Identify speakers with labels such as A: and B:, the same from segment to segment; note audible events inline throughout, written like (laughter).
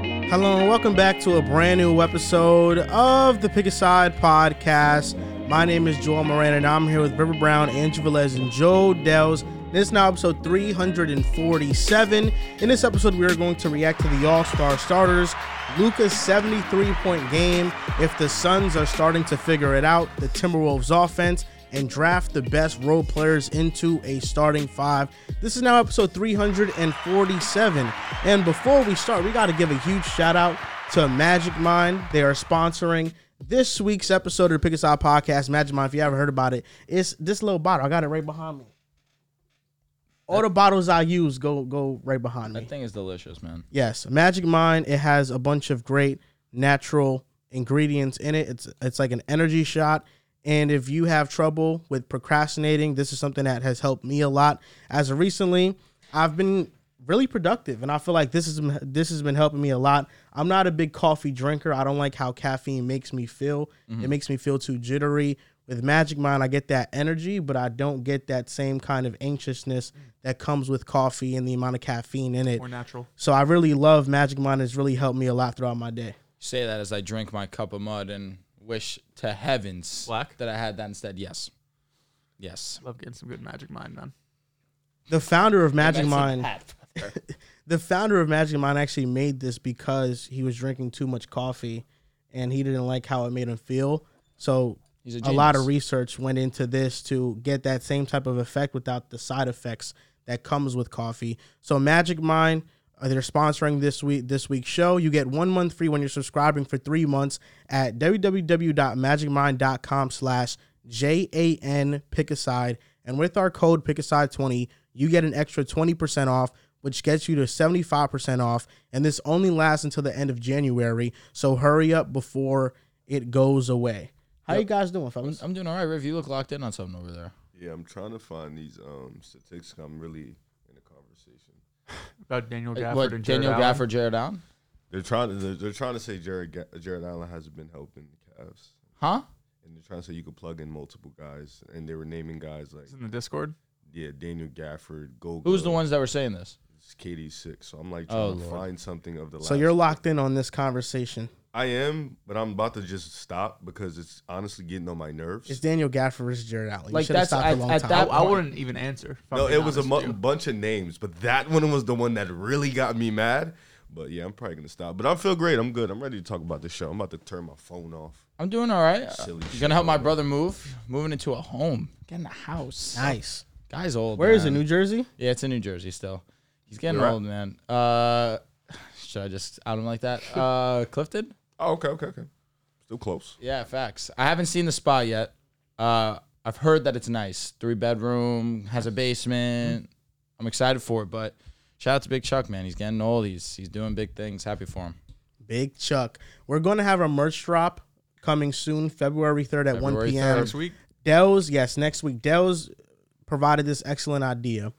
A: Hello and welcome back to a brand new episode of the Pick a Side podcast. My name is Joel Moran and I'm here with River Brown, Andrew Velez, and Joe Dells. This is now episode 347. In this episode, we are going to react to the All Star starters, Luca's 73 point game, if the Suns are starting to figure it out, the Timberwolves offense, and draft the best role players into a starting five. This is now episode 347. And before we start, we got to give a huge shout out to Magic Mind. They are sponsoring this week's episode of the Pick a Side Podcast. Magic Mind, if you haven't heard about it, it's this little bottle. I got it right behind me. All the bottles I use go go right behind me.
B: That thing is delicious, man.
A: Yes, Magic Mind. It has a bunch of great natural ingredients in it. It's it's like an energy shot. And if you have trouble with procrastinating, this is something that has helped me a lot. As of recently, I've been really productive, and I feel like this is this has been helping me a lot. I'm not a big coffee drinker. I don't like how caffeine makes me feel. It makes me feel too jittery. With Magic Mind, I get that energy, but I don't get that same kind of anxiousness that comes with coffee and the amount of caffeine in it.
C: more natural.
A: So I really love Magic Mind. It's really helped me a lot throughout my day.
B: Say that as I drink my cup of mud and wish to heavens
C: Black?
B: that I had that instead. Yes. Yes.
C: Love getting some good magic mind, man.
A: The founder of Magic
B: That's a
A: Mind,
B: hat.
A: (laughs) the founder of Magic Mind actually made this because he was drinking too much coffee and he didn't like how it made him feel. So
B: He's a
A: a lot of
B: genius.
A: research went into this to get that same type of effect without the side effects that comes with coffee. So Magic Mind, uh, they're sponsoring this week this week's show. You get one month free when you're subscribing for three months at www.magicmind.com slash J-A-N pick aside. And with our code pick aside 20, you get an extra 20% off which gets you to 75% off and this only lasts until the end of January so hurry up before it goes away how you guys doing fellas
B: I'm doing all right, Riv. You look locked in on something over there.
D: Yeah, I'm trying to find these um statistics. I'm really in the conversation.
C: About Daniel Gafford
B: what,
C: and Jared
B: Daniel
C: Allen.
B: Gafford, Jared Allen?
D: They're trying to they're, they're trying to say Jared Ga- Jared Allen hasn't been helping the Cavs,
B: Huh?
D: and they're trying to say you could plug in multiple guys, and they were naming guys like
C: He's in the Discord.
D: yeah Daniel Gafford, Gold.
B: Who's the ones that were saying this?
D: It's KD six. So I'm like
B: Oh,
D: trying to
B: Lord.
D: find something of the. Last.
A: So you're locked in on this conversation.
D: I am, but I'm about to just stop because it's honestly getting on my nerves.
A: It's Daniel Gafford versus Jared Allen.
B: Like,
A: you should have
B: that's-
A: stopped a
B: at-
A: long
B: at
A: time.
C: I,
B: that-
C: I wouldn't even answer. if I'm
D: no,
C: being
D: it was a
C: honest
D: mu-
C: with you.
D: bunch of names, but that one was the one that really got me mad. But yeah, I'm probably gonna stop. But I feel great. I'm good. I'm ready to talk about this show. I'm about to turn my phone off.
B: I'm doing all right.
D: Silly
B: Silly
D: shit,
B: You're gonna help my brother move, moving into a home, getting a house.
A: Oh, nice.
B: Guy's old.
A: Where is it?
B: man.
A: New Jersey?
B: Yeah, it's in New Jersey still. He's getting
D: Where at?
B: old, man. Uh, should I just out him like that? Uh, Clifton.
D: Oh, okay, okay, okay. Still close.
B: Yeah, facts. I haven't seen the spot yet. Uh, I've heard that it's nice. Three bedroom, has a basement. I'm excited for it, but shout out to Big Chuck, man. He's getting old. He's he's doing big things. Happy for him.
A: Big Chuck. We're going to have our merch drop coming soon, February 3rd at 1
B: February
A: p.m.
C: next week.
A: Dells, yes, next week. Dells provided this excellent idea.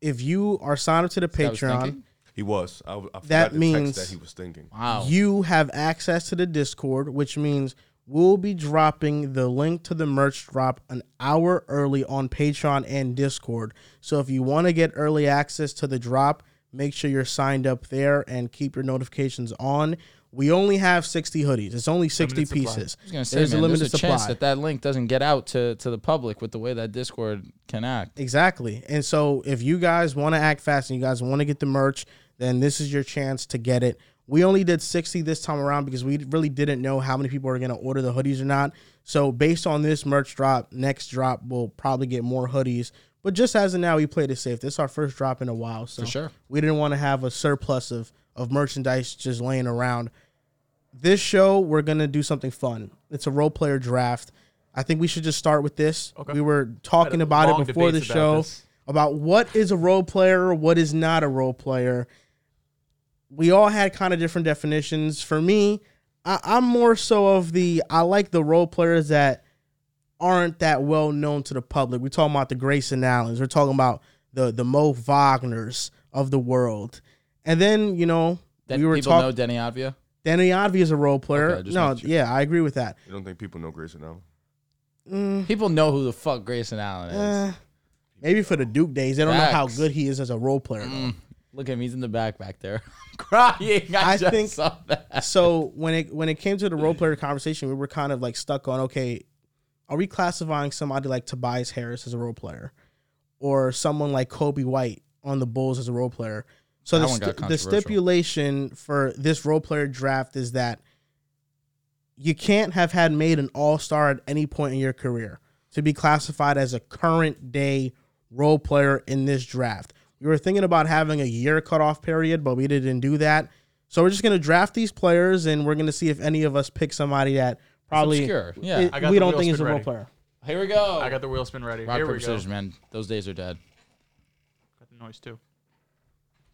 A: If you are signed up to the
B: what I was
A: Patreon,
B: thinking.
D: He was. I, w- I forgot
A: That
D: to
A: means-
D: text that he was thinking.
B: Wow.
A: you have access to the Discord, which means we'll be dropping the link to the merch drop an hour early on Patreon and Discord. So if you want to get early access to the drop, make sure you're signed up there and keep your notifications on. We only have 60 hoodies. It's only 60
C: Limited supply.
A: pieces.
B: I was gonna say, man, there's a chance that that link doesn't get out to, to the public with the way that Discord can act.
A: Exactly. And so if you guys want to act fast and you guys want to get the merch, then this is your chance to get it. We only did 60 this time around because we really didn't know how many people are going to order the hoodies or not. So based on this merch drop, next drop we'll probably get more hoodies. But just as of now, we played it safe. This is our first drop in a while. So
B: For sure.
A: we didn't want to have a surplus of, of merchandise just laying around this show we're gonna do something fun. It's a role player draft. I think we should just start with this.
C: Okay.
A: We were talking
C: Had a
A: about it
C: long
A: before the
C: debates about
A: show
C: this.
A: about what is a role player, what is not a role player. We all had kind of different definitions. For me, I, I'm more so of the I like the role players that aren't that well known to the public. We're talking about the Grayson Allens. We're talking about the the Mo Wagner's of the world. And then you know
B: That
A: we were
B: people
A: talking.
B: know Denny Advia.
A: Danny Advi is a role player.
B: Okay, I just
A: no,
B: missed you.
A: yeah, I agree with that.
D: You don't think people know Grayson Allen?
A: Mm,
B: People know who the fuck Grayson Allen is.
A: Uh. eh, maybe for the Duke days, they don't know how
B: Facts.
A: good he is as a role player. though.
B: Mm, Look at him. He's in the back back there (laughs) crying. I,
A: I
B: just
A: think-
B: saw that.
A: so when it when it came to the role player conversation, we were kind of like stuck on okay, are we classifying somebody like Tobias Harris as a role player, or someone like Kobe White on the Bulls as a role player? So
B: That
A: the,
B: one got
A: sti- the
B: controversial.
A: stipulation for this role player draft is that you can't have had made an All Star at any point in your career to be classified as a current day role player in this draft. We were thinking about having a year cutoff period, but we didn't do that. So we're just going to draft these players, and we're going to see if any of us pick somebody that probably
B: obscure. Yeah.
A: it-
C: I got
A: we
C: the
A: don't
C: wheel
A: think is a
C: spin
A: role
C: ready.
A: player.
B: Here we go.
C: I got the wheel spin ready.
B: Rock,
C: Here we
B: paper,
C: go.
B: scissors, man. Those days are dead.
C: Got the noise too.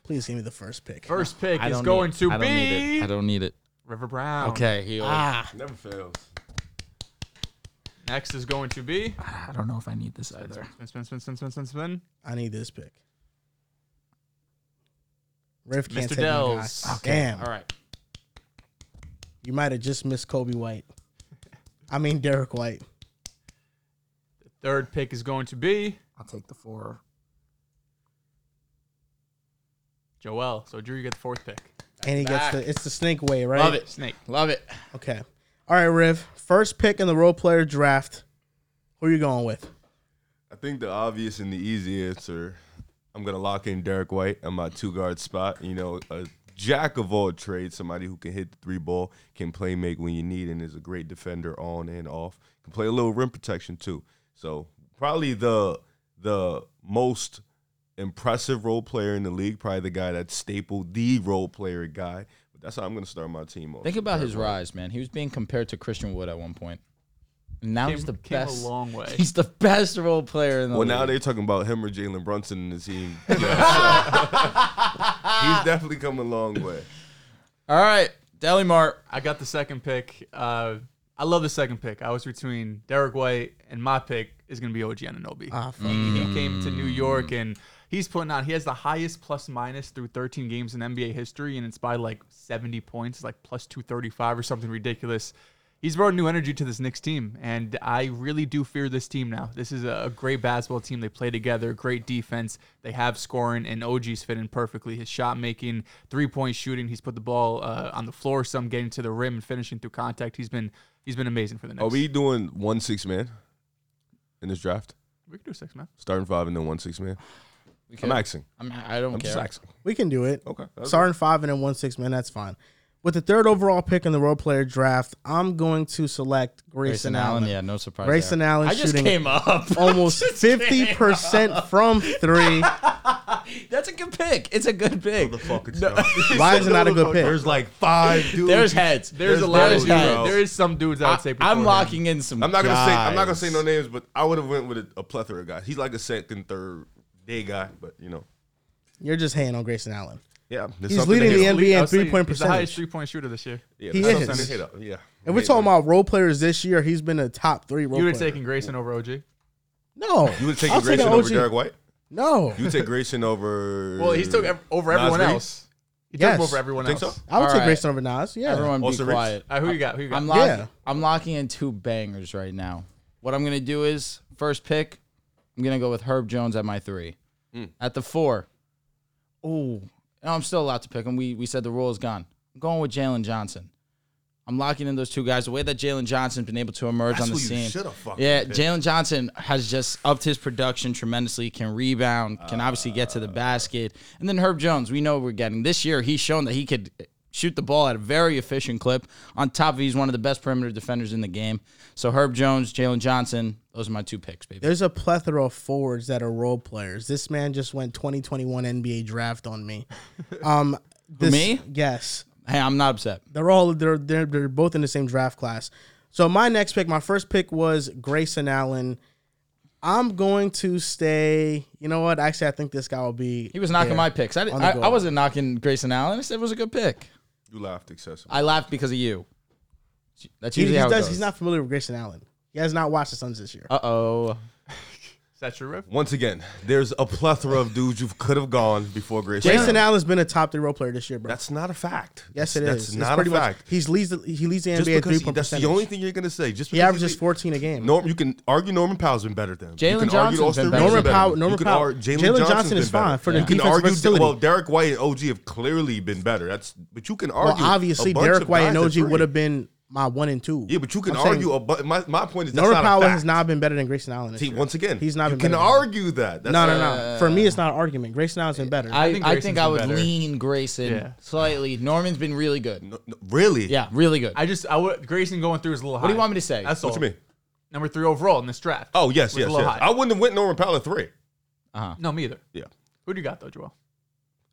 A: Please give me the first pick.
C: First pick
B: I
C: is
B: don't
C: going
B: need, I
C: to
B: don't need
C: be
B: it. I don't need it.
C: River Brown.
B: Okay. He
A: Ah,
D: Never fails.
C: Next is going to be
B: I don't know if I need this either.
C: spin, spin, spin, spin, spin, spin, spin.
A: I need this pick. Riff can't
C: Mr.
A: take my guy.
C: Dells.
A: Damn,
B: All right.
A: you might have just missed Kobe White. I mean Derek White.
C: Third pick is going to be
B: I'll take the four.
C: Joel. So Drew, you get the fourth pick.
A: And he gets the it's the snake way, right?
B: Love it.
C: Snake.
B: Love it.
A: Okay. All right, Riv. First pick in the role player draft. Who are you going with?
D: I think the obvious and the easy answer, I'm gonna lock in Derek White on my two guard spot. You know, a jack of all trades, somebody who can hit the three ball, can play make when you need, and is a great defender on and off. Can play a little rim protection too. So probably the the most impressive role player in the league, probably the guy that's stapled the role player guy. But that's how I'm gonna start my team off.
B: Think about his
D: Derrick White.
B: rise, man. He was being compared to Christian Wood at one point. And now
C: Came,
B: he's the
C: came
B: best.
C: a long way.
B: (laughs) He's the best role player in the
D: Well,
B: league.
D: now they're talking about him or Jalen Brunson in
B: (laughs)
D: the team. You know, so- he's definitely come a long way.
B: All right, Deli Mart.
C: I got the second pick. Uh, I love the second pick. I was between Derek White and my pick is going to be OG Ananobi.
A: Ah, fuck.
C: He came to New York and he's putting on. He has the highest plus minus through 13 games in NBA history, and it's by like 70 points, like plus 235 or something ridiculous. He's brought new energy to this Knicks team, and I really do fear this team now. This is a a great basketball team. They play together, great defense. They have scoring, and OG's fit in perfectly. His shot making, three point shooting. He's put the ball uh, on the floor some, getting to the rim and finishing through contact. He's been he's been amazing for the Knicks.
D: Are we doing one six man in this draft?
C: we can do six man.
D: Starting five and then one six man.
B: We
D: I'm
B: could-
D: axing.
B: I'm, I don't
D: I'm
B: care.
D: just axing.
A: We can do it.
D: Okay. that's
A: Starting five and then one six man, that's fine. With the third overall pick in the role player draft, I'm going to select Grayson,
B: Grayson
A: Allen.
B: Allen. Yeah, no surprise.
A: Grayson
B: there.
A: Allen
B: I just
A: shooting
B: came (laughs) up.
A: (laughs)
D: (laughs)
A: Almost
B: Just
A: fifty
B: kidding.
A: percent from three.
B: That's a good pick. It's a good pick. (laughs)
D: Motherfuckers,
B: No.
D: yo.
A: Why is it not a good pick?
D: There's like five dudes.
B: There's heads.
C: There's, a lot of
D: those,
C: dudes.
D: bro.
C: There is some dudes I would
B: I,
C: say.
B: am
C: beforehand.
B: locking in some.
D: I'm not gonna say I'm not gonna
B: guys.
D: say no names, but I would have went with a, a plethora of guys. He's like a second, third day guy, but you know.
A: You're just hand on Grayson Allen.
D: Yeah. there's
A: He's
D: something to
A: leading
D: hit
A: the
D: up.
A: NBA
C: I
A: in
C: was saying,
A: three point
C: He's the highest
A: percentage.
C: three point shooter this year.
D: Yeah,
A: He
D: there's
A: is.
D: something to hit up. Yeah.
A: If we're talking about role players this year, he's been a top three role
C: You would have
A: player.
C: taken Grayson over OG.
A: no,
D: you would take
A: I'll take
D: Grayson
A: an
D: over
A: OG.
D: Derek White.
A: no.
D: You take Grayson over.
C: Well, he's took ev- over
D: Nas
C: everyone
D: Reed?
C: else. He took
A: Yes.
C: him over everyone
D: Think
C: else.
D: so?
A: I would
B: All
A: take
B: right.
A: Grayson over Nas. Yeah,
B: Everyone be
D: Also Rich.
B: quiet.
C: All right, who you got? Who you got?
B: I'm locking.
A: Yeah.
B: I'm locking in two bangers right now. What I'm gonna do is first pick. I'm gonna go with Herb Jones at my three. At the four. Oh, no, I'm still allowed to pick him. We we said the rule is gone. I'm going with Jalen Johnson. I'm locking in those two guys. The way that Jalen Johnson's been able to emerge
D: That's
B: on the
D: who you
B: scene.
D: should have fucking
B: Yeah,
D: picked.
B: Jalen Johnson has just upped his production tremendously. Can rebound, can obviously get to the basket, and then Herb Jones. We know we're getting this year. He's shown that he could shoot the ball at a very efficient clip. On top of, it, he's one of the best perimeter defenders in the game. So Herb Jones, Jalen Johnson, those are my two picks, baby.
A: There's a plethora of forwards that are role players. This man just went 2021 NBA draft on
D: (laughs)
A: me. Um, this,
B: me?
A: Yes,
B: Hey, I'm not upset.
A: they're all they're, they're they're both in the same draft class. So my next pick, my first pick was Grayson Allen. I'm going to stay. You know what? Actually, I think this guy will be.
B: He was knocking
A: there.
B: my picks. I, didn't,
A: the
B: I,
A: goal.
B: I wasn't knocking Grayson Allen. I said it was a good pick.
D: You laughed excessively.
B: I laughed because of you. That's
A: He,
B: usually
A: he
B: how it
A: does,
B: goes.
D: Oh,
A: he's not familiar with Grayson Allen. He has not watched the Suns this year.
B: Uh oh.
C: That's your riff.
D: Once again, there's a plethora of dudes you could have gone before Grayson.
A: Jason Allen's been a top three role player this year, bro.
D: That's not a fact.
A: yes, it is.
D: that's
A: It's
D: not
A: pretty
D: a
A: much-
D: fact.
A: He's leads the, he leads the
D: Just
A: NBA three
D: because he,
A: point
D: that's
A: percentage.
D: the only thing you're gonna say. Just
A: he
D: because
A: averages
D: lead-
A: fourteen a game.
D: Norm, you can argue Norman Powell's been better than him.
B: Jalen Johnson's been better.
A: Norman Powell- Norman Powell- Jalen Johnson is fine for the
D: you can
A: defensive
D: argue
A: versatility.
D: well, Derek White and OG have clearly been better. That's but you can
A: Well,
D: argue.
A: obviously,
D: a bunch
A: Derek
D: of
A: White
D: guys
A: and
D: at
A: OG
D: three.
A: would have been my one and two.
D: Yeah, but you can
A: I'm saying-
D: argue. A, bu- my my point is that's
A: Norman
D: not
A: Powell
D: a fact.
A: has not been better than Grayson Allen. This
D: See,
A: year.
D: once again,
A: he's not
D: You
A: been
D: can
A: better than-
D: argue that. That's
A: No, no,
D: not-
A: no. For me, it's not an argument. Grayson Allen's been better.
B: I, I think,
C: think
B: I,
C: Grayson's
B: would
C: been better.
B: lean Grayson
C: Yeah.
B: slightly. Norman's been really good.
D: no, no, really.
B: Yeah, really good.
C: I just I would Grayson going through is a little.
B: What do you want me to say?
C: That's all.
D: What you mean?
C: Number three overall in this draft.
D: Oh yes,
C: Was a
D: yes,
C: little
D: yes.
C: high.
D: I wouldn't have went Norman Powell at three.
B: Uh-huh.
C: no, me either.
D: Yeah.
C: Who do you got though, Joel?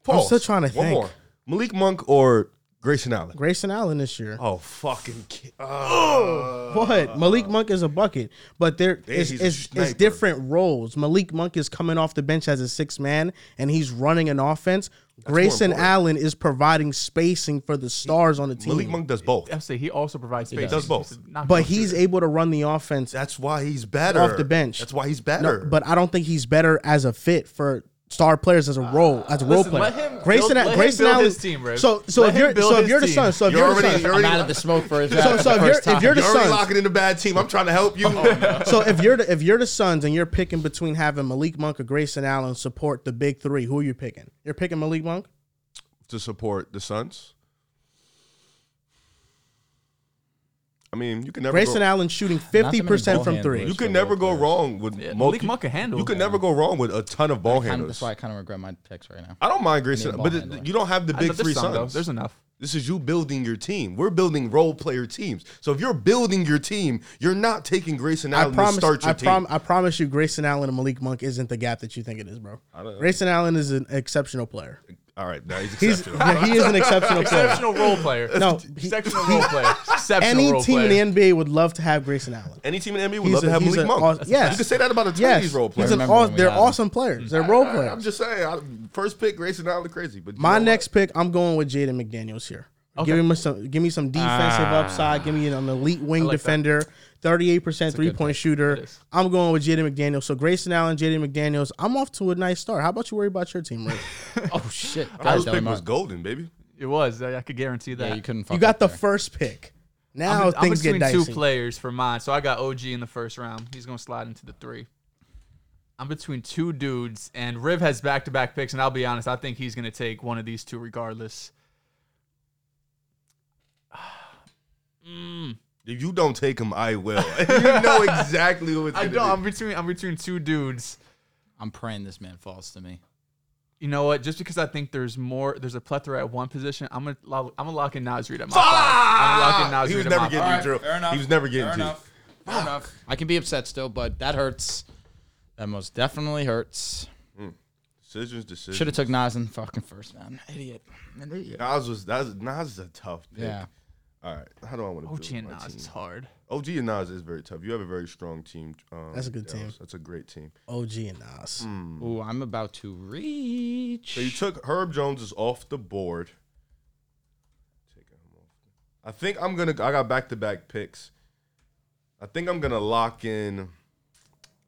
A: I'm
D: Pause.
A: still trying to
D: One
A: think.
D: more. Malik Monk or Grayson Allen.
A: Grayson Allen this year.
D: Oh fucking kid. Oh.
A: What Malik Monk is a bucket, but there is
D: he's a
A: it's, it's
D: sniper.
A: different roles. Malik Monk is coming off the bench as a six man, and he's running an offense. Grayson
D: important.
A: Allen is providing spacing for the stars on the team,
D: Malik Monk does both.
C: I say he also provides space. He
D: does both.
A: but he's able to run the offense.
D: That's why he's better
A: Off the bench.
D: That's why he's
A: No,
D: better.
A: but I don't think he's better as a fit for star players as a role as a role
C: Ah. listen,
A: player.
C: let him
A: Grayson,
C: build- let him
A: Grayson
C: build
A: Allen.
C: his team, Riv.
A: so so
C: Let
A: if
C: him
A: you're
C: build
A: so if
C: his
A: you're the
C: team.
A: Suns, so if
D: You're
A: you're the
D: already-
A: Suns,
D: you're
B: I'm out of the smoke for his
A: so so if you're if you're the
D: you're already
A: Suns, Oh,
D: locking in the bad team. I'm trying to help you.
A: (laughs) so if you're
C: (laughs)
A: the, if you're the Suns and you're picking between having Malik Monk or Grayson Allen support the big three, who are you picking? You're picking Malik Monk.
D: to support the Suns. I mean, you can never
A: Grayson
D: go,
A: Allen shooting fifty percent
B: ball
A: from
B: handlers.
A: three.
D: you can never go wrong with
C: Yeah,
D: multi-
C: Malik Monk can handle
D: You can
C: that.
D: never go wrong with a ton of ball
B: Kind of,
D: handlers.
B: that's why I kind of regret my picks right now.
D: I don't mind Grayson,
B: ball
D: but it-
B: handler.
D: you don't have the big three
C: some, though.
D: Suns.
C: There's (laughs) enough.
D: This is you building your team. We're building role player teams. So if you're building your team, you're not taking Grayson
A: I
D: Allen to
A: promise.
D: start your
A: I,
D: team.
A: prom- I promise you, Grayson Allen and Malik Monk isn't the gap that you think it is, bro.
D: don't-
A: Grayson Allen is an exceptional player.
D: All right, now
A: (laughs)
D: he's
A: He's
D: exceptional.
A: yeah, he is an
C: (laughs)
A: exceptional player.
C: Exceptional role player.
A: No, he-
C: Exceptional role player. Exceptional
A: Any
C: role
A: team
C: player.
A: in the NBA would love to have Grayson Allen.
D: Any team in the NBA would
A: He's
D: love
A: a-
D: to have
A: he's
D: Malik
A: a-
D: Monk.
A: aw- yes.
D: you can say that about a ton of
A: Yes,
D: these role
A: he's
D: players.
A: an
B: Remember
A: aw-
B: when we
A: they're
B: had him.
A: awesome
C: Mm.
A: players. They're role
D: I- I'm
A: players.
D: just saying, I, first pick Grayson Allen crazy, but you
A: My
D: know
A: next pick, I'm going with Jaden McDaniels here. Give me some, give me some defensive upside. Give me an elite wing
C: like that.
A: defender, 38% three point shooter.
C: is.
A: I'm going with Jaden McDaniels. So Grayson Allen, Jaden McDaniels. I'm off to a nice start. How about you worry about your team, Rick?
B: (laughs) Oh shit!
D: what?
B: Guys,
D: first pick was
B: Delamar-
D: golden, baby.
C: It was. I, I could guarantee that.
B: yeah, you couldn't. Fuck
A: you got
B: up
A: the
B: there.
A: first pick.
C: I'm,
A: Now
C: I'm
A: things
C: between
A: get dicey.
C: two players for mine. So I got OG in the first round. He's gonna slide into the three. I'm between two dudes, and Riv has back-to-back picks, and I'll be honest, I think he's gonna take one of these two regardless.
D: If you don't take him, I will. (laughs) you know exactly what it's
C: I
D: gonna
C: don't. I'm
D: be.
C: between. I'm between two dudes.
B: I'm praying this man falls to me.
C: You know what? Just because I think there's more, there's a plethora at one position. I'm gonna, lo- I'm gonna lock in Nas Reed at my five. I'm locking
D: Ah!
C: Nas
D: He was
C: Reed at
D: never
C: my
D: getting
C: five.
D: you, Drew. He was never getting you.
B: Fair enough. I can be upset still, but that hurts. That most definitely hurts.
D: Decisions, decisions.
B: Should have took Nas in the fucking first round. Idiot. An idiot.
D: Nas was that's Nas is a tough pick.
B: Yeah.
D: All right. How do I want to
C: OG
D: build
C: and
D: my
C: Nas
D: team?
C: is hard.
D: OG and Nas is very tough. You have a very strong team. Um,
A: That's a good team.
D: That's a great team.
A: OG and Nas.
B: Ooh, I'm about to reach.
D: So you took Herb Jones is off the board. Taking him off. I think I'm gonna. I got back to back picks. I think I'm gonna lock in.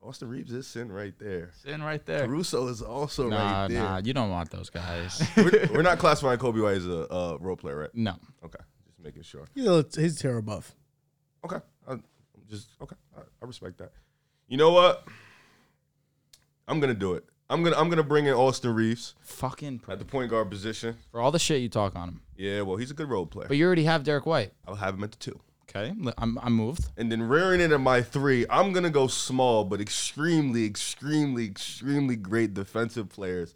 D: Austin Reeves is sitting right there.
C: Sitting right there.
D: Russo is also
B: nah,
D: right there.
B: nah, you don't want those guys.
D: We're, we're not classifying Kobe White as a uh, role player, right?
B: no.
D: Okay, just making sure.
A: He's, a, little- he's a terror buff.
D: Okay, I, I'm just okay. I, I respect that. You know what? I'm gonna do it. I'm gonna I'm gonna bring in Austin Reeves
B: Fucking pray.
D: at the point guard position.
B: for all the shit you talk on him.
D: Yeah, well, he's a good role player.
B: But you already have Derek White.
D: I'll have him at the two.
B: Okay. li- I'm, I'm moved.
D: And then rearing in at my three, I'm gonna go small, but extremely, extremely, extremely great defensive players.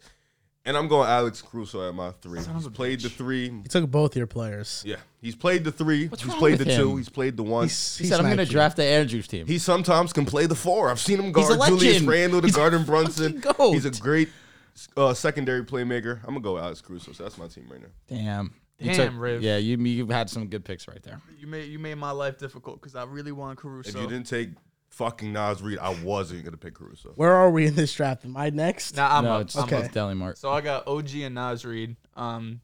D: And I'm going Alex Crusoe at my three. He's played the three.
A: He took both your players.
D: Yeah, he's played the three. he's
B: wrong
D: played
B: with
D: the two.
B: him?
D: He's played the one.
A: He's,
B: He said, I'm going to draft the Air Juice team.
D: He sometimes can play the four. I've seen him
B: He's a
D: guard Julius
B: legend.
D: Randle to
B: He's a
D: Gardner Brunson.
B: fucking goat.
D: He's a great uh, secondary playmaker. I'm gonna go with Alex Caruso. So that's my team right now.
B: Damn. You
C: Damn, Riv.
B: Yeah, you, you've had some good picks right there.
C: You made you made my life difficult because I really want Caruso.
D: If you didn't take fucking Nas Reed, I wasn't gonna pick Caruso.
A: Where are we in this draft? Am I next?
C: Nah, I'm
B: no,
C: up.
B: it's
C: I'm
B: okay.
A: okay.
B: with Delimart.
C: So I got OG and Nas Reed. Um,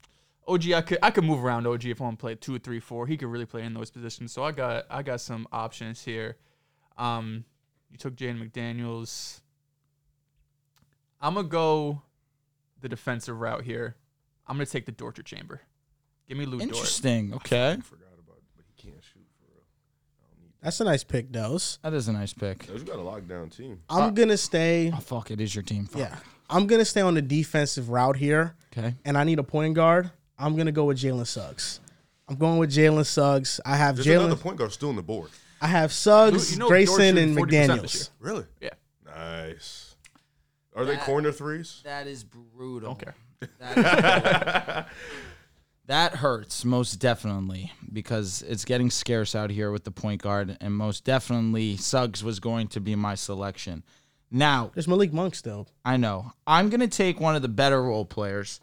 C: OG, I could I could move around OG if I want to play two, three, four. He could really play in those positions. So I got I got some options here. Um, you took Jaden McDaniels. I'm gonna go the defensive route here. I'm gonna take the Dortcher chamber. Give me Lou Dort.
B: Interesting. Okay.
D: forgot about, but he can't shoot for real.
A: That's a nice pick, Dose.
B: That is a nice pick.
D: Those got a lockdown team.
A: I'm gonna stay.
B: Oh, fuck. It is your team. Fuck.
A: Yeah, I'm gonna stay on the defensive route here,
B: Okay.
A: and I need a point guard. I'm gonna go with Jalen Suggs. I'm going with Jalen Suggs. I have
D: There's
A: Jalen.
D: another point guard still on the board.
A: I have Suggs,
C: You know George
A: Grayson,
C: shooting
A: and
C: 40% this
A: McDaniel's.
D: Really?
C: Yeah.
D: Nice. Are they
B: That-
D: corner threes?
B: That is brutal.
C: Don't care.
B: That, is brutal. (laughs) That hurts most definitely because it's getting scarce out here with the point guard, and most definitely Suggs was going to be my selection. Now
A: There's Malik Monk still.
B: I know I'm gonna take one of the better role players.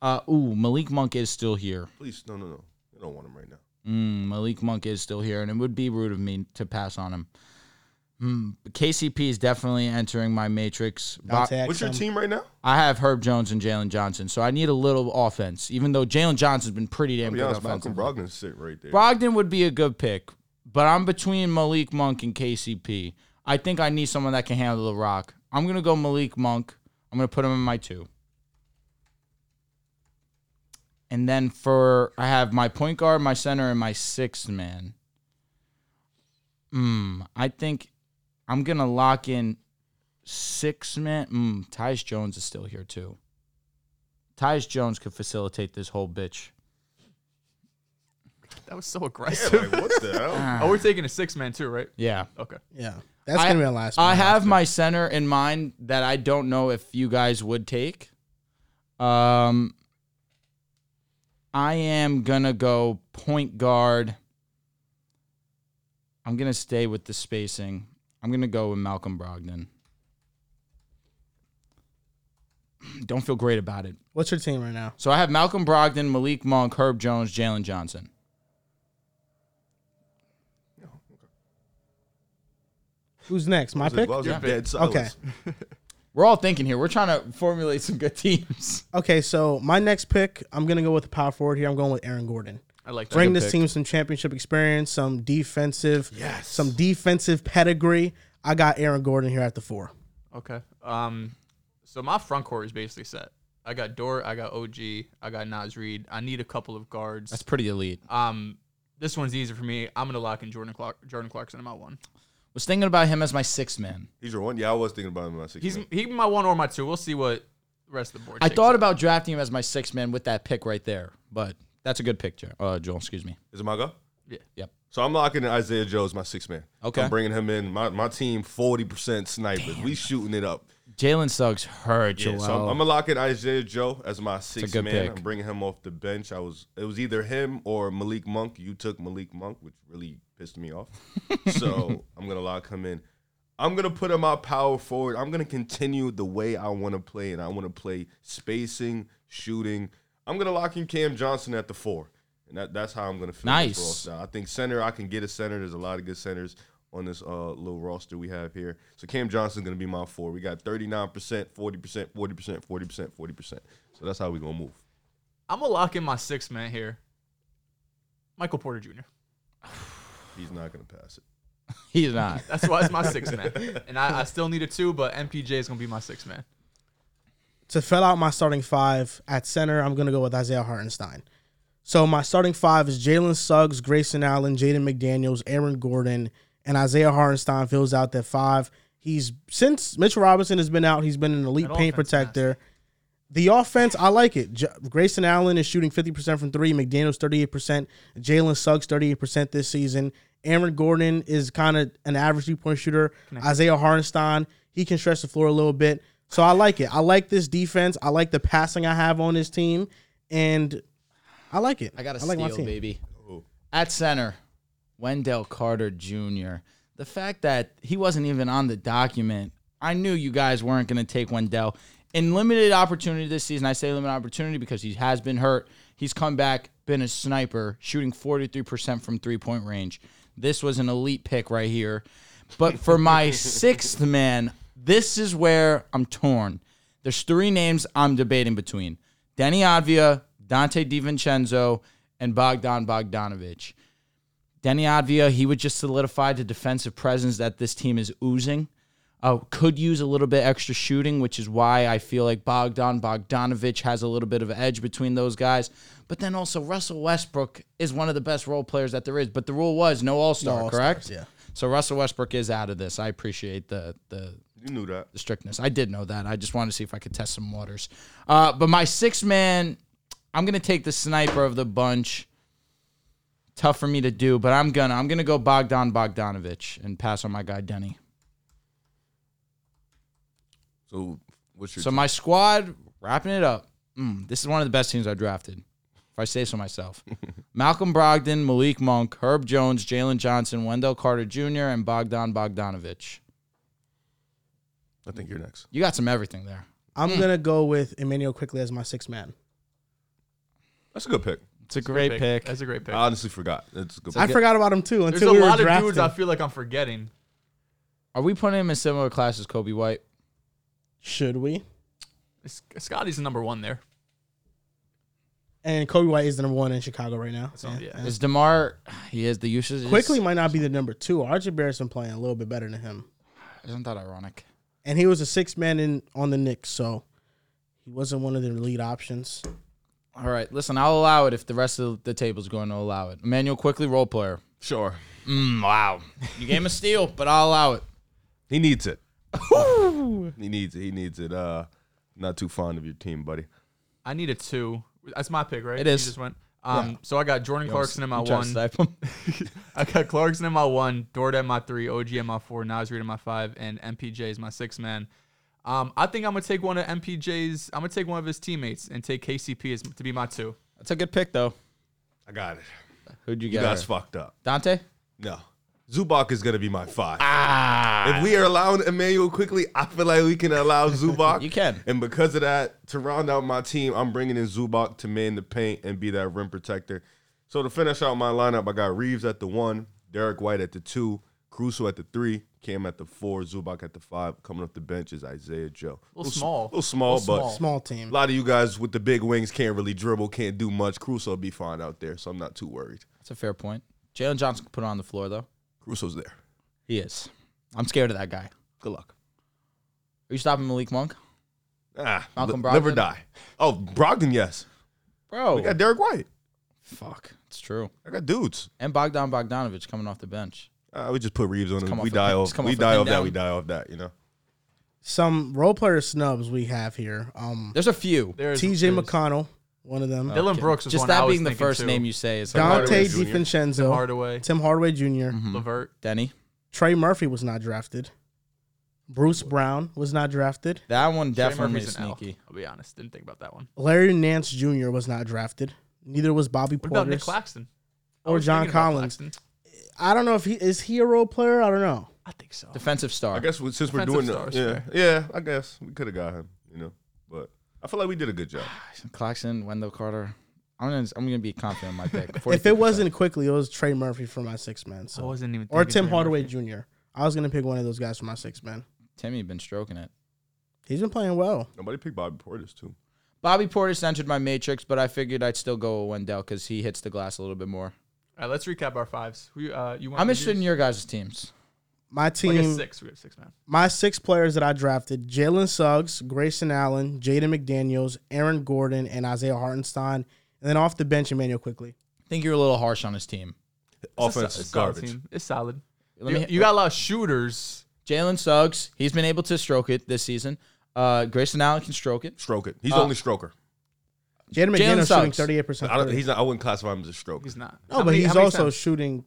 B: Uh, ooh, Malik Monk is still here.
D: Please, no, no, no. I don't want him right now.
B: Mm, Malik Monk is still here, and it would be rude of me to pass on him. Mm, but KCP is definitely entering my matrix. Bo-
A: I'll
D: What's your
A: team?
D: team right now?
B: I have Herb Jones and Jalen Johnson, so I need a little offense. Even though Jalen Johnson's been pretty damn
D: To be
B: good
D: honest, Malcolm
B: offensively,
D: Brogdon sit right there.
B: Brogdon would be a good pick, but I'm between Malik Monk and KCP. I think I need someone that can handle the rock. I'm gonna go Malik Monk. I'm gonna put him in my two. And then for I have my point guard, my center, and my sixth man. Mm, I think I'm gonna lock in six man. Mm, Tyus Jones is still here too. Tyus Jones could facilitate this whole bitch.
C: That was so
D: Yeah,
C: aggressive.
D: like,
B: (laughs)
D: what the hell?
C: oh, we're taking a six man too, right?
B: Yeah.
C: Okay.
A: Yeah, that's
B: I-
A: gonna be our last.
B: I
A: pick.
B: have my center in mind that I don't know if you guys would take. Um, I am gonna go point guard. I'm gonna stay with the spacing. I'm gonna go with Malcolm Brogdon. (clears throat) Don't feel great about it.
A: What's your team right now?
B: So I have Malcolm Brogdon, Malik Monk, Herb Jones, Jalen Johnson.
A: Who's next? My
D: Why
A: pick.
D: was it
B: Yeah.
D: dead silence?
A: Okay.
B: We're all thinking here. We're trying to formulate some good (laughs) teams.
A: Okay, so my next pick, I'm gonna go with the power forward here. I'm going with Aaron Gordon.
C: I like that.
A: Bring
B: good
A: this
B: pick.
A: team some championship experience, some defensive,
D: Yes.
A: some defensive pedigree. I got Aaron Gordon here at the four.
C: Okay. Um, so my front court is basically set. I got Dort, I got OG, I got Nas Reed. I need a couple of guards.
B: That's pretty elite.
C: Um, this one's easy for me. I'm gonna lock in Jordan Clark, Jordan Clarkson in my one.
B: Was thinking about him as my sixth man.
D: He's your one. Yeah, I was thinking about him. in my six
C: He's
D: man.
C: he my one or my two. We'll see what the rest of the board.
B: I
C: takes
B: thought
C: up.
B: about drafting him as my sixth man with that pick right there, but that's a good pick, Jo- uh, Joel. Excuse me.
D: Is it my go?
C: Yeah.
B: Yep.
D: So I'm locking in Isaiah Joe's my six man.
B: Okay.
D: I'm bringing him in. My my team 40% snipers. We shooting it up.
B: Jalen Suggs hurt, Joel.
D: Yeah, so I'm, I'm gonna lock in Isaiah Joe as my sixth
B: good
D: man.
B: pick.
D: I'm bringing him off the bench. I was it was either him or Malik Monk. You took Malik Monk, which really pissed
B: (laughs)
D: me off. so I'm gonna lock him in. I'm gonna put him out power forward. I'm gonna continue the way I want to play, and I want to play spacing, shooting. I'm gonna lock in Cam Johnson at the four, and that, that's how I'm gonna finish
B: Nice.
D: this roster. I think center, I can get a center. There's a lot of good centers on this uh, little roster we have here. So Cam Johnson's gonna be my four. We got 39%, 40%, 40%, 40%, 40%, 40%. So that's how we gonna move.
C: I'm gonna lock in my sixth man here. Michael Porter Jr.
D: He's not gonna pass it.
B: He's not.
C: That's why it's my
B: (laughs)
C: sixth man, and I, I still need a two, but MPJ is gonna be my sixth man.
A: To fill out my starting five at center, I'm gonna go with Isaiah Hartenstein. So my starting five is Jalen Suggs, Grayson Allen, Jaden McDaniels, Aaron Gordon, and Isaiah Hartenstein fills out that five. He's since Mitchell Robinson has been out, he's been an elite
C: That
A: paint
C: offense
A: protector. The offense, I like it. J- Grayson Allen is shooting 50% from three, McDaniels 38%, Jalen Suggs 38% this season. Aaron Gordon is kind of an average three point shooter. Isaiah Hartenstein, he can stretch the floor a little bit. So I like it. I like this defense. I like the passing I have on this team. And I like it.
B: I got a
A: like my
B: steal,
A: team.
B: baby. At center, Wendell Carter Jr. The fact that he wasn't even on the document, I knew you guys weren't going to take Wendell. In limited opportunity this season, I say limited opportunity because he has been hurt. He's come back, been a sniper, shooting 43% from three point range. This was an elite pick right here. But for my sixth man, this is where I'm torn. There's three names I'm debating between Danny Advia, Dante DiVincenzo, and Bogdan Bogdanovich. Denny Advia, he would just solidify the defensive presence that this team is oozing. Uh, could use a little bit extra shooting, which is why I feel like Bogdan Bogdanovich has a little bit of an edge between those guys. But then also Russell Westbrook is one of the best role players that there is. But the rule was no All Star,
A: All-Stars,
B: correct?
A: yeah.
B: So Russell Westbrook is out of this. I appreciate the the
D: You knew that.
B: the strictness. I did know that. I just wanted to see if I could test some waters. Uh, but my six man, I'm gonna take the sniper of the bunch. Tough for me to do, but I'm gonna I'm gonna go Bogdan Bogdanovich and pass on my guy Denny.
D: So what's your
B: So my squad, wrapping it up. Mm, this is one of the best teams I drafted, if I say so (laughs) myself. Malcolm Brogdon, Malik Monk, Herb Jones, Jalen Johnson, Wendell Carter Jr., and Bogdan Bogdanovich.
D: I think you're next.
B: You got some everything there.
A: I'm
C: Mm.
A: gonna go with Emmanuel quickly as my sixth man.
D: That's a good pick.
B: It's a great pick. Uh,
C: That's a great pick.
D: I honestly forgot. That's a good
A: I
D: pick.
A: forgot about him too
C: There's
A: until
C: a
A: we were
C: lot of
A: drafting.
C: dudes I feel like I'm forgetting.
B: Are we putting him in similar class as Kobe White?
A: Should we?
C: S- Scotty's the number one there.
A: And Kobe White is the number one in Chicago right now.
C: So, yeah.
B: Is Demar? (sighs) He is the usage. is-
A: Quickly might not be the number two. RJ Barrett's been playing a little bit better than him,
B: Isn't that ironic?
A: and he was a sixth man in on the Knicks, so he wasn't one of their lead options.
B: All right, listen. I'll allow it if the rest of the table's going to allow it. Emmanuel quickly role player.
D: Sure.
B: Mm, wow, you gave him a steal, but I'll allow it.
D: He needs it. he needs it. He needs it. Uh, not too fond of your team, buddy.
C: I need a two. That's my pick, right?
B: It is.
C: You just went. Um, So I got Jordan Clarkson in my
B: You tried to
C: one.
B: snipe him.
C: I got Clarkson in my one, Dort at my three, OG at my four, Nas Reed at my five, and MPJ is my six man. Um, I think I'm gonna take one of MPJ's. I'm gonna take one of his teammates and take KCP as, to be my two.
B: That's a good pick, though.
D: I got it.
B: Who'd you
D: You
B: get?
D: guys fucked up.
B: Dante.
D: No. Zubac is gonna be my five. Ah. If we are allowing Emmanuel quickly, I feel like we
C: (laughs)
D: can allow Zubac.
B: You can.
D: And because of that, to round out my team, I'm bringing in Zubac to man the paint and be that rim protector. So to finish out my lineup, I got Reeves at the one, Derek White at the two, Crusoe at the three, Cam at the four, Zubac at the five. Coming up the bench is Isaiah Joe.
C: Little small.
D: A little small,
C: Little
D: but
C: small.
A: Small
D: a
A: team.
D: lot of you guys with the big wings can't really dribble, can't do much. Crusoe will be fine out there, so I'm not too worried.
B: That's a fair point. Jalen Johnson can put it on the floor, though.
D: Crusoe's there.
B: He is. I'm scared of that guy. Are
D: Good luck.
B: you stopping Malik Monk,
D: Ah,
B: Malcolm
D: li- live or
B: Brogdon?
D: die. Oh, Brogdon, yes.
B: bro?
D: I got Derek White.
B: Fuck, it's true.
D: I got dudes.
B: And Bogdan Bogdanovich coming off the bench.
D: Uh, we just put Reeves on him.
B: come
D: We
B: off a-
D: die
B: just
D: off.
B: come
D: We
B: off a
D: die
B: pin
D: off that.
B: down.
D: We die off that. You know.
A: Some role player snubs we have here. Um,
B: There's a few.
C: There's Uh,
A: T.J.
C: there's-
A: McConnell, one of them.
C: Dylan Brooks was
B: Just
C: one I
B: that
C: was
B: being the
C: thinking
B: first
C: too.
B: name you say is
A: Dante
D: Hardaway Jr.
A: DiVincenzo,
B: Mm-hmm.
C: Hardaway, Mm.
A: Tim Hardaway junior
C: Levert.
B: Denny.
A: Trey Murphy was not drafted. Bruce Brown was not drafted.
B: That one
C: Trey
B: definitely
C: Murphy's an L.
B: sneaky.
C: I'll be honest, didn't think about that one.
A: Larry Nance Jr. was not drafted. Neither was Bobby
C: What about Nick
A: Porter.
C: Claxton I
A: Or
C: was
A: John
C: thinking about
A: Collins.
C: Claxton.
A: I don't know if he is he a role player. I don't know.
C: I think so.
B: Defensive star.
D: I guess we, since we're
C: Defensive
D: doing
C: stars,
D: that, yeah,
C: fair.
D: yeah. I guess we could have got him. You know, but I feel like we did a good job.
B: Ah. Claxton, Wendell Carter. I'm gonna, I'm gonna be confident in my pick.
A: If it wasn't quickly, it was Trey Murphy for my six man.
C: I
A: So
C: wasn't even.
A: or
C: thinking
A: Tim
C: Trey
A: Hardaway
C: Murphy.
A: Jr. I was gonna pick one of those guys for my six man.
B: Timmy been stroking it.
A: He's been playing well.
D: Nobody picked Bobby Portis too.
B: Bobby Portis entered my matrix, but I figured I'd still go with Wendell because he hits the glass a little bit more.
C: All right, let's recap our fives. Who uh, you want?
B: I'm interested in your guys' teams.
A: My
C: I guess
A: team,
C: six. We have six man.
A: my six players that I drafted: Jalen Suggs, Grayson Allen, Jaden McDaniels, Aaron Gordon, and Isaiah Hartenstein. And then off the bench, Emmanuel quickly.
B: I think you're a little harsh on his team.
C: It's a
D: Offense
C: so-
D: is
C: it's solid
D: garbage.
C: team. It's solid.
B: Let
C: you,
B: me-
C: you got a lot of shooters.
B: Jalen Suggs, he's been able to stroke it this season. Uh, Grayson Allen can stroke it.
D: Stroke it. He's
B: Uh,
D: only stroker.
A: Jaden McDaniels shooting
B: Suggs.
A: thirty-eight
D: I
A: percent.
D: don't, he's not. I wouldn't classify him as a stroker.
C: He's not.
A: No,
C: How
A: but
C: many-
A: he's
C: how many
A: also
C: times?
A: shooting.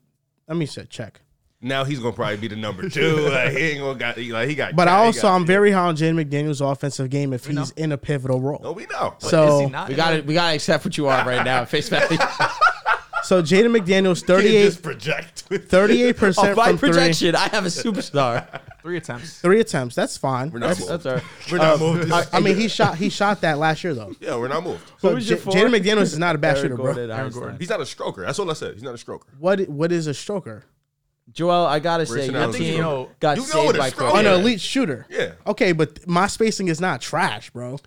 A: Let me say check.
D: Now he's gonna probably be the number (laughs) two. like he ain't gonna got. He, like he got.
A: But I
D: he
A: also,
D: got-
A: I'm very high on Jaden McDaniels' offensive game if
C: know.
A: he's in a pivotal role.
D: No, we know.
C: But
A: So-
C: is he not?
B: We got to We got to accept what you are right now. Face value.
A: So Jaden
C: (laughs)
A: McDaniels,
D: Can't
A: 38,
D: just project.
A: 38 percent
B: By
A: from three,
B: projection, I have a (laughs) superstar.
C: three attempts.
A: three attempts. That's fine.
D: We're not
A: That's- Uh,
D: moved.
B: That's all right.
D: We're not moved.
A: I mean,
C: (laughs)
A: he shot he shot that last year though.
D: yeah, we're not moved.
A: So
B: was your
A: J-
B: four?
A: Jaden McDaniels is not a bad
B: Aaron
A: shooter, bro.
B: Gordon, Einstein.
C: Gordon.
D: He's not a stroker. That's all I said. He's not a stroker.
A: What what is a stroker?
B: Joel, I gotta say,
D: Grayson
B: your
D: Allen's
B: team
D: a stroker.
B: got
D: You know what
C: Oh,
B: saved
D: a
B: by
D: stroker
B: Kobe.
A: An
D: Yeah.
A: elite shooter.
D: Yeah.
A: Okay, but my spacing is not trash, bro.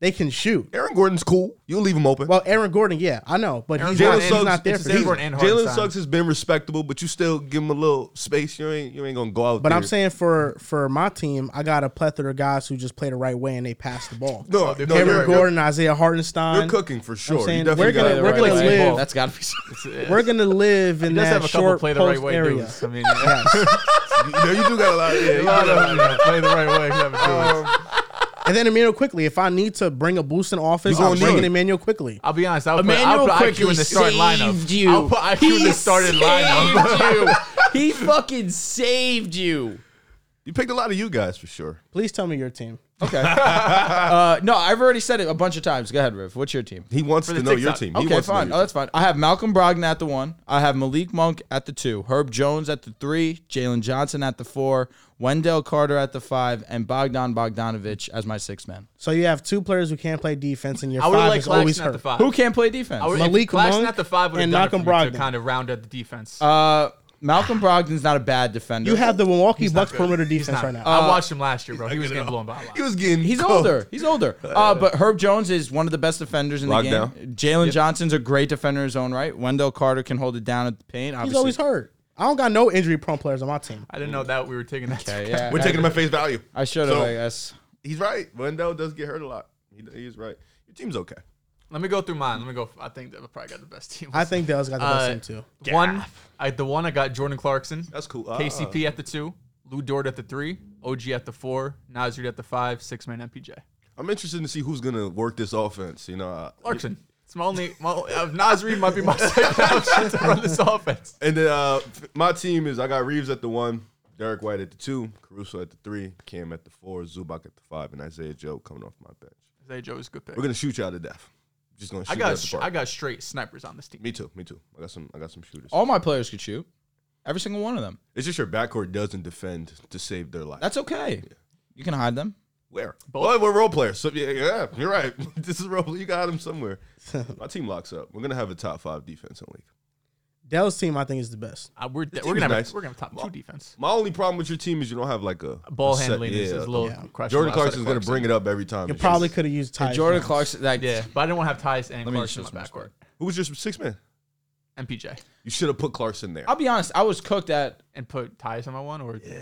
A: They can shoot.
D: Aaron Gordon's cool. You leave him open.
A: Well, Aaron Gordon, yeah, I know, but
C: Aaron
A: he's
C: Gordon
A: not,
D: Jalen
A: he's
D: Suggs,
A: not there
C: it's
A: for
C: the same
A: shooting.
C: Gordon and
D: Jalen
C: Hartenstein.
D: Suggs has been respectable, but you still give him a little space. You ain't you ain't gonna go out.
A: But I'm
D: there.
A: saying for for my team, I got a plethora of guys who just play the right way and they pass the ball.
D: no,
C: Oh, they're
D: no,
A: Cameron
D: you're,
A: Gordon, Isaiah
D: you're,
A: Hartenstein.
D: you're cooking for sure.
A: saying
D: you
A: we're
D: definitely
A: gonna-
D: got
A: we're
B: Right,
A: gonna
B: right.
A: live-
B: That's gotta be.
A: (laughs)
B: something.
A: We're gonna live in
C: He does
A: that
C: have a couple
A: short
C: play the
A: post
C: right way
A: area.
C: dudes. I mean,
D: no, you do got a
A: (laughs)
D: lot. Yeah,
C: a
D: you
C: lot
D: got a lot.
C: of them play the right way. have a
A: Um,
C: choice.
A: And then Emmanuel quickly, if I need to bring a boost in offense,
D: gonna
A: I'm
D: need
A: bringing
D: it.
A: Emmanuel quickly.
C: I'll be honest. I'll put, I'll
B: Emmanuel
C: put IQ
B: quickly
C: in the starting lineup.
B: saved you.
C: I'll put IQ in the starting lineup. (laughs)
B: saved you. (laughs) He fucking saved you.
D: You picked a lot of you guys for sure.
A: Please tell me your team.
B: Okay. (laughs) uh, no, I've already said it a bunch of times. Go ahead, Riff. What's your team?
D: He wants to
C: the
D: know your
C: TikTok.
D: team. He
B: Okay,
D: wants to know
B: fine.
D: your
B: Oh,
A: Uh,
B: that's fine. I have Malcolm Brogdon at the one. I have Malik Monk at the two. Herb Jones at the three. Jalen Johnson at the four. Wendell Carter at the five, and Bogdan Bogdanovich as my sixth man.
A: So you have two players who can't play defense, and your
C: I would
A: five
C: like
A: is always
C: Claxton
A: hurt.
C: at the five.
B: Who can't play defense?
C: I would,
A: Malik
C: if Claxton
A: Monk
C: at the five would have
A: and
C: done it for
A: Malcolm
C: me
A: Brogdon.
C: to kind of round out the defense.
B: Uh, Malcolm Brogdon's not a bad defender.
A: You have the Milwaukee
C: He's not
A: Bucks
C: good.
A: perimeter
C: He's
A: defense
C: not.
A: right now. Uh,
C: I watched him last year, bro. He
D: team.
C: was getting blown by a lot.
D: He was getting.
B: He's
D: cooked.
B: older. He's older. Uh, but Herb Jones is one of the best defenders in the
D: Lockdown.
B: game. Jalen Johnson's a great defender in his own right. Wendell Carter can hold it down at the paint. Obviously.
A: He's always hurt. I don't got no injury prone players on my team.
C: I didn't know that we were taking that. (laughs)
B: Okay, yeah.
D: We're taking him at face value.
B: I should have,
D: So-
B: I guess.
D: He's right. Wendell does get hurt a lot. He, he's right. Your team's okay.
C: Let me go through mine. Let me go. I think that I probably got the best team.
A: I think Dell's got the best
C: Uh,
A: team too.
C: one. I, the one I got Jordan Clarkson,
D: That's cool.
C: KCP at the two, Lou Dort at the three, OG at the four, Nasri at the five, six man MPJ.
D: I'm interested to see who's gonna work this offense. You know, uh,
C: Clarkson. It's my only. My, uh, Nasri might be my (laughs) second option to run this offense.
D: and then uh, f- my team is I got Reeves at the one, Derek White at the two, Caruso at the three, Cam at the four, Zubac at the five, and Isaiah Joe coming off my bench.
C: Zay Joe is a good pick.
D: We're gonna shoot y'all to death. Just gonna. Shoot
C: I
D: you out
C: got
D: the
C: sh-
D: park.
C: I got straight snipers on this team.
D: Me too. Me too. I got some. I got some shooters.
B: All my players could shoot. Every single one of them.
D: It's just your backcourt doesn't defend to save their life.
B: That's okay. You can hide them.
D: Where? Well, we're role players. So yeah, yeah, you're right. (laughs) this is role. You got him somewhere. My team locks up. We're gonna have a top five defense in the league.
A: Dell's team, I think, is the best.
C: Uh, we're
D: team
C: we're
D: is
C: gonna have
D: nice.
C: a, we're gonna have top two defense.
D: My only problem with your team is you don't have like a
C: Ball
D: a set-
C: handling is, is a little questionable.
D: Jordan Clarkson's gonna bring it up every time.
A: You
D: It's
A: probably
D: just-
A: could have used Ty.
B: Jordan
A: France.
B: Clarkson. Like,
C: Yeah, but I didn't want to have Tyus and
B: Let me
C: Clarkson
B: just
C: in my
B: show
C: backcourt.
D: Who was your six man?
C: MPJ
D: You should have put Clarkson there.
B: I'll be honest. I was cooked at.
C: and put Tyus on my one or
D: You
C: I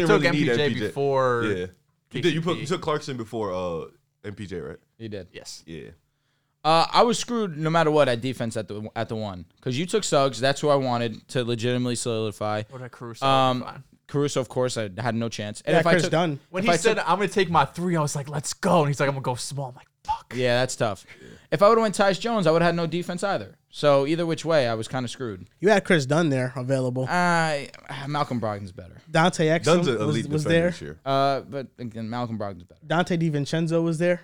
D: didn't
C: took
D: really need
C: MPJ,
D: MPJ
C: before.
D: Yeah, you did. You put
C: KCP.
D: you took Clarkson before uh MPJ, right?
B: He did.
C: Yes.
D: Yeah.
B: Uh, I was screwed no matter what at defense at the at the one because you took Suggs. That's who I wanted to legitimately solidify.
C: What did Caruso?
B: Um,
C: Fine.
B: Caruso, of course, I had no chance. And
A: Yeah,
B: if I
A: Chris
B: took,
A: Dunn.
C: When
B: if
C: he
B: I
C: said I'm gonna take my three, I was like, "Let's go," and he's like, "I'm gonna go small." I'm like, "Fuck."
B: Yeah, that's tough. If I would have went Tyus Jones, I would have had no defense either. So either which way, I was kind of screwed.
A: You had Chris Dunn there available.
B: I (sighs) Malcolm Brogdon's better,
A: Dante Exum
D: Dunn's an
A: was,
D: elite
A: was
D: defender
A: there.
D: this year.
B: uh, but again, Malcolm Brogdon's better.
A: Dante DiVincenzo was there.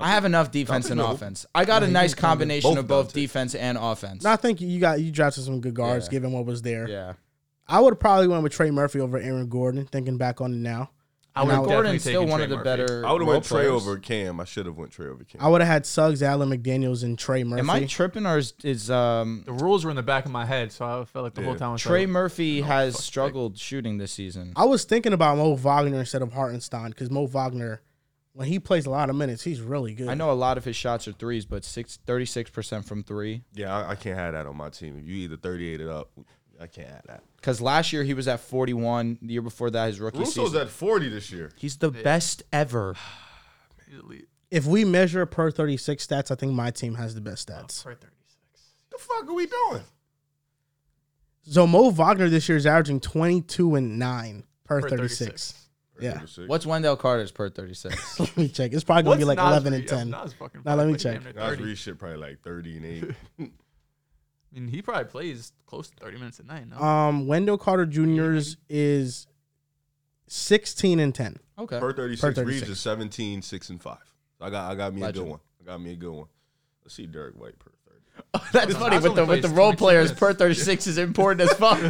B: I have enough defense and
D: Duncan's
B: offense. I got a nice combination
D: Both
B: of both
D: Duncan.
B: defense and offense.
A: No, I think you got you drafted some good guards
B: Yeah.
A: given what was there.
B: yeah,
A: I would have probably went with Trey Murphy over Aaron Gordon. Thinking back on it now,
C: I
A: And
C: would
A: I would-
C: definitely
B: Gordon's
C: still
B: still
C: taken
B: one
C: Trey
B: of the
C: Murphy.
B: better.
D: I would have
B: role
D: went Trey
B: players.
D: over Cam. I should have went Trey over Cam.
A: I would have had Suggs, Allen McDaniel's, and Trey Murphy.
B: Am I tripping or is, is um,
C: The rules were in the back of my head, so I felt like the whole
D: Yeah.
C: time. I was
B: Trey
C: like,
B: Murphy has struggled shooting this season?
A: I was thinking about Mo Wagner instead of Hartenstein because Mo Wagner, when he plays a lot of minutes, he's really good.
B: I know a lot of his shots are threes, but six, 36% from three.
D: yeah, I, I can't have that on my team. If you either 38 it up, I can't have that.
B: Because last year he was at 41. The year before that, his rookie
D: Russo's
B: season.
D: at 40 this year.
B: He's the best ever.
C: he's elite.
A: If we measure per 36 stats, I think my team has the best stats.
C: Trey 36.
D: The fuck are we doing?
A: So Mo Wagner this year is averaging 22 and 9 per,
C: Trey
A: 36.
C: 36.
A: Yeah.
B: What's Wendell Carter's per 36?
A: (laughs) Let me check. It's probably going to
C: What's
A: be like
C: Nas-
A: 11 and
C: yeah,
A: 10.
C: Nas fucking
A: Now, let me
C: plays damn
A: check.
C: near 30.
D: Nas Reed shit probably like 30 and 8.
A: (laughs)
C: I mean, he probably plays close to 30 minutes a night. No?
A: Um, Wendell Carter Jr.'s is 16 and 10.
B: Okay.
D: per 36,
A: Per 36.
D: Reeves is 17, 6 and 5. I got I got me a
B: Legend.
D: good one. I got me a good one. Let's see Derek White per 30.
B: (laughs) That's
C: Nas
B: funny. With
C: only
B: the, with
C: plays
B: the role
C: 22
B: players,
C: minutes.
B: per 36 is important as fuck.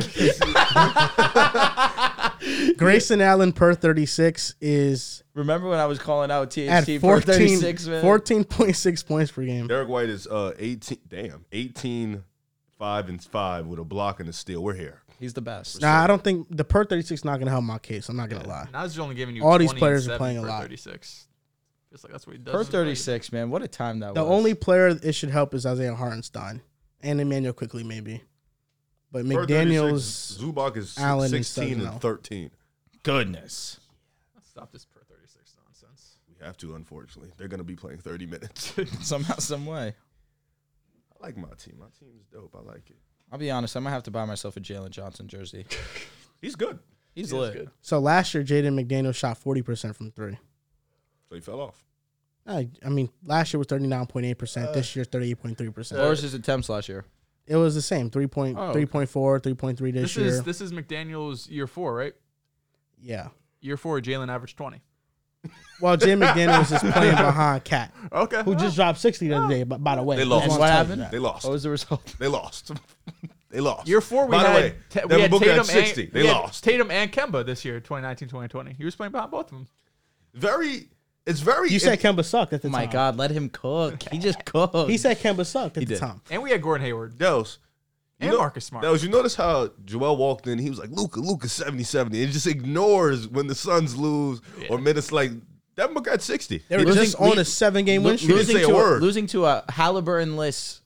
A: Grayson Allen per 36 is
B: Remember when I was calling out
A: at
B: THT per
A: 14,
B: 36, man?
A: 14.6 points per game.
D: Derek White is uh 18 damn, 18 5 and 5 with a block and a steal. We're here.
B: He's the best.
A: Nah, I don't think the per 36 not going to help my case. I'm not going to lie.
C: Nas is only giving you
A: All these
C: 20 and
A: players are
C: 7
A: playing a
C: per
A: lot.
C: 36. Feels like that's what he does.
B: Per
C: with his life.
B: 36, man. What a time that
A: The
B: was.
A: only player it should help is Isaiah Hartenstein and Emmanuel quickly maybe, but
D: Per 36,
A: McDaniel's
D: Zubac is
A: Allen and
D: 16
A: Suggs, no.
D: and 13.
B: goodness.
C: Let's stop this per 36 nonsense.
D: We have to, unfortunately. They're going to be playing 30 minutes. (laughs)
B: Somehow, some way.
D: I like my team. My team is dope. I like it.
B: I'll be honest. I might have to buy myself a Jalen Johnson jersey.
D: He's good.
B: He's
C: He is
B: lit.
C: good.
A: so last year Jaden McDaniel shot forty percent from three.
D: So he fell off.
A: I, I mean, last year was thirty nine point eight percent. This year thirty eight point three
B: What
A: percent.
B: was his attempts last year?
A: It was the same 3.3.4,
B: Oh, okay.
A: 3.3 this,
C: This
A: year.
C: is this is McDaniel's year four, right?
A: yeah.
C: Year four, Jalen averaged 20.
A: Well, Jim McDaniels is playing behind Cat,
D: Okay.
A: who just dropped sixty the other day. But by the way,
D: They
A: just
D: lost.
A: wanna
B: And what
A: tell you
B: happened?
A: that.
D: They lost.
B: What was the result?
D: They lost. (laughs) they lost.
C: Year four, we
D: By
C: had,
D: the way,
C: Ta- we
D: Devin
C: had
D: Booker
C: Tatum
D: had 60.
C: And,
D: they
C: we had
D: lost.
C: Tatum and Kemba this year, 2019, 2020. He was playing behind both of them.
D: very. It's very.
A: You said Kemba sucked at the (laughs)
B: Oh
A: time.
B: my God, let him cook.
A: (laughs)
B: He just cooked.
A: He said Kemba sucked at the
B: did.
A: time.
C: And we had Gordon Hayward.
D: Dels.
C: And Marcus Smart.
D: Dels, you notice how Joel walked in. He was like, Luca, Luca, 70 70. It just ignores when the Suns lose or minutes like. Devin Booker had 60.
A: They were
B: Losing-
A: just on
B: lo-
A: a seven game
B: Lo-
A: win streak.
D: say a
B: to
D: word.
B: losing to a Halliburton list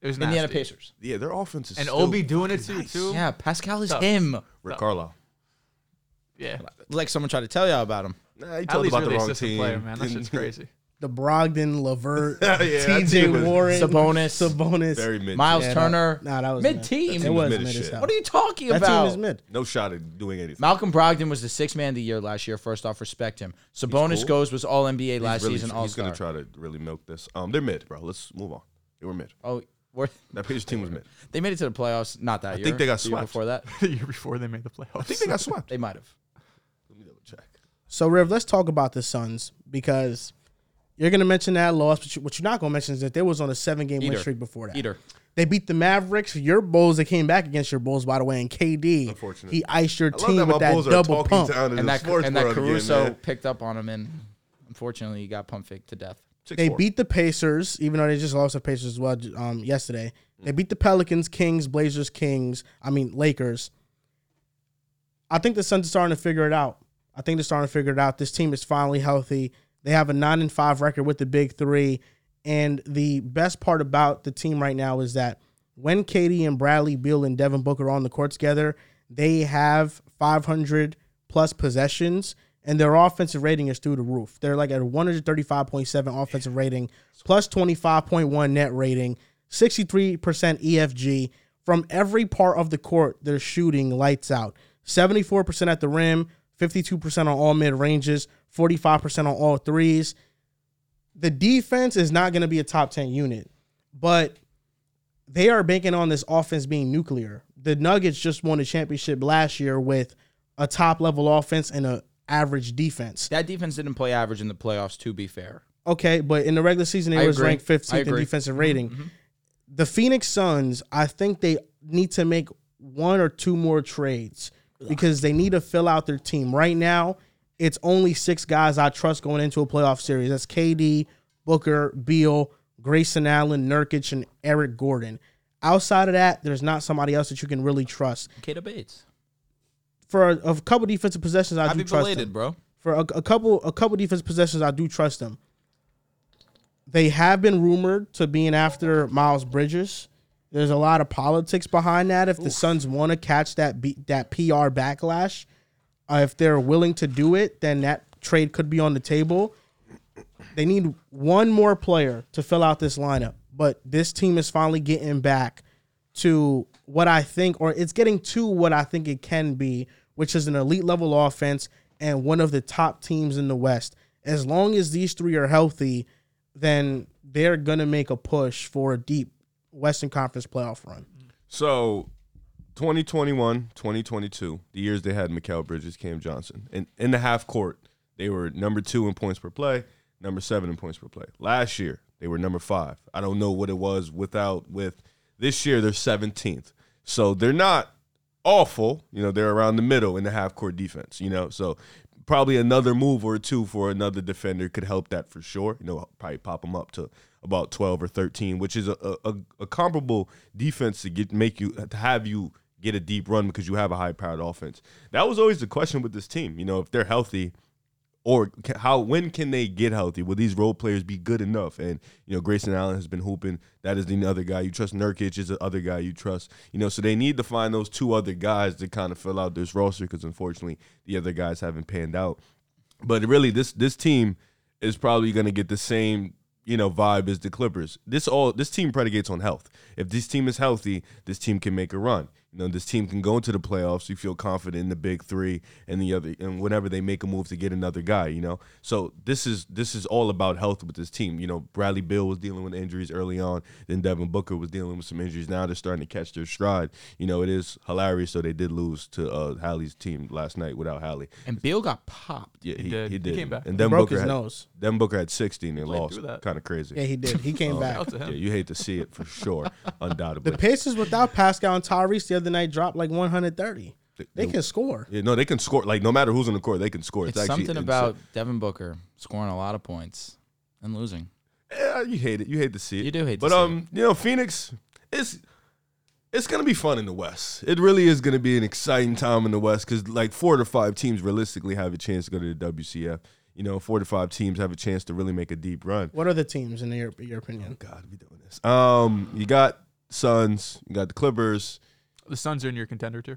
C: It was
B: Indiana
C: nasty.
B: Pacers.
D: Yeah, their offense is.
C: And
D: still
C: Obi doing it too. too.
B: Yeah, Pascal is
C: Tough.
B: him.
D: Rick Carlisle.
C: yeah.
B: Like someone tried to tell y'all about him.
D: Nah, he
C: At
D: talked
C: least
D: about
C: really
D: the wrong
C: assistant
D: team.
C: player, man. That (laughs) shit's
D: (laughs) Didn't-
C: crazy.
A: The Brogdon, Lavert,
D: (laughs) Yeah, that
A: TJ
D: team was
A: Warren,
B: Sabonis.
A: Sabonis.
D: Very mid.
B: Miles
A: Yeah, that-
B: Turner.
A: nah, that was mid.
B: mid team.
D: That
A: it
D: team
A: was
D: was mid
A: mid
D: as
A: as
D: shit.
A: hell.
B: What are you talking
A: that
B: about?
A: team is mid.
D: No shot at doing anything.
B: Malcolm Brogdon was the sixth man of the year last year. First off, respect him. Sabonis
D: cool.
B: goes was All NBA
D: He's
B: last
D: really-
B: season, All
D: He's
B: Star.
D: gonna try to really milk this. Um, they're mid, bro. Let's move on. They were mid.
B: oh, we're,
D: That Pacers team was mid.
B: (laughs) they made it to the playoffs. Not that year.
D: think they got
B: The year
D: swept.
B: before that.
C: the year before they made the playoffs.
D: I think they got swept.
B: They might have.
D: Let me double check.
A: So Riv, let's talk about the Suns because you're gonna mention that loss, but you, what you're not gonna mention is that they was on a seven game win
B: Eater.
A: streak before that.
B: Either.
A: They beat the Mavericks, your Bulls. They came back against your Bulls, by the way. And KD,
D: Unfortunate.
A: he iced your
D: I love that
A: team
D: my
A: with that
D: Bulls are
A: double
D: talking
A: pump.
D: down in
B: And
D: the
B: that
D: sports
B: and that
D: world again,
B: Caruso
D: man.
B: picked up on him, and unfortunately, he got pump faked to death.
D: Six
A: They
D: four.
A: beat the Pacers, even though they just lost the Pacers as well um, yesterday. They beat the Pelicans, Kings, Blazers, Kings. I mean Lakers. I think the Suns are starting to figure it out. I think they're starting to figure it out. This team is finally healthy. They have a nine and five record with the big three, and the best part about the team right now is that when Katie and Bradley Beal and Devin Booker are on the court together, they have 500 plus possessions, and their offensive rating is through the roof. They're like at 135.7 offensive rating, plus 25.1 net rating, 63% EFG. From every part of the court, they're shooting lights out. 74% at the rim, 52% on all mid ranges, 45% on all threes. The defense is not going to be a top 10 unit, but they are banking on this offense being nuclear. The Nuggets just won a championship last year with a top level offense and a average defense.
B: That defense didn't play average in the playoffs. To be fair,
A: Okay, but in the regular season, they
B: I
A: was
B: agree.
A: ranked
B: I
A: 15th in
B: agree. Mm-hmm.
A: defensive rating. The Phoenix Suns, I think they need to make one or two more trades because they need to fill out their team. Right now, it's only six guys I trust going into a playoff series. That's KD, Booker, Beal, Grayson Allen, Nurkic, and Eric Gordon. Outside of that, there's not somebody else that you can really trust.
B: Kata Bates.
A: For a, a couple defensive possessions, I do
B: Happy
A: trust them
B: belated, bro.
A: for a, a couple a couple defense possessions, I do trust them. They have been rumored to being after Miles Bridges. There's a lot of politics behind that. If the Suns want to catch that be, that PR backlash, uh, if they're willing to do it, then that trade could be on the table. They need one more player to fill out this lineup, but this team is finally getting back to what I think, or it's getting to what I think it can be, which is an elite level offense and one of the top teams in the West. As long as these three are healthy, then they're gonna make a push for a deep Western Conference playoff run.
D: So 2021, 2022, the years they had Mikael Bridges, Cam Johnson. And in the half court, they were number two in points per play, number seven in points per play. Last year, they were number five. I don't know what it was without with this year, they're 17th. So they're not awful. You know, they're around the middle in the half court defense, you know. So probably another move or two for another defender could help that for sure. You know, probably pop them up to about 12 or 13, which is a, a, a comparable defense to get make you to have you get a deep run because you have a high powered offense. That was always the question with this team. You know, if they're healthy, or ca how when can they get healthy? Will these role players be good enough? And you know, Grayson Allen has been hooping. That is the other guy you trust. Nurkic is the other guy you trust. You know, so they need to find those two other guys to kind of fill out this roster because unfortunately the other guys haven't panned out. But really, this this team is probably going to get the same you know vibe as the Clippers. This all this team predicates on health. If this team is healthy, this team can make a run. You know, this team can go into the playoffs. You feel confident in the big three and the other and whenever they make a move to get another guy. You know, so this is this is all about health with this team. You know, Bradley Bill was dealing with injuries early on. Then Devin Booker was dealing with some injuries. Now they're starting to catch their stride. You know, it is hilarious. So they did lose to uh, Hallie's team last night without Hallie.
B: And Bill got popped.
D: Yeah, he, he
C: did.
D: did.
C: He came back.
D: And then
A: Broke
D: Booker
A: his
D: had,
A: nose.
D: Devin Booker had 16 and
C: Played
D: lost.
C: through that.
D: Kind of crazy.
A: Yeah, he did. He
D: (laughs) Oh,
A: came back.
C: Out to
D: Yeah,
C: him.
D: you hate to see it for sure,
A: The
D: undoubtedly.
A: Pacers without Pascal and Tyrese the other night dropped like 130. They
D: the-
A: can score.
D: yeah, no, they can score. Like no matter who's on the court, they can score.
B: It's,
D: actually
B: something
D: it's-
B: about Devin Booker scoring a lot of points and losing.
D: Yeah, you hate it. You hate to see it.
B: You do hate to
D: But
B: see
D: um, you know, Phoenix, it's it's gonna be fun in the West. It really is gonna be an exciting time in the West because like four to five teams realistically have a chance to go to the WCF. You know, four to five teams have a chance to really make a deep run.
A: What are the teams in your, your opinion?
D: God, we doing this. Um, you got Suns, you got the Clippers.
C: The Suns are in your contender too.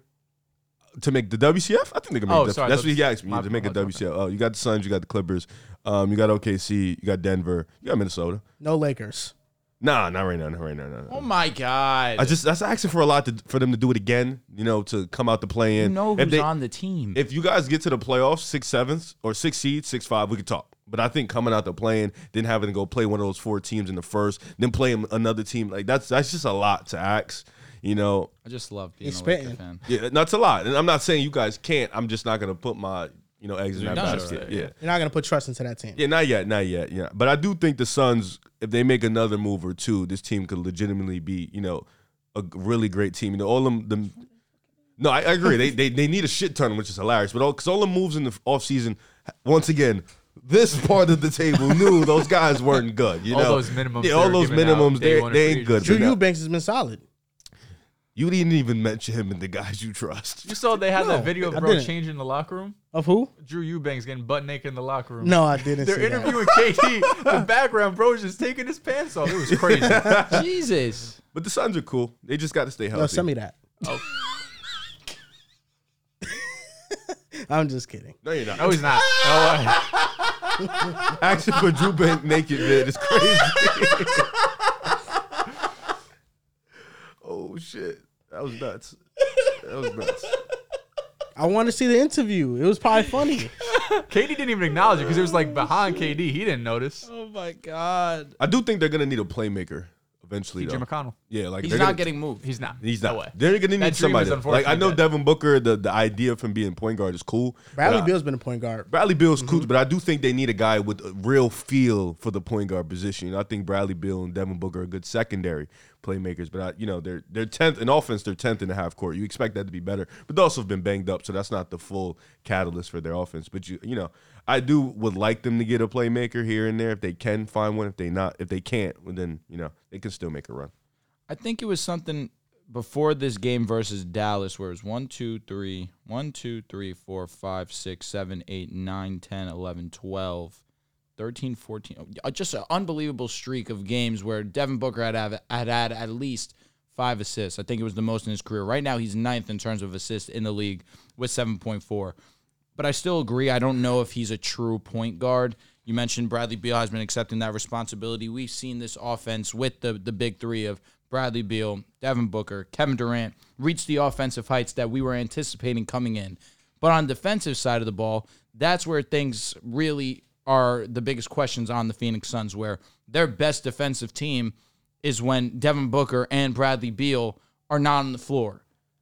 D: to make the WCF? I think they can make
C: Oh,
D: the,
C: sorry,
D: That's what he
C: WCF.
D: asked me.
C: My
D: to make a
C: fault, my
D: WCF. Oh, you got the Suns, you got the Clippers, um, you got OKC, you got Denver, you got Minnesota.
A: No Lakers.
D: Nah, not right now, not right now, no, no.
B: Oh my God.
D: I just that's asking for a lot to, for them to do it again. You know, to come out to play
B: you
D: in.
B: know
D: if
B: who's
D: they,
B: on the team.
D: If you guys get to the playoffs, six sevenths or six seed, six five, we could talk. But I think coming out the playing, then having to go play one of those four teams in the first, then play another team like that's that's just a lot to ask. You know,
B: I just love being
A: He's
B: a Laker
A: spitting.
B: fan.
D: yeah, that's a lot. And I'm not saying you guys can't. I'm just not gonna put my you know eggs in that
B: No, no,
D: basket.
B: no,
D: yeah.
B: yeah.
D: yeah.
A: You're not going to put trust into that team.
D: not yet, not yet. Yeah. But I do think the Suns, if they make another move or two, this team could legitimately be, you know, a g- really great team. You know, all them the No, I, I agree. they, they they need a shit ton, which is hilarious. But all cause all the moves in the offseason, once again, this part of the table knew those guys weren't good. You
C: All
D: know,
C: those minimums
D: Yeah,
C: they
D: all
C: were
D: those
C: giving out,
D: minimums.
C: day
D: They,
C: one
D: they
C: free
D: ain't good.
A: Drew
D: They're not-
A: Eubanks has been solid.
D: You didn't even mention him and the guys you trust. (laughs)
C: You saw they had
A: No,
C: that video
A: I
C: of bro
A: didn't.
C: changing in the locker room.
A: Of who?
C: Drew Eubanks getting butt naked in the locker room.
A: No, I didn't
C: They're
A: see that.
C: interviewing KD. The background bro is just taking his pants off.
A: (laughs)
C: It was crazy.
B: Jesus.
D: But the Suns are cool. They just got to stay healthy.
A: No, send me that.
C: Oh.
A: (laughs) I'm just kidding.
D: No, you're not.
C: no, he's not. No way.
D: Action for Drew Bank naked vid is crazy. (laughs) oh shit, that was nuts. That was nuts.
A: I want to see the interview. It was probably
C: (laughs)
A: funny.
C: KD didn't even acknowledge it because it was like behind KD. He didn't notice.
B: (laughs) Oh my God.
D: I do think they're gonna need a playmaker eventually.
C: Jim
D: Though.
C: McConnell.
D: Yeah, like
B: He's
D: they're
B: not
D: gonna-
B: getting moved.
C: He's not.
D: He's
C: No way.
D: not. They're gonna
C: That
D: need
C: dream
D: somebody.
C: is
D: Like I
C: unfortunately
D: know
C: dead.
D: Devin Booker, the, the idea from being point guard is cool. but
A: Bradley
D: I-
A: Beal's been a point guard.
D: Bradley Bill's cool, but I do think they need a guy with a real feel for the point guard position. I think Bradley Bill and Devin Booker are good secondary playmakers, but I, you know they're they're tenth in offense. They're tenth in the half court. You expect that to be better, but they also have been banged up, so that's not the full catalyst for their offense. But you you know I do would like them to get a playmaker here and there if they can find one. If they not if they can't, well, then you know they can still make a run.
B: I think it was something before this game versus Dallas where it was 1, 2, 3, 1, 2, 3, 4, 5, 6, 7, 8, 9, 10, 11, 12, 13, 14. Oh, yeah, Just an unbelievable streak of games where Devin Booker had, have, had had at least five assists. I think it was the most in his career. Right now, he's ninth in terms of assists in the league with 7.4. But I still agree. I don't know if he's a true point guard. You mentioned Bradley Beal has been accepting that responsibility. We've seen this offense with the the big three of Bradley Beal, Devin Booker, Kevin Durant reach the offensive heights that we were anticipating coming in. But on the defensive side of the ball, that's where things really are the biggest questions on the Phoenix Suns, where their best defensive team is when Devin Booker and Bradley Beal are not on the floor.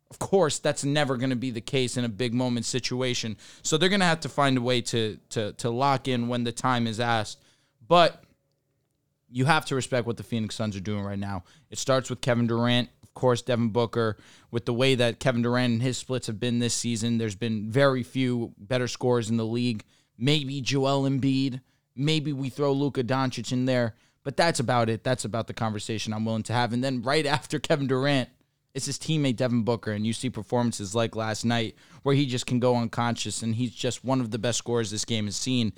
B: Of course, that's never going to be the case in a big moment situation. So they're going to have to find a way to to to lock in when the time is asked. But you have to respect what the Phoenix Suns are doing right now. It starts with Kevin Durant, of course, Devin Booker. With the way that Kevin Durant and his splits have been this season, there's been very few better scorers in the league. Maybe Joel Embiid. Maybe we throw Luka Doncic (laughs) in there. But that's about it. That's about the conversation I'm willing to have. And then right after Kevin Durant, It's his teammate Devin Booker, and you see performances like last night where he just can go unconscious, and he's just one of the best scorers this game has seen.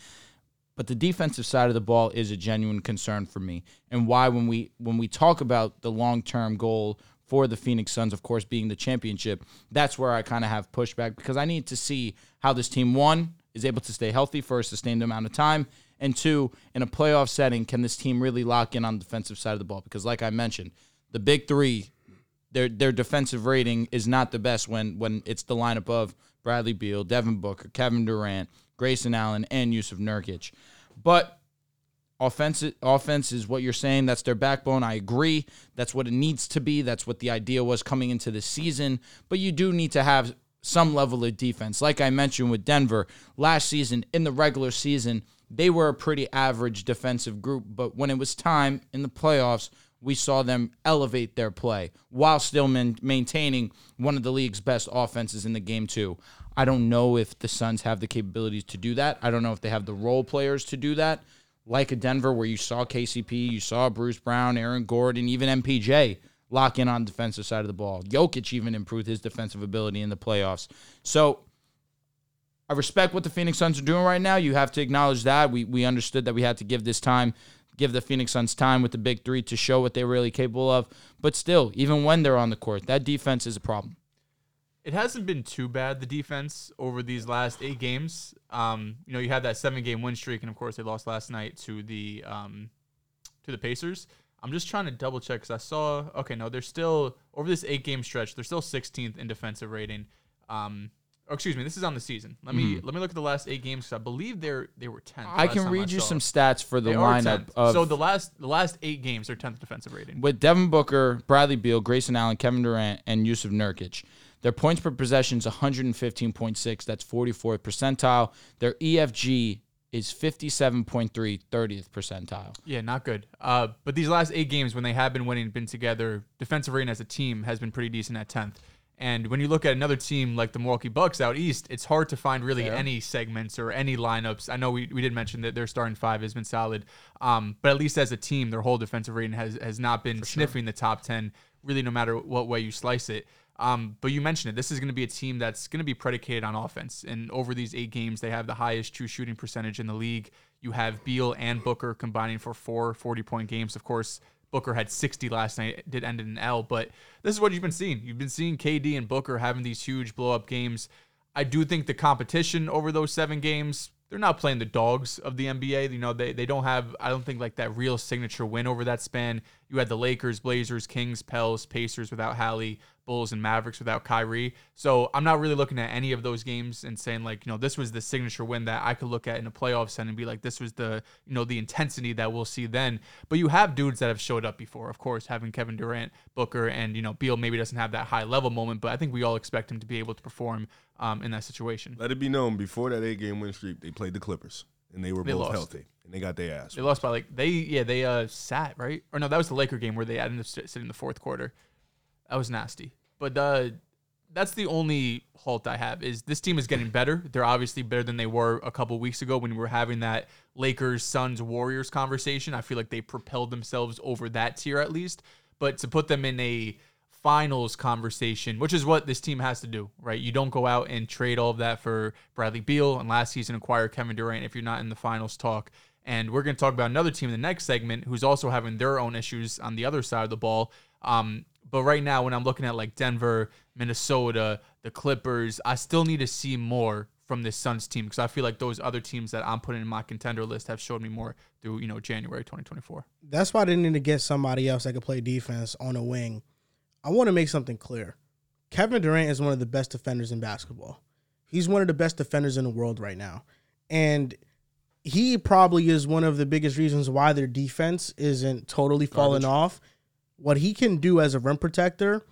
B: But the defensive side of the ball is a genuine concern for me, and why when we when we talk about the long term goal for the Phoenix Suns, of course, being the championship, that's where I kind of have pushback because I need to see how this team one is able to stay healthy for a sustained amount of time, and two, in a playoff setting, can this team really lock in on the defensive side of the ball? Because, like I mentioned, the big three, their their defensive rating is not the best when when it's the lineup of Bradley Beal, Devin Booker, Kevin Durant, Grayson Allen, and Yusuf Nurkic. But offense offense is what you're saying that's their backbone i agree that's what it needs to be that's what the idea was coming into the season but you do need to have some level of defense like i mentioned with denver last season in the regular season they were a pretty average defensive group but when it was time in the playoffs we saw them elevate their play while still man- maintaining one of the league's best offenses in the game too. I don't know if the Suns have the capabilities to do that. I don't know if they have the role players to do that. Like a Denver where you saw KCP, you saw Bruce Brown, Aaron Gordon, even MPJ lock in on defensive side of the ball. Jokic even improved his defensive ability in the playoffs. So I respect what the Phoenix Suns are doing right now. You have to acknowledge that. We we understood that we had to give this time, give the Phoenix Suns time with the big three to show what they're really capable of. But still, even when they're on the court, that defense is a problem.
C: it hasn't been too bad the defense over these last eight games. Um, you know, you had that seven game win streak, and of course they lost last night to the um, to the Pacers. I'm just trying to double check because I saw okay, no, they're still over this eight game stretch. They're still 16th in defensive rating. Um, or excuse me, this is on the season. Let me let me look at the last eight games 'cause I believe they're they were 10th.
B: I can read you some stats for the
C: They are
B: lineup
C: 10th.
B: of
C: so the last the last eight games they're 10th defensive rating.
B: with Devin Booker, Bradley Beal, Grayson Allen, Kevin Durant, and Yusuf Nurkic. Their points per possession is 115.6. That's 44th percentile. Their EFG is 57.3, 30th percentile.
C: Yeah, not good. Uh, but these last eight games, when they have been winning, been together, defensive rating as a team has been pretty decent at tenth. And when you look at another team like the Milwaukee Bucks out east, it's hard to find really any segments or any lineups. I know we, we did mention that their starting five has been solid, um, but at least as a team, their whole defensive rating has has not been sniffing the top ten. Really, no matter what way you slice it. Um, but you mentioned it. This is going to be a team that's going to be predicated on offense. And over these eight games, they have the highest true shooting percentage in the league. You have Beal and Booker combining for four 40 point games. Of course, Booker had 60 last night. It did end in an L, but this is what you've been seeing. You've been seeing KD and Booker having these huge blow up games. I do think the competition over those seven games, they're not playing the dogs of the NBA. You know, they, they don't have, I don't think, like that real signature win over that span. You had the Lakers, Blazers, Kings, Pels, Pacers without Hallie, Bulls, and Mavericks without Kyrie. So I'm not really looking at any of those games and saying, like, you know, this was the signature win that I could look at in a playoff setting and be like, this was the, you know, the intensity that we'll see then. But you have dudes that have showed up before, of course, having Kevin Durant, Booker, and, you know, Beal maybe doesn't have that high level moment, but I think we all expect him to be able to perform um, in that situation.
D: Let it be known before that eight game win streak, they played the Clippers and they were
C: They
D: both
C: lost.
D: healthy and they got their ass.
C: They lost by like they yeah they uh sat right or no that was the Laker game where they ended up sit- sitting the fourth quarter. That was nasty. But uh, that's the only halt I have is this team is getting better. They're obviously better than they were a couple weeks ago when we were having that Lakers Suns Warriors conversation. I feel like they propelled themselves over that tier at least. But to put them in a finals conversation, which is what this team has to do, right? You don't go out and trade all of that for Bradley Beal and last season acquire Kevin Durant if you're not in the finals talk. And we're going to talk about another team in the next segment who's also having their own issues on the other side of the ball. Um, but right now, when I'm looking at like Denver, Minnesota, the Clippers, I still need to see more from this Suns team because I feel like those other teams that I'm putting in my contender list have showed me more through, you know, January 2024.
A: That's why they need to get somebody else that could play defense on a wing. I want to make something clear. Kevin Durant is one of the best defenders in basketball. He's one of the best defenders in the world right now. And he probably is one of the biggest reasons why their defense isn't totally falling off. What he can do as a rim protector,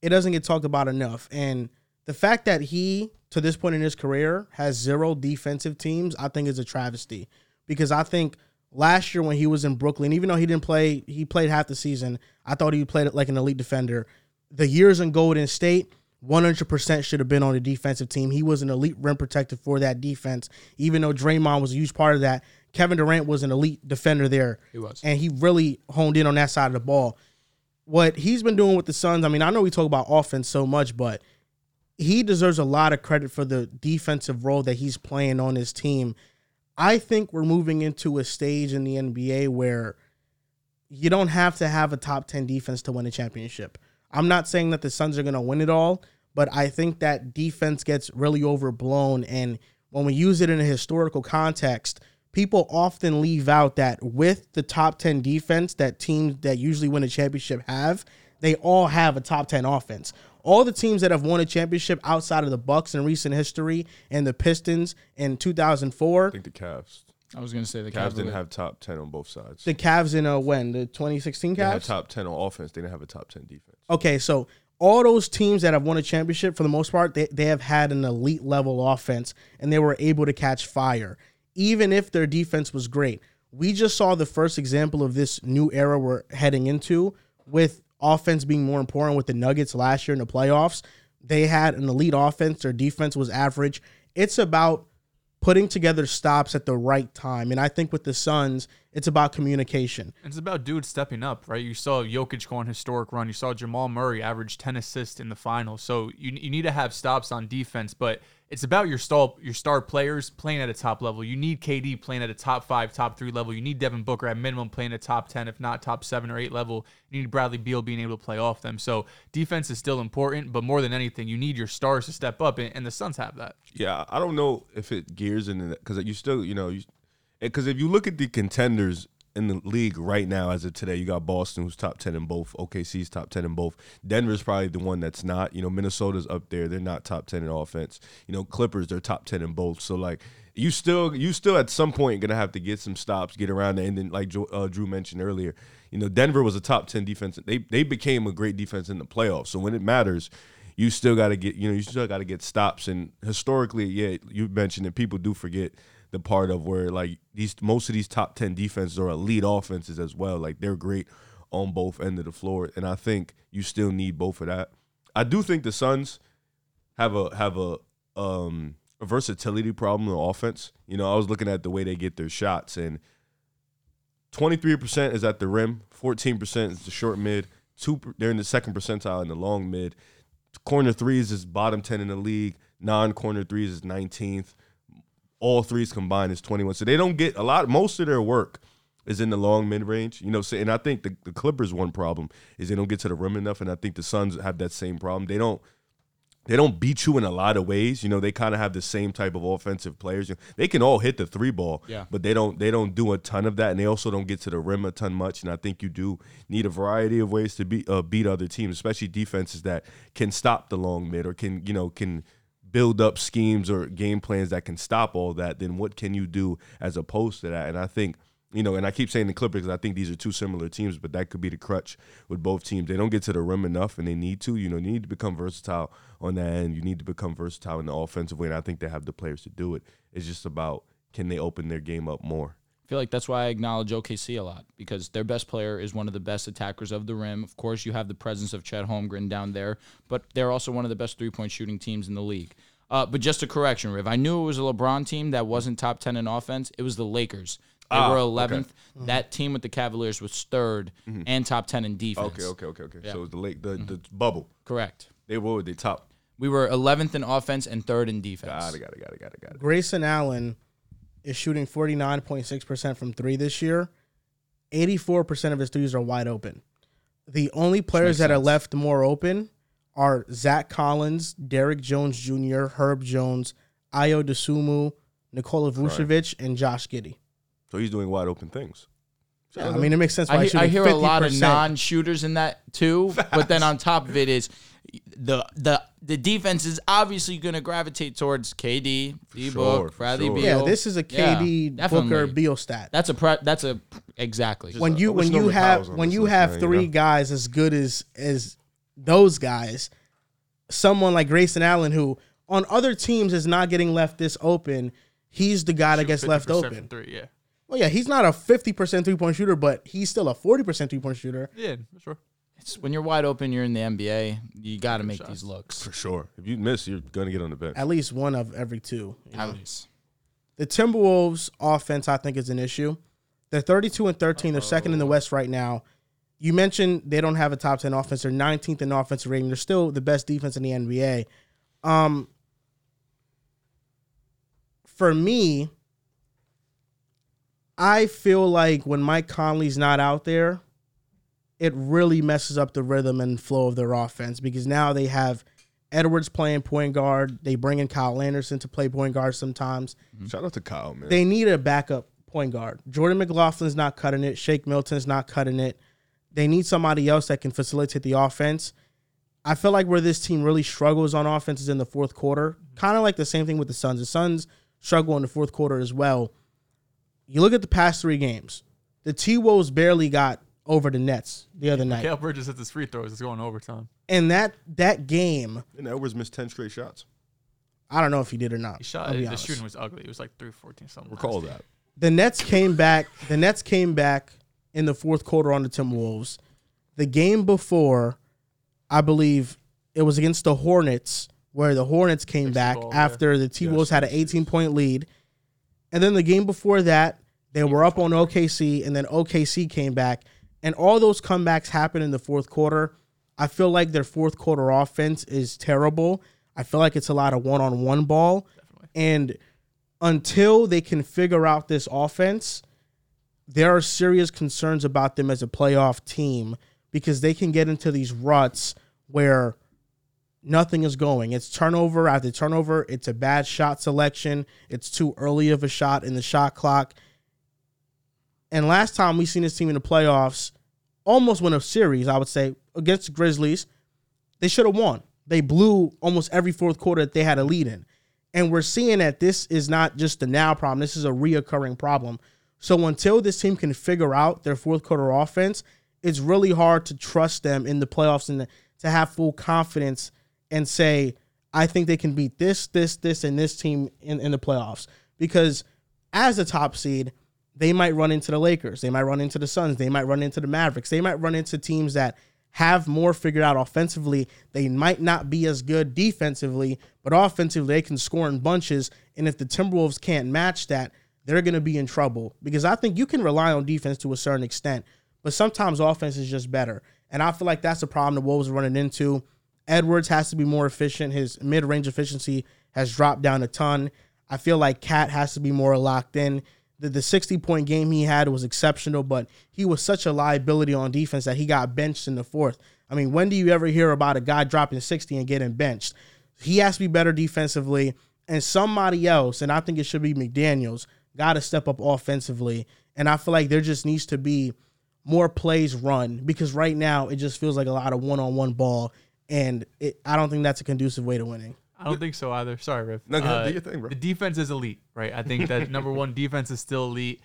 A: it doesn't get talked about enough. And the fact that he, to this point in his career, has zero defensive teams, I think is a travesty. Because I think last year when he was in Brooklyn, even though he didn't play, he played half the season, I thought he played like an elite defender. The years in Golden State, 100% should have been on the defensive team. He was an elite rim protector for that defense, even though Draymond was a huge part of that. Kevin Durant was an elite defender there. He
B: was.
A: And he really honed in on that side of the ball what he's been doing with the Suns. I mean, I know we talk about offense so much, but he deserves a lot of credit for the defensive role that he's playing on his team. I think we're moving into a stage in the NBA where you don't have to have a top 10 defense to win a championship. I'm not saying that the Suns are going to win it all, but I think that defense gets really overblown. And when we use it in a historical context, people often leave out that with the top 10 defense that teams that usually win a championship have, they all have a top 10 offense. All the teams that have won a championship outside of the Bucks in recent history and the Pistons in 2004,
D: I think the Cavs.
B: I was gonna say the
D: Cavs
B: Cavs,
D: didn't have top ten on both sides.
A: the Cavs in uh when the 2016
D: They had
A: Cavs.
D: top ten on offense. They didn't have a top ten defense.
A: Okay, so all those teams that have won a championship for the most part, they, they have had an elite level offense and they were able to catch fire, even if their defense was great. We just saw the first example of this new era we're heading into with offense being more important with the Nuggets last year in the playoffs. They had an elite offense, their defense was average. It's about putting together stops at the right time. And I think with the Suns, it's about communication.
C: It's about dudes stepping up, right? You saw Jokic go on historic run. You saw Jamal Murray average ten assists in the finals. So you, you need to have stops on defense, but it's about your star your star players playing at a top level. You need KD playing at a top five, top three level. You need Devin Booker at minimum playing at top ten, if not top seven or eight level. You need Bradley Beal being able to play off them. So defense is still important, but more than anything, you need your stars to step up, and, and the Suns have that.
D: Yeah, I don't know if it gears into that because you still, you know, because if you look at the contenders in the league right now as of today, you got Boston who's top ten in both, OKC's top ten in both. Denver's probably the one that's not. You know, Minnesota's up there; they're not top ten in offense. You know, Clippers they're top ten in both. So like, you still, you still at some point gonna have to get some stops, get around there, and then like Jo- uh, Drew mentioned earlier, you know, Denver was a top ten defense. They they became a great defense in the playoffs. So when it matters you still got to get you know you still got to get stops and historically yeah you mentioned that people do forget the part of where like these most of these top 10 defenses are elite offenses as well like they're great on both end of the floor and i think you still need both of that i do think the suns have a have a um a versatility problem in offense you know i was looking at the way they get their shots and 23% is at the rim 14% is the short mid two they're in the second percentile in the long mid corner threes is bottom 10 in the league. Non corner threes is 19th. All threes combined is 21. So they don't get a lot. Most of their work is in the long mid range. You know, so, and I think the, the Clippers' one problem is they don't get to the rim enough. And I think the Suns have that same problem. They don't. They don't beat you in a lot of ways. You know, they kind of have the same type of offensive players. You know, They can all hit the three ball,
B: Yeah.
D: but they don't they don't do a ton of that, and they also don't get to the rim a ton much. And I think you do need a variety of ways to beat uh, beat other teams, especially defenses that can stop the long mid or can you know can build up schemes or game plans that can stop all that. Then what can you do as opposed to that? And I think. You know, and I keep saying the Clippers. 'cause I think these are two similar teams, but that could be the crutch with both teams. They don't get to the rim enough, and they need to. You know, they need to become versatile on that end. You need to become versatile in the offensive way, and I think they have the players to do it. It's just about can they open their game up more?
B: I feel like that's why I acknowledge OKC a lot because their best player is one of the best attackers of the rim. Of course, you have the presence of Chet Holmgren down there, but they're also one of the best three point shooting teams in the league. Uh, but just a correction, Riv. I knew it was a LeBron team that wasn't top 10 in offense. It was the Lakers. They
D: Ah,
B: were 11th. That team with the Cavaliers was 3rd and top 10 in defense.
D: Mm-hmm. Okay, okay, okay, okay. So it's the lake, the, the bubble.
B: Correct.
D: They were the top.
B: We were 11th in offense and 3rd in defense.
D: Got it, got it, got it, got it, got it.
A: Grayson Allen is shooting 49.6% from three this year. 84% of his threes are wide open. The only players that are left more open are Zach Collins, Derek Jones Jr., Herb Jones, Io DeSumo, Nikola Vucevic, and Josh Giddy.
D: So he's doing wide open things.
A: I mean, it makes sense why
B: I,
A: he's
B: he- I
A: shooting
B: hear a lot of
A: 50%.
B: non-shooters in that too, but then on top of it is the the the defense is obviously going to gravitate towards KD, D Book,
D: sure, for
B: Bradley
D: sure.
B: Beal.
A: Yeah, this is a
B: Yeah,
A: KD Booker
B: definitely.
A: Beal stat.
B: That's a pre- that's a exactly.
A: when you
D: I
A: when
D: wish
A: you
D: Norman
A: have
D: Powell's on
A: when
D: this
A: you
D: list,
A: have
D: man, you
A: three
D: know?
A: guys as good as as those guys, someone like Grayson Allen who on other teams is not getting left this open, he's the guy that gets left
C: 50% from
A: open.
C: Three, yeah,
A: Well, yeah, he's not a fifty percent three point shooter, but he's still a forty percent three point shooter.
C: yeah, for sure.
B: It's- when you're wide open, you're in the NBA. You got to make these looks.
D: For sure. If you miss, you're gonna get on the bench.
A: At least one of every two. you know?
B: Alex.
A: The Timberwolves offense, I think, is an issue. They're 32 and 13. They're second in the West right now. you mentioned they don't have a top 10 offense. They're 19th in offensive rating. They're still the best defense in the NBA. Um, for me, I feel like when Mike Conley's not out there, it really messes up the rhythm and flow of their offense because now they have Edwards playing point guard. They bring in Kyle Anderson to play point guard sometimes.
D: Shout out to Kyle, man.
A: They need a backup point guard. Jordan McLaughlin's not cutting it. Shake Milton's not cutting it. They need somebody else that can facilitate the offense. I feel like where this team really struggles on offense is in the fourth quarter. Kind of like the same thing with the Suns. The Suns struggle in the fourth quarter as well. You look at the past three games. The T Wolves barely got over the Nets the other night,
C: Cale Bridges hits his free throws. It's going overtime.
A: and that that game.
D: and Edwards missed ten straight shots.
A: I don't know if he did or not.
C: He shot.
A: I'll be
C: The
A: honest.
C: shooting was ugly. It was like three fourteen something.
D: Recall
C: nasty.
D: that.
A: the Nets came back. The Nets came back in the fourth quarter on the Timberwolves. The game before, I believe it was against the Hornets, where the Hornets came
C: Sixty
A: back
C: ball, yeah.
A: after the T Wolves had an 18 point lead. And then the game before that, they were up on OKC, and then OKC came back. And all those comebacks happened in the fourth quarter. I feel like their fourth quarter offense is terrible. I feel like it's a lot of one on one ball. And until they can figure out this offense, there are serious concerns about them as a playoff team because they can get into these ruts where nothing is going. It's turnover after turnover. It's a bad shot selection. It's too early of a shot in the shot clock. And last time we seen this team in the playoffs, almost win a series, I would say, against the Grizzlies. They should have won. They blew almost every fourth quarter that they had a lead in. And we're seeing that this is not just a now problem, this is a reoccurring problem. So until this team can figure out their fourth quarter offense, it's really hard to trust them in the playoffs and to have full confidence and say, I think they can beat this, this, this, and this team in, in the playoffs. Because as a top seed, they might run into the Lakers. They might run into the Suns. They might run into the Mavericks. They might run into teams that have more figured out offensively. They might not be as good defensively, but offensively, they can score in bunches. And if the Timberwolves can't match that, they're going to be in trouble because I think you can rely on defense to a certain extent, but sometimes offense is just better. And I feel like that's the problem the Wolves are running into. Edwards has to be more efficient. His mid range efficiency has dropped down a ton. I feel like Cat has to be more locked in. The, the 60 point game he had was exceptional, but he was such a liability on defense that he got benched in the fourth. I mean, when do you ever hear about a guy dropping 60 and getting benched? He has to be better defensively, and somebody else, and I think it should be McDaniels, got to step up offensively. And I feel like there just needs to be more plays run because right now it just feels like a lot of one on one ball, and it, I don't think that's a conducive way to winning.
C: I don't think so either. Sorry, Riff. Uh,
D: No, go ahead. Do your thing, bro.
C: The defense is elite, right? I think that number one (laughs) defense is still elite.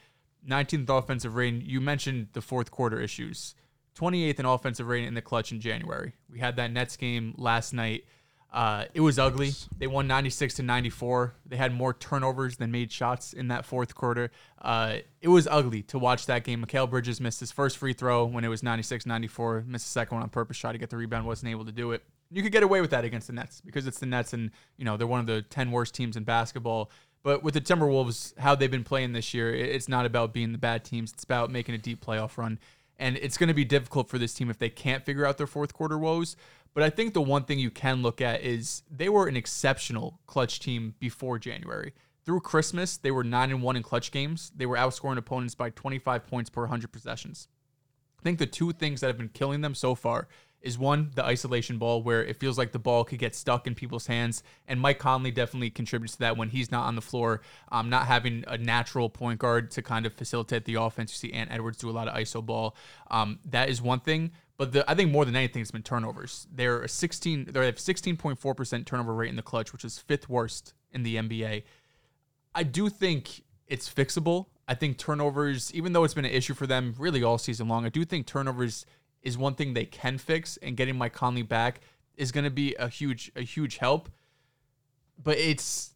C: 19th offensive rating. You mentioned the fourth quarter issues. 28th in offensive rating in the clutch in January. We had that Nets game last night. Uh, it was ugly. They won 96 to 94. They had more turnovers than made shots in that fourth quarter. Uh, it was ugly to watch that game. Mikhail Bridges missed his first free throw when it was 96 94, missed the second one on purpose, tried to get the rebound, wasn't able to do it. You could get away with that against the Nets because it's the Nets and, you know, they're one of the 10 worst teams in basketball. But with the Timberwolves, how they've been playing this year, it- it's not about being the bad teams. It's about making a deep playoff run. And it's going to be difficult for this team if they can't figure out their fourth quarter woes. But I think the one thing you can look at is they were an exceptional clutch team before January. Through Christmas, they were 9 and 1 in clutch games. They were outscoring opponents by 25 points per 100 possessions. I think the two things that have been killing them so far is one, the isolation ball, where it feels like the ball could get stuck in people's hands. And Mike Conley definitely contributes to that when he's not on the floor, um, not having a natural point guard to kind of facilitate the offense. You see Ant Edwards do a lot of iso ball. Um, that is one thing. But the, I think more than anything, it's been turnovers. They're a 16, they have 16.4% turnover rate in the clutch, which is fifth worst in the NBA. I do think it's fixable. I think turnovers, even though it's been an issue for them really all season long, I do think turnovers is one thing they can fix, and getting Mike Conley back is going to be a huge, a huge help. But it's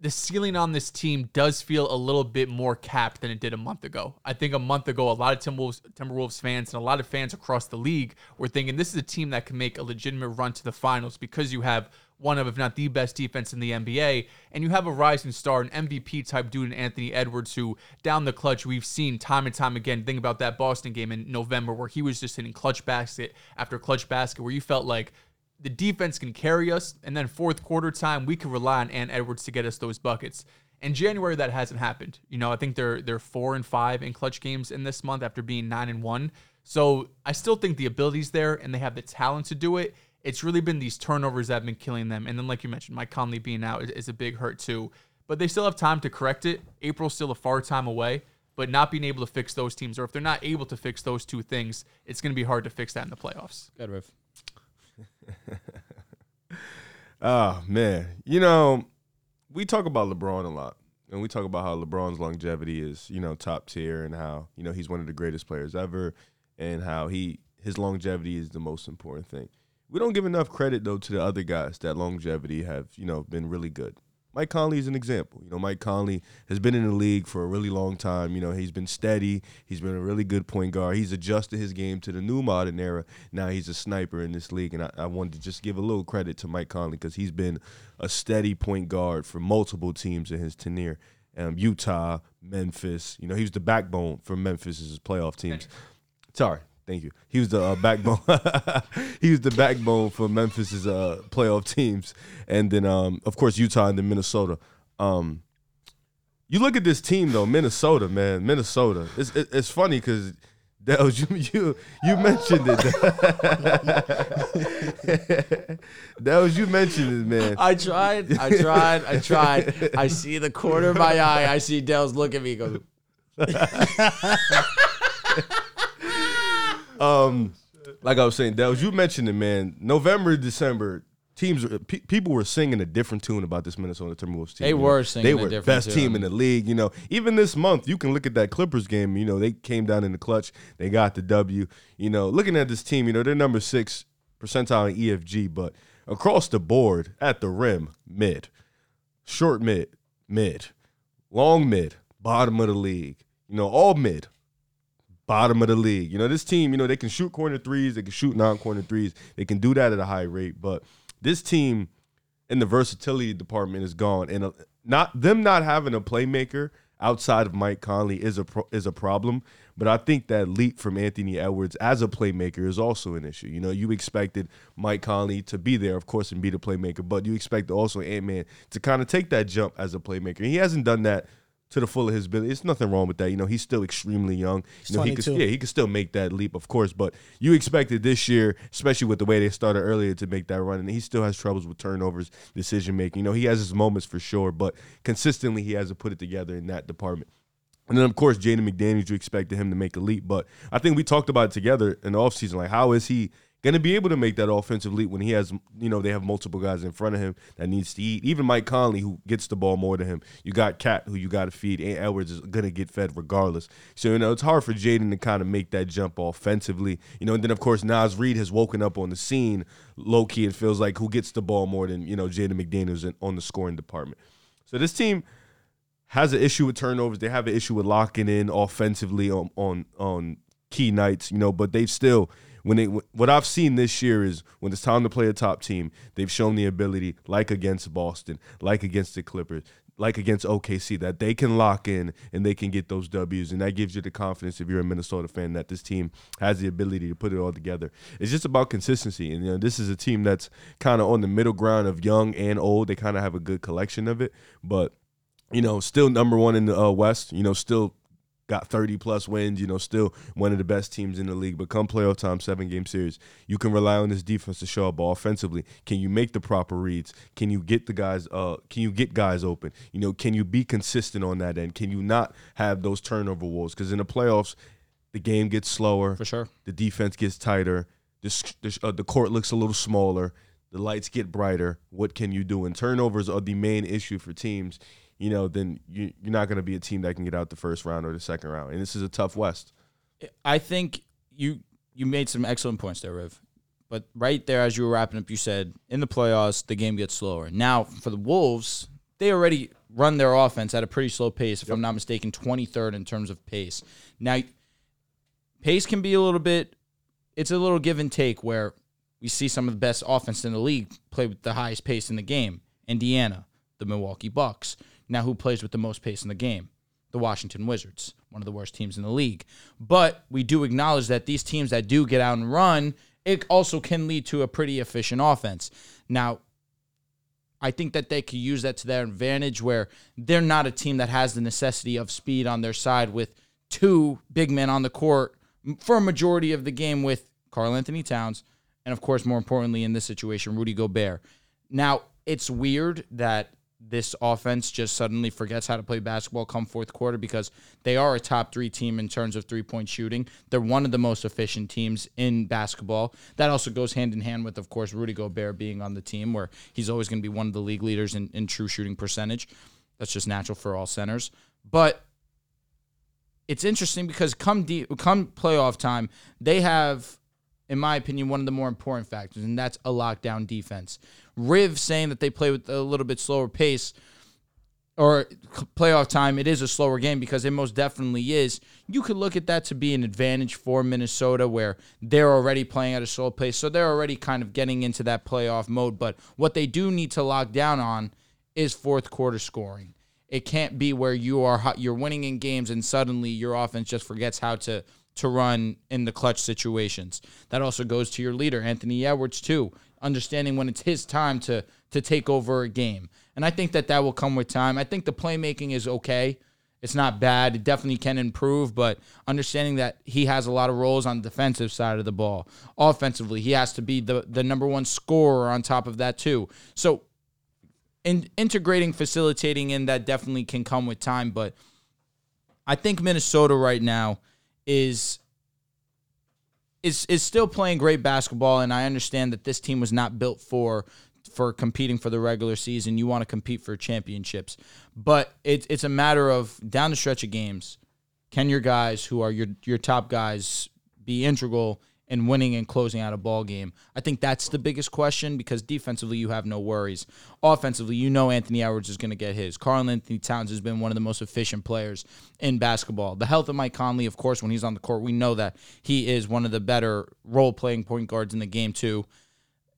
C: the ceiling on this team does feel a little bit more capped than it did a month ago. I think a month ago, a lot of Timberwolves, Timberwolves fans and a lot of fans across the league were thinking this is a team that can make a legitimate run to the finals because you have one of, if not the best defense in the NBA, and you have a rising star, an MVP type dude, in Anthony Edwards, who down the clutch we've seen time and time again. Think about that Boston game in November where he was just hitting clutch basket after clutch basket, where you felt like the defense can carry us, and then fourth quarter time we can rely on Ann Edwards to get us those buckets. In January, that hasn't happened. You know, I think they're they're four and five in clutch games in this month after being nine and one. So I still think the ability's there, and they have the talent to do it. It's really been these turnovers that have been killing them, and then like you mentioned, Mike Conley being out is, is a big hurt too. But they still have time to correct it. April's still a far time away, but not being able to fix those teams, or if they're not able to fix those two things, it's going to be hard to fix that in the playoffs.
B: Good riff.
D: Oh man, you know, we talk about LeBron a lot, and we talk about how LeBron's longevity is, you know, top tier, and how you know he's one of the greatest players ever, and how he his longevity is the most important thing. We don't give enough credit though to the other guys that longevity have, you know, been really good. Mike Conley is an example. You know, Mike Conley has been in the league for a really long time. You know, he's been steady. He's been a really good point guard. He's adjusted his game to the new modern era. Now he's a sniper in this league. And I, I wanted to just give a little credit to Mike Conley because he's been a steady point guard for multiple teams in his tenure. Um, Utah, Memphis. You know, he was the backbone for Memphis's playoff teams. Sorry. Thank you. He was the uh, backbone. (laughs) he was the backbone for Memphis's uh, playoff teams, and then um, of course Utah and then Minnesota. Um, you look at this team though, Minnesota, man, Minnesota. It's it, it's funny because. Dells, (laughs) you, you you mentioned it. (laughs) Dells, you mentioned it, man.
B: I tried, I tried, I tried. I see the corner of my eye. I see Dell's look at me. Goes,
D: um, like I was saying, Dells, you mentioned it, man. November, December, teams, were- pe- people were singing a different tune about this Minnesota Timberwolves team.
B: They
D: you know.
B: were singing
D: They
B: a
D: were
B: different
D: best
B: tune.
D: team in the league. You know, even this month, you can look at that Clippers game. You know, they came down in the clutch. They got the W. You know, looking at this team, you know, they're number six percentile in EFG, but across the board, at the rim, mid, short mid, mid, long mid, bottom of the league. You know, all mid bottom of the league. You know, this team, you know, they can shoot corner threes, they can shoot non corner threes, they can do that at a high rate. But this team in the versatility department is gone, and uh not them not having a playmaker outside of Mike Conley is a pro, is a problem. But I think that leap from Anthony Edwards as a playmaker is also an issue. You know, you expected Mike Conley to be there, of course, and be the playmaker, but you expect also Ant Man to kind of take that jump as a playmaker. He hasn't done that to the full of his ability. It's nothing wrong with that. You know, he's still extremely young. you know, he could,
A: 22.
D: yeah, he could still make that leap, of course. But you expected this year, especially with the way they started earlier, to make that run, and he still has troubles with turnovers, decision making. You know, he has his moments for sure, but consistently he hasn't put it together in that department. And then, of course, Jaden McDaniels, you expected him to make a leap. But I think we talked about it together in the offseason. Like, how is he going to be able to make that offensive leap when he has, you know, they have multiple guys in front of him that needs to eat? Even Mike Conley, who gets the ball more than him. You got Cat, who you got to feed. And Edwards is going to get fed regardless. So, you know, it's hard for Jaden to kind of make that jump offensively. You know, and then, of course, Nas Reed has woken up on the scene low key. It feels like who gets the ball more than, you know, Jaden McDaniels in, on the scoring department. So this team has an issue with turnovers. They have an issue with locking in offensively on on on key nights, you know. But they've still when they what I've seen this year is when it's time to play a top team, they've shown the ability, like against Boston, like against the Clippers, like against OKC, that they can lock in and they can get those W's, and that gives you the confidence if you're a Minnesota fan that this team has the ability to put it all together. It's just about consistency, and you know this is a team that's kind of on the middle ground of young and old. They kind of have a good collection of it, but you know, still number one in the uh, West. You know, still got 30 plus wins. You know, still one of the best teams in the league. But come playoff time, seven game series, you can rely on this defense to show up. But offensively, can you make the proper reads? Can you get the guys? Uh, can you get guys open? You know, can you be consistent on that end? Can you not have those turnover walls? Because in the playoffs, the game gets slower
B: for sure.
D: the defense gets tighter, the, sc- the, sh- uh, the court looks a little smaller, the lights get brighter. What can you do? And turnovers are the main issue for teams. You know, then you, you're not going to be a team that can get out the first round or the second round. And this is a tough West.
B: I think you you made some excellent points there, Riv. But right there, as you were wrapping up, you said in the playoffs the game gets slower. Now for the Wolves, they already run their offense at a pretty slow pace, if I'm not mistaken, 23rd in terms of pace. Now, pace can be a little bit, it's a little give and take where we see some of the best offense in the league play with the highest pace in the game. Indiana, the Milwaukee Bucks. Now, who plays with the most pace in the game? The Washington Wizards, one of the worst teams in the league. But we do acknowledge that these teams that do get out and run, it also can lead to a pretty efficient offense. Now, I think that they could use that to their advantage where they're not a team that has the necessity of speed on their side with two big men on the court for a majority of the game with Carl Anthony Towns and of course more importantly in this situation Rudy Gobert. Now, it's weird that this offense just suddenly forgets how to play basketball come fourth quarter because they are a top 3 team in terms of three-point shooting. They're one of the most efficient teams in basketball. That also goes hand in hand with of course Rudy Gobert being on the team where he's always going to be one of the league leaders in, in true shooting percentage. That's just natural for all centers. But it's interesting because come de- come playoff time, they have, in my opinion, one of the more important factors, and that's a lockdown defense. Riv saying that they play with a little bit slower pace or c- playoff time, it is a slower game because it most definitely is. You could look at that to be an advantage for Minnesota where they're already playing at a slow pace. So they're already kind of getting into that playoff mode. But what they do need to lock down on is fourth quarter scoring. It can't be where you are hot, you're winning in games and suddenly your offense just forgets how to to run in the clutch situations. That also goes to your leader Anthony Edwards too, understanding when it's his time to to take over a game. And I think that that will come with time. I think the playmaking is okay. It's not bad. It definitely can improve, but understanding that he has a lot of roles on the defensive side of the ball. Offensively, he has to be the the number one scorer on top of that too. So in, integrating, facilitating in that definitely can come with time. But I think Minnesota right now is is is still playing great basketball, and I understand that this team was not built for for competing for the regular season. You want to compete for championships, but it's it's a matter of down the stretch of games. Can your guys, who are your your top guys, be integral in winning and closing out a ball game? I think that's the biggest question because defensively you have no worries. Offensively, you know Anthony Edwards is going to get his. Carl Anthony Towns has been one of the most efficient players in basketball. The health of Mike Conley, of course, when he's on the court, we know that he is one of the better role playing point guards in the game too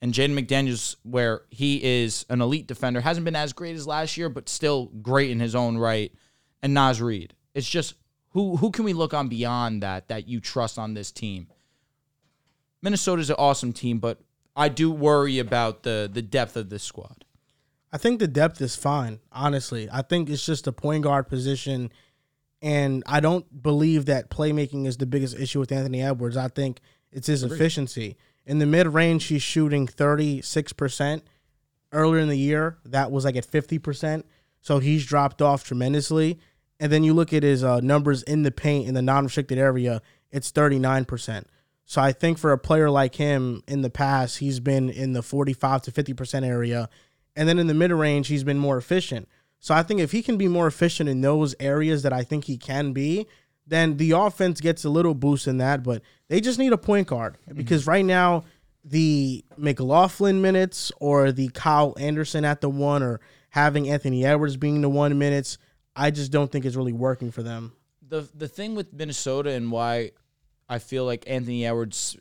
B: and Jaden McDaniels, where he is an elite defender, hasn't been as great as last year, but still great in his own right. And Nas Reed, it's just who who can we look on beyond that that you trust on this team? Minnesota's an awesome team, but I do worry about the the depth of this squad.
A: I think the depth is fine, honestly. I think it's just the point guard position. And I don't believe that playmaking is the biggest issue with Anthony Edwards. I think it's his efficiency. In the mid range, he's shooting 36%. Earlier in the year, that was like at 50%. So he's dropped off tremendously. And then you look at his uh, numbers in the paint in the non restricted area, it's 39%. So I think for a player like him in the past, he's been in the 45 to 50% area. And then in the mid range, he's been more efficient. So I think if he can be more efficient in those areas that I think he can be, then the offense gets a little boost in that. But they just need a point guard because right now, the McLaughlin minutes or the Kyle Anderson at the one or having Anthony Edwards being the one minutes, I just don't think it's really working for them.
B: the the thing with Minnesota and why I feel like Anthony Edwards'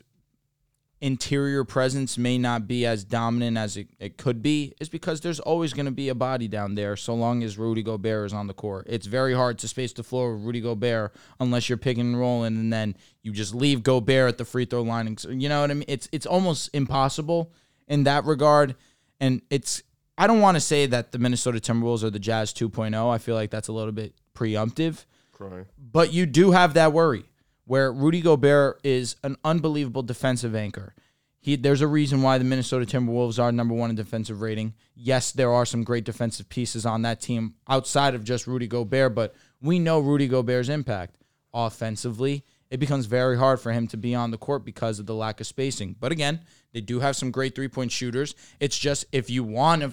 B: interior presence may not be as dominant as it, it could be is because there's always going to be a body down there so long as Rudy Gobert is on the court. It's very hard to space the floor with Rudy Gobert unless you're picking and rolling and then you just leave Gobert at the free throw line. And, you know what I mean? It's it's almost impossible in that regard. And it's I don't want to say that the Minnesota Timberwolves are the Jazz 2.0. I feel like that's a little bit preemptive
D: Crying.
B: but you do have that worry where Rudy Gobert is an unbelievable defensive anchor. He, there's a reason why the Minnesota Timberwolves are number one in defensive rating. Yes, there are some great defensive pieces on that team outside of just Rudy Gobert, but we know Rudy Gobert's impact offensively. It becomes very hard for him to be on the court because of the lack of spacing. But again, they do have some great three point shooters. It's just if you want to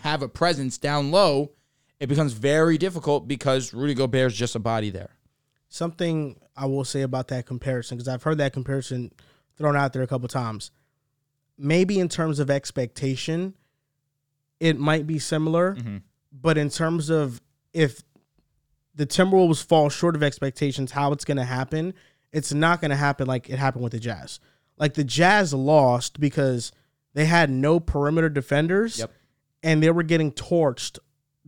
B: have a presence down low, it becomes very difficult because Rudy Gobert's just a body there.
A: something I will say about that comparison because I've heard that comparison thrown out there a couple times. Maybe in terms of expectation, it might be similar, but in terms of if the Timberwolves fall short of expectations, how it's going to happen, it's not going to happen like it happened with the Jazz. Like the Jazz lost because they had no perimeter defenders
B: Yep.
A: and they were getting torched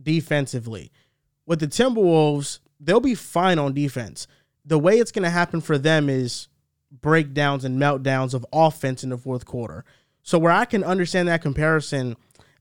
A: defensively. With the Timberwolves, they'll be fine on defense. The way it's going to happen for them is breakdowns and meltdowns of offense in the fourth quarter. So where I can understand that comparison,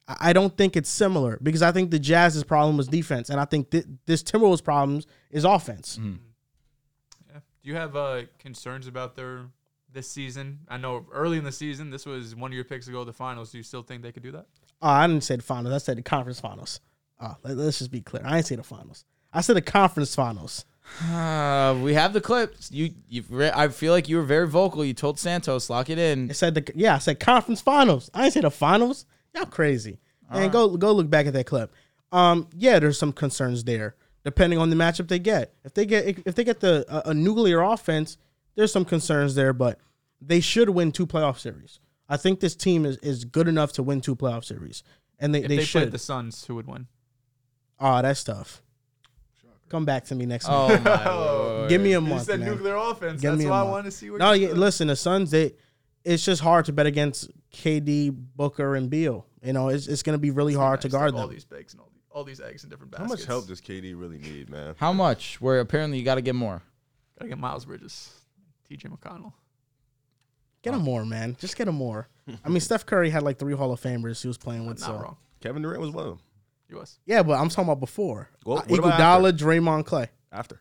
A: I I don't think it's similar because I think the Jazz's problem was defense, and I think th- this Timberwolves' problems is offense.
C: Yeah. Do you have uh, concerns about their this season? I know early in the season, this was one of your picks to go to the finals. Do you still think they could do that?
A: Uh, I didn't say the finals. I said the conference finals. Uh, let, us just be clear. I didn't say the finals. I said the conference finals.
B: Uh, we have the clips. You, you. Re- I feel like you were very vocal. You told Santos lock it in.
A: I said the yeah. I said conference finals. I didn't say the finals. Y'all crazy. and go go look back at that clip. Um, yeah, there's some concerns there depending on the matchup they get. If they get if they get the a, a nuclear offense, there's some concerns there, but they should win two playoff series. I think this team is, is good enough to win two playoff series, and they, they,
C: If they, played
A: should.
C: the Suns, who would win?
A: Oh, that's tough. Come back to me next month.
B: Oh my lord.
A: Give me a
C: You
A: month.
C: said
A: man.
C: nuclear offense.
A: Give
C: That's
A: me a
C: why I
A: month.
C: wanted to see where
A: No,
C: you
A: yeah,
C: stood.
A: listen, the Suns. They, it's just hard to bet against KD, Booker, and Beal. You know, it's, it's going to be really hard to
C: Nice. They have
A: guard
C: All
A: them.
C: these eggs and all these, all these eggs in different
D: How
C: baskets.
D: much help does KD really need, man?
B: How much? Where apparently you got to get more.
C: Gotta get Miles Bridges, T.J. McConnell.
A: Get him more, man. Just get him more. I mean, Steph Curry had like three Hall of Famers he was playing with.
C: Not
A: So
C: wrong.
D: Kevin Durant was one of them.
C: U.S.
A: yeah, but I'm talking about before.
D: Well,
A: Uh,
D: what about
A: Iguodala, Draymond, Clay.
D: After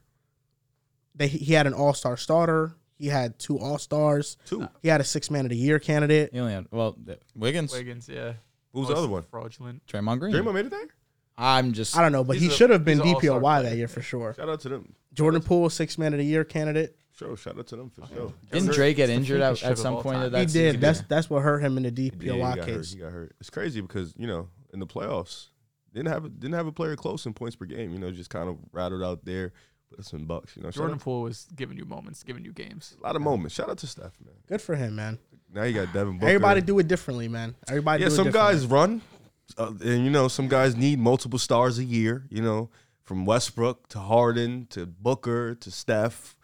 A: They he had an All Star starter. He had two All Stars.
D: two,
A: He had a Six Man of the Year candidate.
B: You only had well the- Wiggins,
C: Wiggins, yeah.
D: who was
C: Oh,
D: the other
C: it's
D: one?
C: Fraudulent.
B: Draymond Green.
D: Draymond made it there.
B: I'm just.
A: I don't know, but
C: He's
A: he
C: a-
A: should have been
C: he's an all-star
A: DPOY
C: player.
A: that year for sure.
D: Shout out to them.
A: Jordan Poole, Six Man of the Year candidate.
D: Sure, shout out to them for sure.
B: Didn't
D: Kevin
B: Dre get injured
C: freakiest
B: at,
C: shit
B: at
C: of
B: some
C: all
B: point
C: time.
B: of that?
A: He
B: season?
A: did. That's that's what hurt him in the
D: Yeah, he
A: DPOY
D: got hurt.
A: case.
D: He got hurt. It's crazy because you know in the playoffs didn't have a, didn't have a player close in points per game. You know, just kind of rattled out there with some bucks. You know, Shout
C: Jordan
D: out
C: Poole was giving you moments, giving you games.
D: to- a lot of moments. Shout out to Steph, man.
A: Good for him, man.
D: Now you got Devin Booker.
A: Everybody do it differently, man. Everybody.
D: yeah,
A: do it
D: some
A: differently.
D: guys run, uh, and you know, some guys need multiple stars a year. You know, from Westbrook to Harden to Booker to Steph.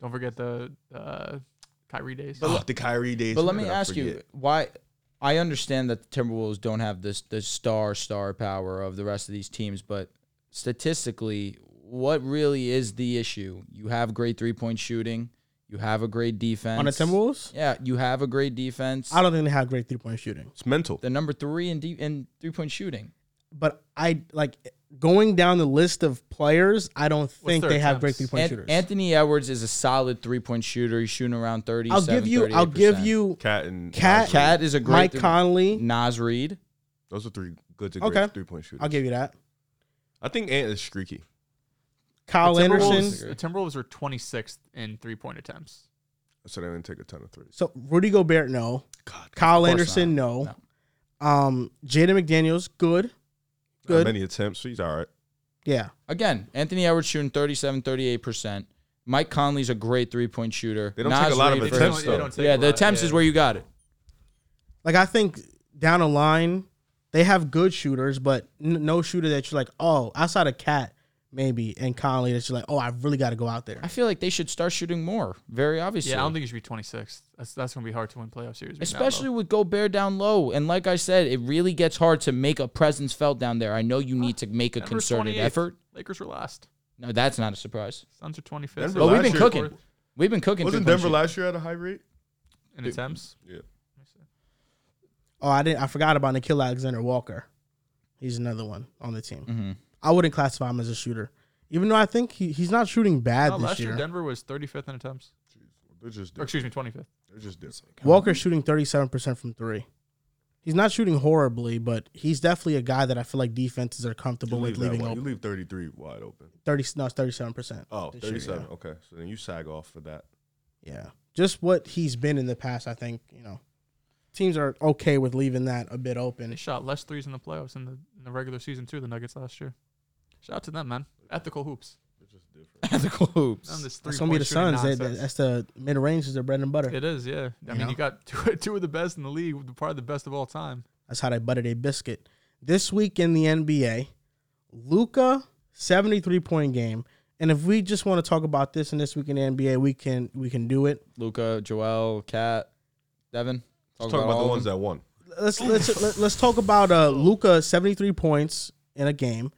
C: Don't forget the uh, Kyrie days. (gasps)
D: Ugh, the Kyrie days.
B: But let
D: How
B: me
D: could I
B: ask you
D: forget?
B: why. I understand that the Timberwolves don't have this the star star power of the rest of these teams, but statistically, what really is the issue? You have great three point shooting. You have a great defense
A: on the Timberwolves.
B: Yeah, you have a great defense.
A: I don't think they have great three point shooting,
D: It's mental.
B: They're number three in deep in three point shooting.
A: but I like going down the list of players. I don't think
C: their
A: they have great
C: attempts?
A: three point
B: An-
A: shooters.
B: Anthony Edwards is a solid three point shooter. He's shooting around thirty.
A: I'll give you. I'll give you.
D: Cat and
A: Cat-
B: Cat is a great
A: Mike
B: three-
A: Conley.
B: Nas Reed.
D: Those are three good to
A: Okay.
D: great three point shooters.
A: I'll give you that.
D: I think Ant is streaky.
A: Kyle
C: the
A: Anderson.
C: Timberwolves, the Timberwolves were 26th in three point attempts.
D: So they didn't take a ton of threes.
A: So Rudy Gobert, no. Kyle Anderson, no. Um, Jaden McDaniels, good.
D: Not
A: Good.
D: many attempts. So he's all right.
A: Yeah.
B: Again, Anthony Edwards shooting 37, 38%. Mike Conley's a great three point shooter.
D: They don't take a lot of
B: Reed-
C: don't-
D: They Attempts,
C: they
D: though.
C: don't take
B: Yeah,
C: a
B: the
C: lot,
B: attempts
C: yeah.
B: is where you got it.
A: Like I think down the line, they have good shooters, but n- no shooter that you're like, oh, outside of Cat maybe and Conley that you're like, oh, I really got to go out there.
B: I feel like they should start shooting more, very obviously.
C: Yeah, I don't think you should be 26th. That's that's gonna be hard to win playoff series. right now, though.
B: Especially with Gobert down low. And like I said, it really gets hard to make a presence felt down there. I know you need to make a
C: Denver's
B: concerted
C: 28th.
B: effort.
C: Lakers were last.
B: No, that's not a surprise.
C: Suns are 25th.
D: Denver
C: They're
B: But we've been
D: last
C: last
D: year-
B: cooking.
C: fourth
B: We've been cooking.
D: Wasn't
B: three-point
D: Denver
B: shooting.
D: last year at a high rate?
C: in attempts.
D: Yeah.
A: Oh, I didn't. I forgot about Nikhil Alexander Walker. He's another one on the team.
B: Mm-hmm. (laughs)
A: I wouldn't classify him as a shooter, even though I think he, he's not shooting bad
C: No,
A: this
C: last year
A: year.
C: Denver was 35th in attempts.
D: They're just
C: Or
D: different.
C: excuse me, 25th.
D: They're just different.
A: Walker's shooting thirty seven percent from three. He's not shooting horribly, but he's definitely a guy that I feel like defenses are
D: You
A: comfortable
D: leave,
A: with
D: that
A: leaving
D: wide- you
A: open.
D: leave 33 wide open.
A: Thirty no, it's thirty seven percent.
D: Oh,
A: They should,
D: 37. Okay. So then you sag off for that.
A: Yeah, just what he's been in the past. I think you know teams are okay with leaving that a bit
C: They
A: open.
C: shot less threes in the playoffs in the, in the regular season too. The Nuggets last year. Shout out to them, man. Ethical hoops.
B: Ethical hoops.
C: None of this
A: That's gonna be the
C: three-point shooting
D: eh?
A: Suns. They- they-
C: nonsense.
A: that's the mid range is their bread and butter.
C: It is, yeah. I
A: You
C: mean,
A: know?
C: you got (laughs) two, two of the best in the league, probably the best of all time.
A: That's how they buttered a biscuit. This week in the NBA, Luca 73 point game. And if we just want to talk about this and this week in the NBA, we can we can do it.
B: Luca, Joel, Kat, Devin.
D: Let's talk about the
B: all
D: ones
B: of them.
D: that won.
A: Let's
C: (laughs)
A: let's let- let's talk about uh Luca 73 points in a game.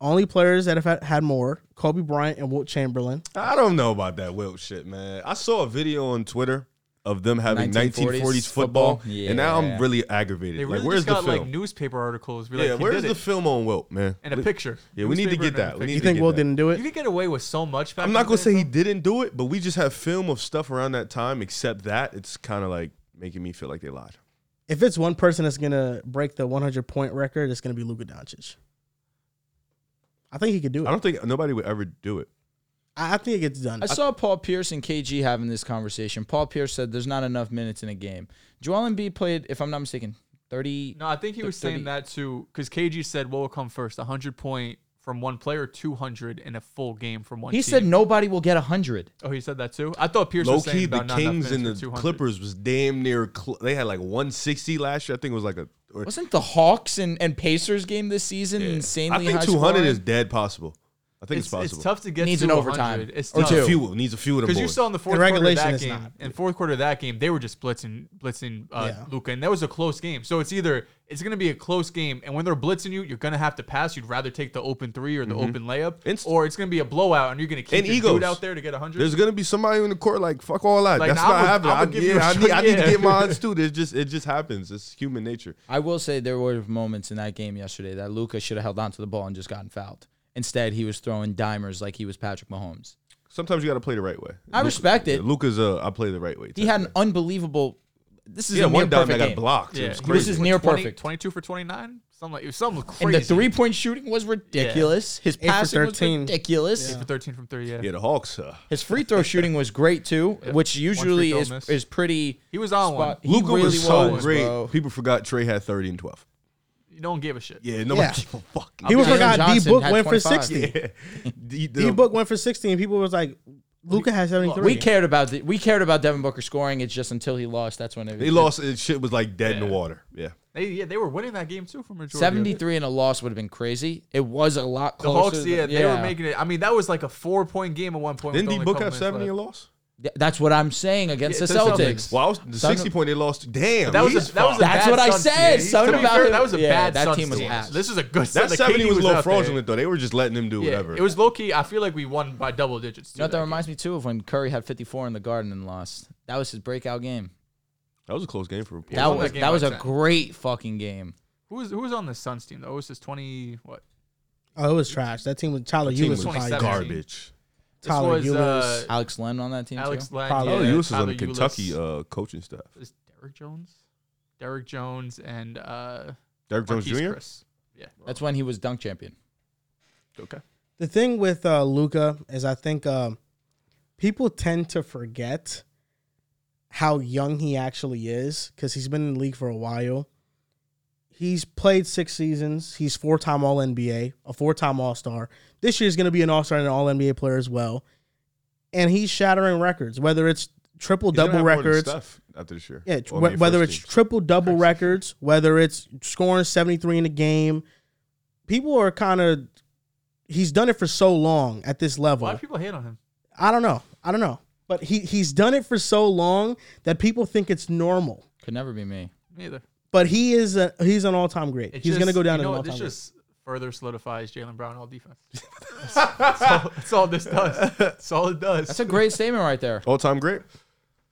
A: Only players that have had- had more, Kobe Bryant and Wilt Chamberlain.
D: I don't know about that Wilt shit, man. I saw a video on Twitter of them having 1940s,
B: 1940s
D: football,
B: football.
D: and now I'm
B: Yeah.
D: really aggravated.
C: They really
D: like, where's
C: just got
D: the film?
C: like newspaper articles. Where,
D: yeah,
C: like, he
D: where's
C: did
D: the
C: it.
D: film on Wilt, man?
C: and a picture?
D: Yeah, we need to
C: Newspaper
D: get
C: and a
D: that. We
C: picture.
D: need
A: You
D: to
A: think
D: get
A: Wilt
D: that.
A: didn't do
C: You
A: it?
C: could get away with so much. Back
D: I'm
C: in
D: not
C: the
D: gonna
C: day,
D: say he
C: though.
D: didn't do it, but we just have film of stuff around that time. Except that it's kind of like making me feel like they lied.
A: If it's one person that's gonna break the 100 point record, it's gonna be Luka Doncic. I think he could do
D: I
A: it.
D: don't think nobody would ever do it.
A: I, I think it gets done.
B: I saw Paul Pierce and KG having this conversation. Paul Pierce said there's not enough minutes in a game. Joel Embiid played, if I'm not mistaken, 30.
C: No, I think he
B: Th-
C: was
B: 30.
C: saying that too, because KG said what will come first, a hundred point from one player, two hundred in a full game from one.
B: he
C: team.
B: said nobody will get 100.
C: Oh, he said that too. I thought Pierce
D: Low
C: was saying
D: key, the
C: about not enough
D: Kings and
C: minutes
D: the
C: for 200.
D: Clippers was damn near. Cl- they had like 160 last year. I think it was like a. Or,
B: Wasn't the Hawks and, and Pacers game this season
D: I
B: insanely high?
D: think 200
B: scoring?
D: is dead possible. I think it's,
C: It's, it's
D: possible.
C: tough to get
B: Needs
C: to
B: an overtime.
C: 100. It's
B: Or
C: tough.
D: Needs a
B: two.
D: few. Needs a few of them.
C: Because you
D: boys.
C: saw in the fourth
A: In
C: quarter of
A: regulation,
C: that
A: it's
C: game,
A: not.
C: in fourth quarter of that game, they were just blitzing, blitzing uh,
A: Yeah.
C: Luca, and that was a close game. So it's either it's going to be a close game, and when they're blitzing you, you're going to have to pass. You'd rather take the open three or the open layup,
D: Mm-hmm. Inst-
C: or it's going to be a blowout, and you're going to keep
D: And
C: your
D: egos.
C: dude out there to get hundred.
D: There's gonna be somebody in the court like fuck all that.
C: Like,
D: That's
C: nah, I
D: not
C: would-
D: happening.
C: I would give you a
D: yeah, I
C: shot.
D: need, I need to
C: Yeah.
D: get mine too. It's just it just happens. It's human nature.
B: I will say there were moments in that game yesterday that Luca should have held onto the ball and just gotten fouled. Instead, he was throwing dimers like he was Patrick Mahomes.
D: Sometimes you gotta play the right way.
B: I respect it.
D: Luca's a I play the right way.
B: He had an unbelievable. This is
D: yeah
B: a near
D: one down that
B: perfect
D: got
B: game.
D: blocked.
C: Yeah,
D: It was
C: he
B: This
D: crazy.
B: is near
C: 20
B: perfect.
C: 22 for 29, something like something crazy.
B: And the three point shooting was ridiculous. His
A: for
B: passing was
A: 13.
B: ridiculous.
C: for 13 from three. Yeah,
D: yeah, the Hawks. Uh,
B: His free throw shooting was great
C: (laughs)
B: too, which usually
C: throw
B: is
C: miss.
B: is pretty.
C: he was on one.
B: spot- he
D: Luca was so
B: was,
D: great.
B: bro.
D: People forgot Trey had 30 and 12.
C: No one gave a shit.
D: Yeah, nobody
A: Yeah.
D: gave a (laughs) fuck.
A: He was
B: Jalen
A: like, "Ah, D
B: Johnson
A: Book
B: had
A: went for
B: 25.
A: 60.
D: Yeah. The- the-
A: D Book went for 60, and people was like, Luca has 73.
B: We cared about the, we cared about Devin Booker scoring. It's just until he lost, that's when it
D: they lost. It, shit was like dead in the water. Yeah.
C: They, yeah, they were winning that game too for majority. of
B: Seventy
C: it.
B: three and a loss would have been crazy. It was a lot
C: The
B: closer.
C: Hawks,
B: than-
C: yeah, they were making it. I mean, that was like a four point game at one point. with
D: Didn't D
C: only a
D: Book
C: couple
D: have
C: minutes
D: 70
C: left.
D: and lost?
B: Th- That's what I'm saying against
C: Yeah,
B: the
C: to the
B: Celtics.
C: Celtics.
D: Well, I was, the
B: Son-
D: 60 point they lost. Damn.
C: That was
D: he's
C: a, that was a
D: fucked.
B: That's
C: bad
B: what I
C: Suns
B: said.
C: team.
B: Something
C: To be
B: about
C: fair,
B: him-
C: That was a
B: yeah,
C: bad
B: that
C: Suns
B: team was ass.
C: This is a good.
D: that
C: Suns- the
D: 70
C: KD
D: was a little
C: out there.
D: fraudulent, though. They were just letting him do
C: Yeah,
D: whatever.
C: it was low key. I feel like we won by double digits.
B: You know
C: Too,
B: what that
C: that
B: reminds me too of when Curry had 54 in the Garden and lost. That was his breakout game.
D: That was a close game for a
C: won
B: that was
C: that game
B: that
C: by
B: was a
C: 10.
B: great fucking game.
C: who was who was on the Suns team though? It was this twenty what?
A: Oh, it was trash. That team with Tyler
D: team
A: Ulis was
D: was
A: probably
C: 27.
A: garbage.
D: garbage.
C: This
A: Tyler
C: was
A: Ulis.
C: uh,
B: Alex Len on that team
C: Alex
B: too.
C: Lang.
A: Probably.
D: Tyler
C: yeah,
D: Ulis is on
C: Tyler
D: the
C: Ulis.
D: Kentucky uh, coaching staff.
C: Is Derrick Jones? Derrick Jones and uh,
D: Derrick Jones
C: Marquise
D: Jr.
C: Chris. Yeah,
B: That's when he was dunk champion.
C: okay.
A: the thing with uh, Luca is I think um, people tend to forget how young he actually is because he's been in the league for a while. He's played six seasons. He's four time All NBA, a four time All Star. This year is going to be an All Star and an All NBA player as well. And he's shattering records, whether it's triple double records,
D: stuff after this year.
A: Yeah, tr-
D: Or
A: wh-
D: maybe
A: whether
D: first
A: it's
D: team.
A: triple double records, whether it's scoring 73 in a game, people are kind of he's done it for so long at this
C: Why
A: level.
C: do people hate on him?
A: I don't know. I don't know. But he he's done it for so long that people think it's normal.
B: Could never be me.
C: Me either.
A: But he is a, he's an all-time great.
C: It
A: he's
C: just-
A: going to go down as
C: you know
A: an
C: what?
A: all-time
C: This
A: great.
C: just further solidifies Jalen Brown
A: (laughs)
C: all defense. that's, all, that's all this does. That's all it does.
B: That's a great statement right there.
D: all-time great.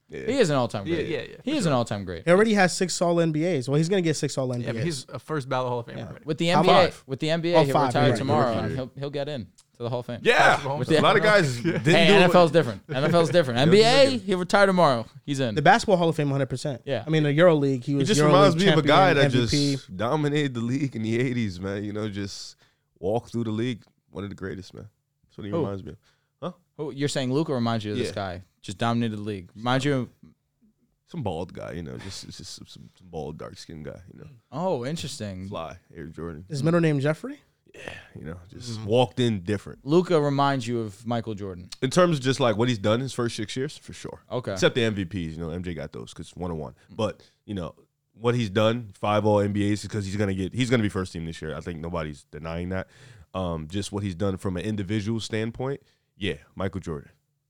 B: He is an all time
C: Yeah,
B: great.
C: yeah, yeah,
B: He is an all time great.
A: He already has 6 all-NBAs. Well, he's going to get 6 all-NBAs.
C: yeah, but he's a first ballot Hall of Famer. already.
B: With the
A: Top
B: NBA,
A: five.
B: with the NBA,
A: Oh,
B: he'll
A: five,
B: retire
A: you're right,
B: tomorrow.
A: you're right.
B: and he'll he'll get in to the Hall of Fame.
D: Yeah,
C: Patrick Mahomes.
D: a lot of guys didn't
B: Hey,
D: do
B: NFL's
D: it.
B: different. NFL's different. NBA, he'll retire tomorrow. He's in.
A: the basketball Hall of Fame 100%.
B: Yeah.
A: I mean, the Euro League, he
D: He
A: was
D: just
A: Euro
D: reminds
A: League
D: me of a guy that
A: champion, MVP.
D: just dominated the league in the '80s, man. You know, just walked through the league. One of the greatest, man. That's what he
B: Who?
D: reminds me of.
B: Oh, you're saying Luca reminds you of this
D: Yeah.
B: guy. Just dominated the league. Remind you of-
D: Some bald guy, you know, just just some, some some bald, dark skinned guy, you know,
B: Oh,
A: Mm.
B: interesting.
D: fly Air Jordan,
A: His middle name Jeffrey?
D: you know,
A: Mm.
D: just walked in different
B: Luca reminds you of Michael Jordan.
D: in terms of just like what he's done his first six years for sure.
B: Okay.
D: Except the MVPs, you know, MJ got those because one on one.
A: Mm.
D: But you know what he's done, five All NBAs, because he's gonna get, he's gonna be first team this year. I think nobody's denying that. um, just what he's done from an individual standpoint, yeah, Michael Jordan.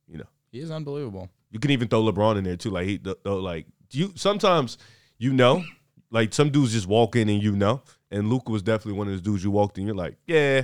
D: You know,
B: He is unbelievable.
D: you can even throw LeBron in there too. Like he, th- th- like do you sometimes you know, like some dudes just walk in and you know. And Luca was definitely one of those dudes you walked in. You're like, yeah,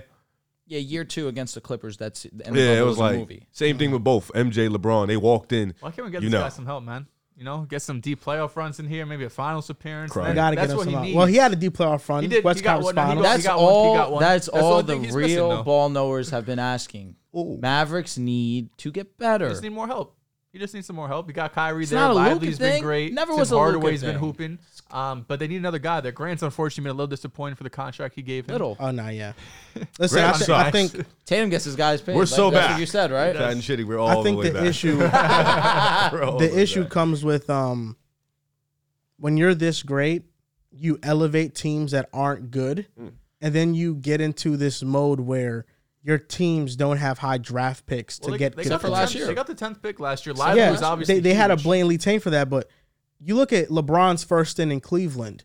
B: Yeah, year two against the Clippers. That's and the
D: yeah. It
B: bubble
D: was
B: a
D: like
B: movie.
D: same thing with both MJ, LeBron. They walked in.
C: Why can't we get
D: You
C: this
D: know.
C: guy some help, man? You know, get some deep playoff runs in here, maybe a finals appearance.
D: Correct.
C: That-
A: Gotta
D: We
C: that's
A: get him
C: what
A: some
C: he
A: help.
C: needs.
A: Well, he had a deep playoff run.
C: He did.
A: West
C: He got
A: Conference
C: one. Now he
A: Finals.
C: got-
B: That's
C: one, he
B: all.
C: got one.
B: That's,
C: That's the
B: all
C: only
B: the
C: thing he's missing,
B: real
C: though.
B: ball knowers have been asking.
D: Ooh.
B: Mavericks need to get better.
C: He just need more help. He just needs some more help. You got Kyrie
B: It's
C: there.
B: not a Luka
C: Lively's been
B: thing.
C: great.
B: Never
C: Tim
B: was a Luka
C: Hardaway's been
B: thing.
C: hooping. Um, but they need another guy there. Grant's unfortunately been a little disappointed for the contract he gave him.
B: Little
A: Oh no, yeah. (laughs) Listen,
D: Graham
A: I, thi- I
D: sucks.
A: think
B: Tatum gets his guys paid.
D: We're
B: Like,
D: so
B: that's
D: back.
B: What you said right.
D: Fat and shitty. We're all
A: I think
D: the way
A: the
D: back.
A: issue
D: (laughs) We're all
A: the
D: way
A: issue
D: back.
A: comes with um when you're this great, you elevate teams that aren't good,
C: Mm.
A: and then you get into this mode where your teams don't good have high draft picks to
C: Well, they,
A: get
C: they
A: good
C: got the
B: for
A: players.
B: last
C: 10th
B: year.
C: They got the tenth pick last year.
A: Yeah,
C: Lively was obviously
A: they, they had a
C: huge.
A: Blaine Lee for that, but you look at LeBron's first stint in Cleveland.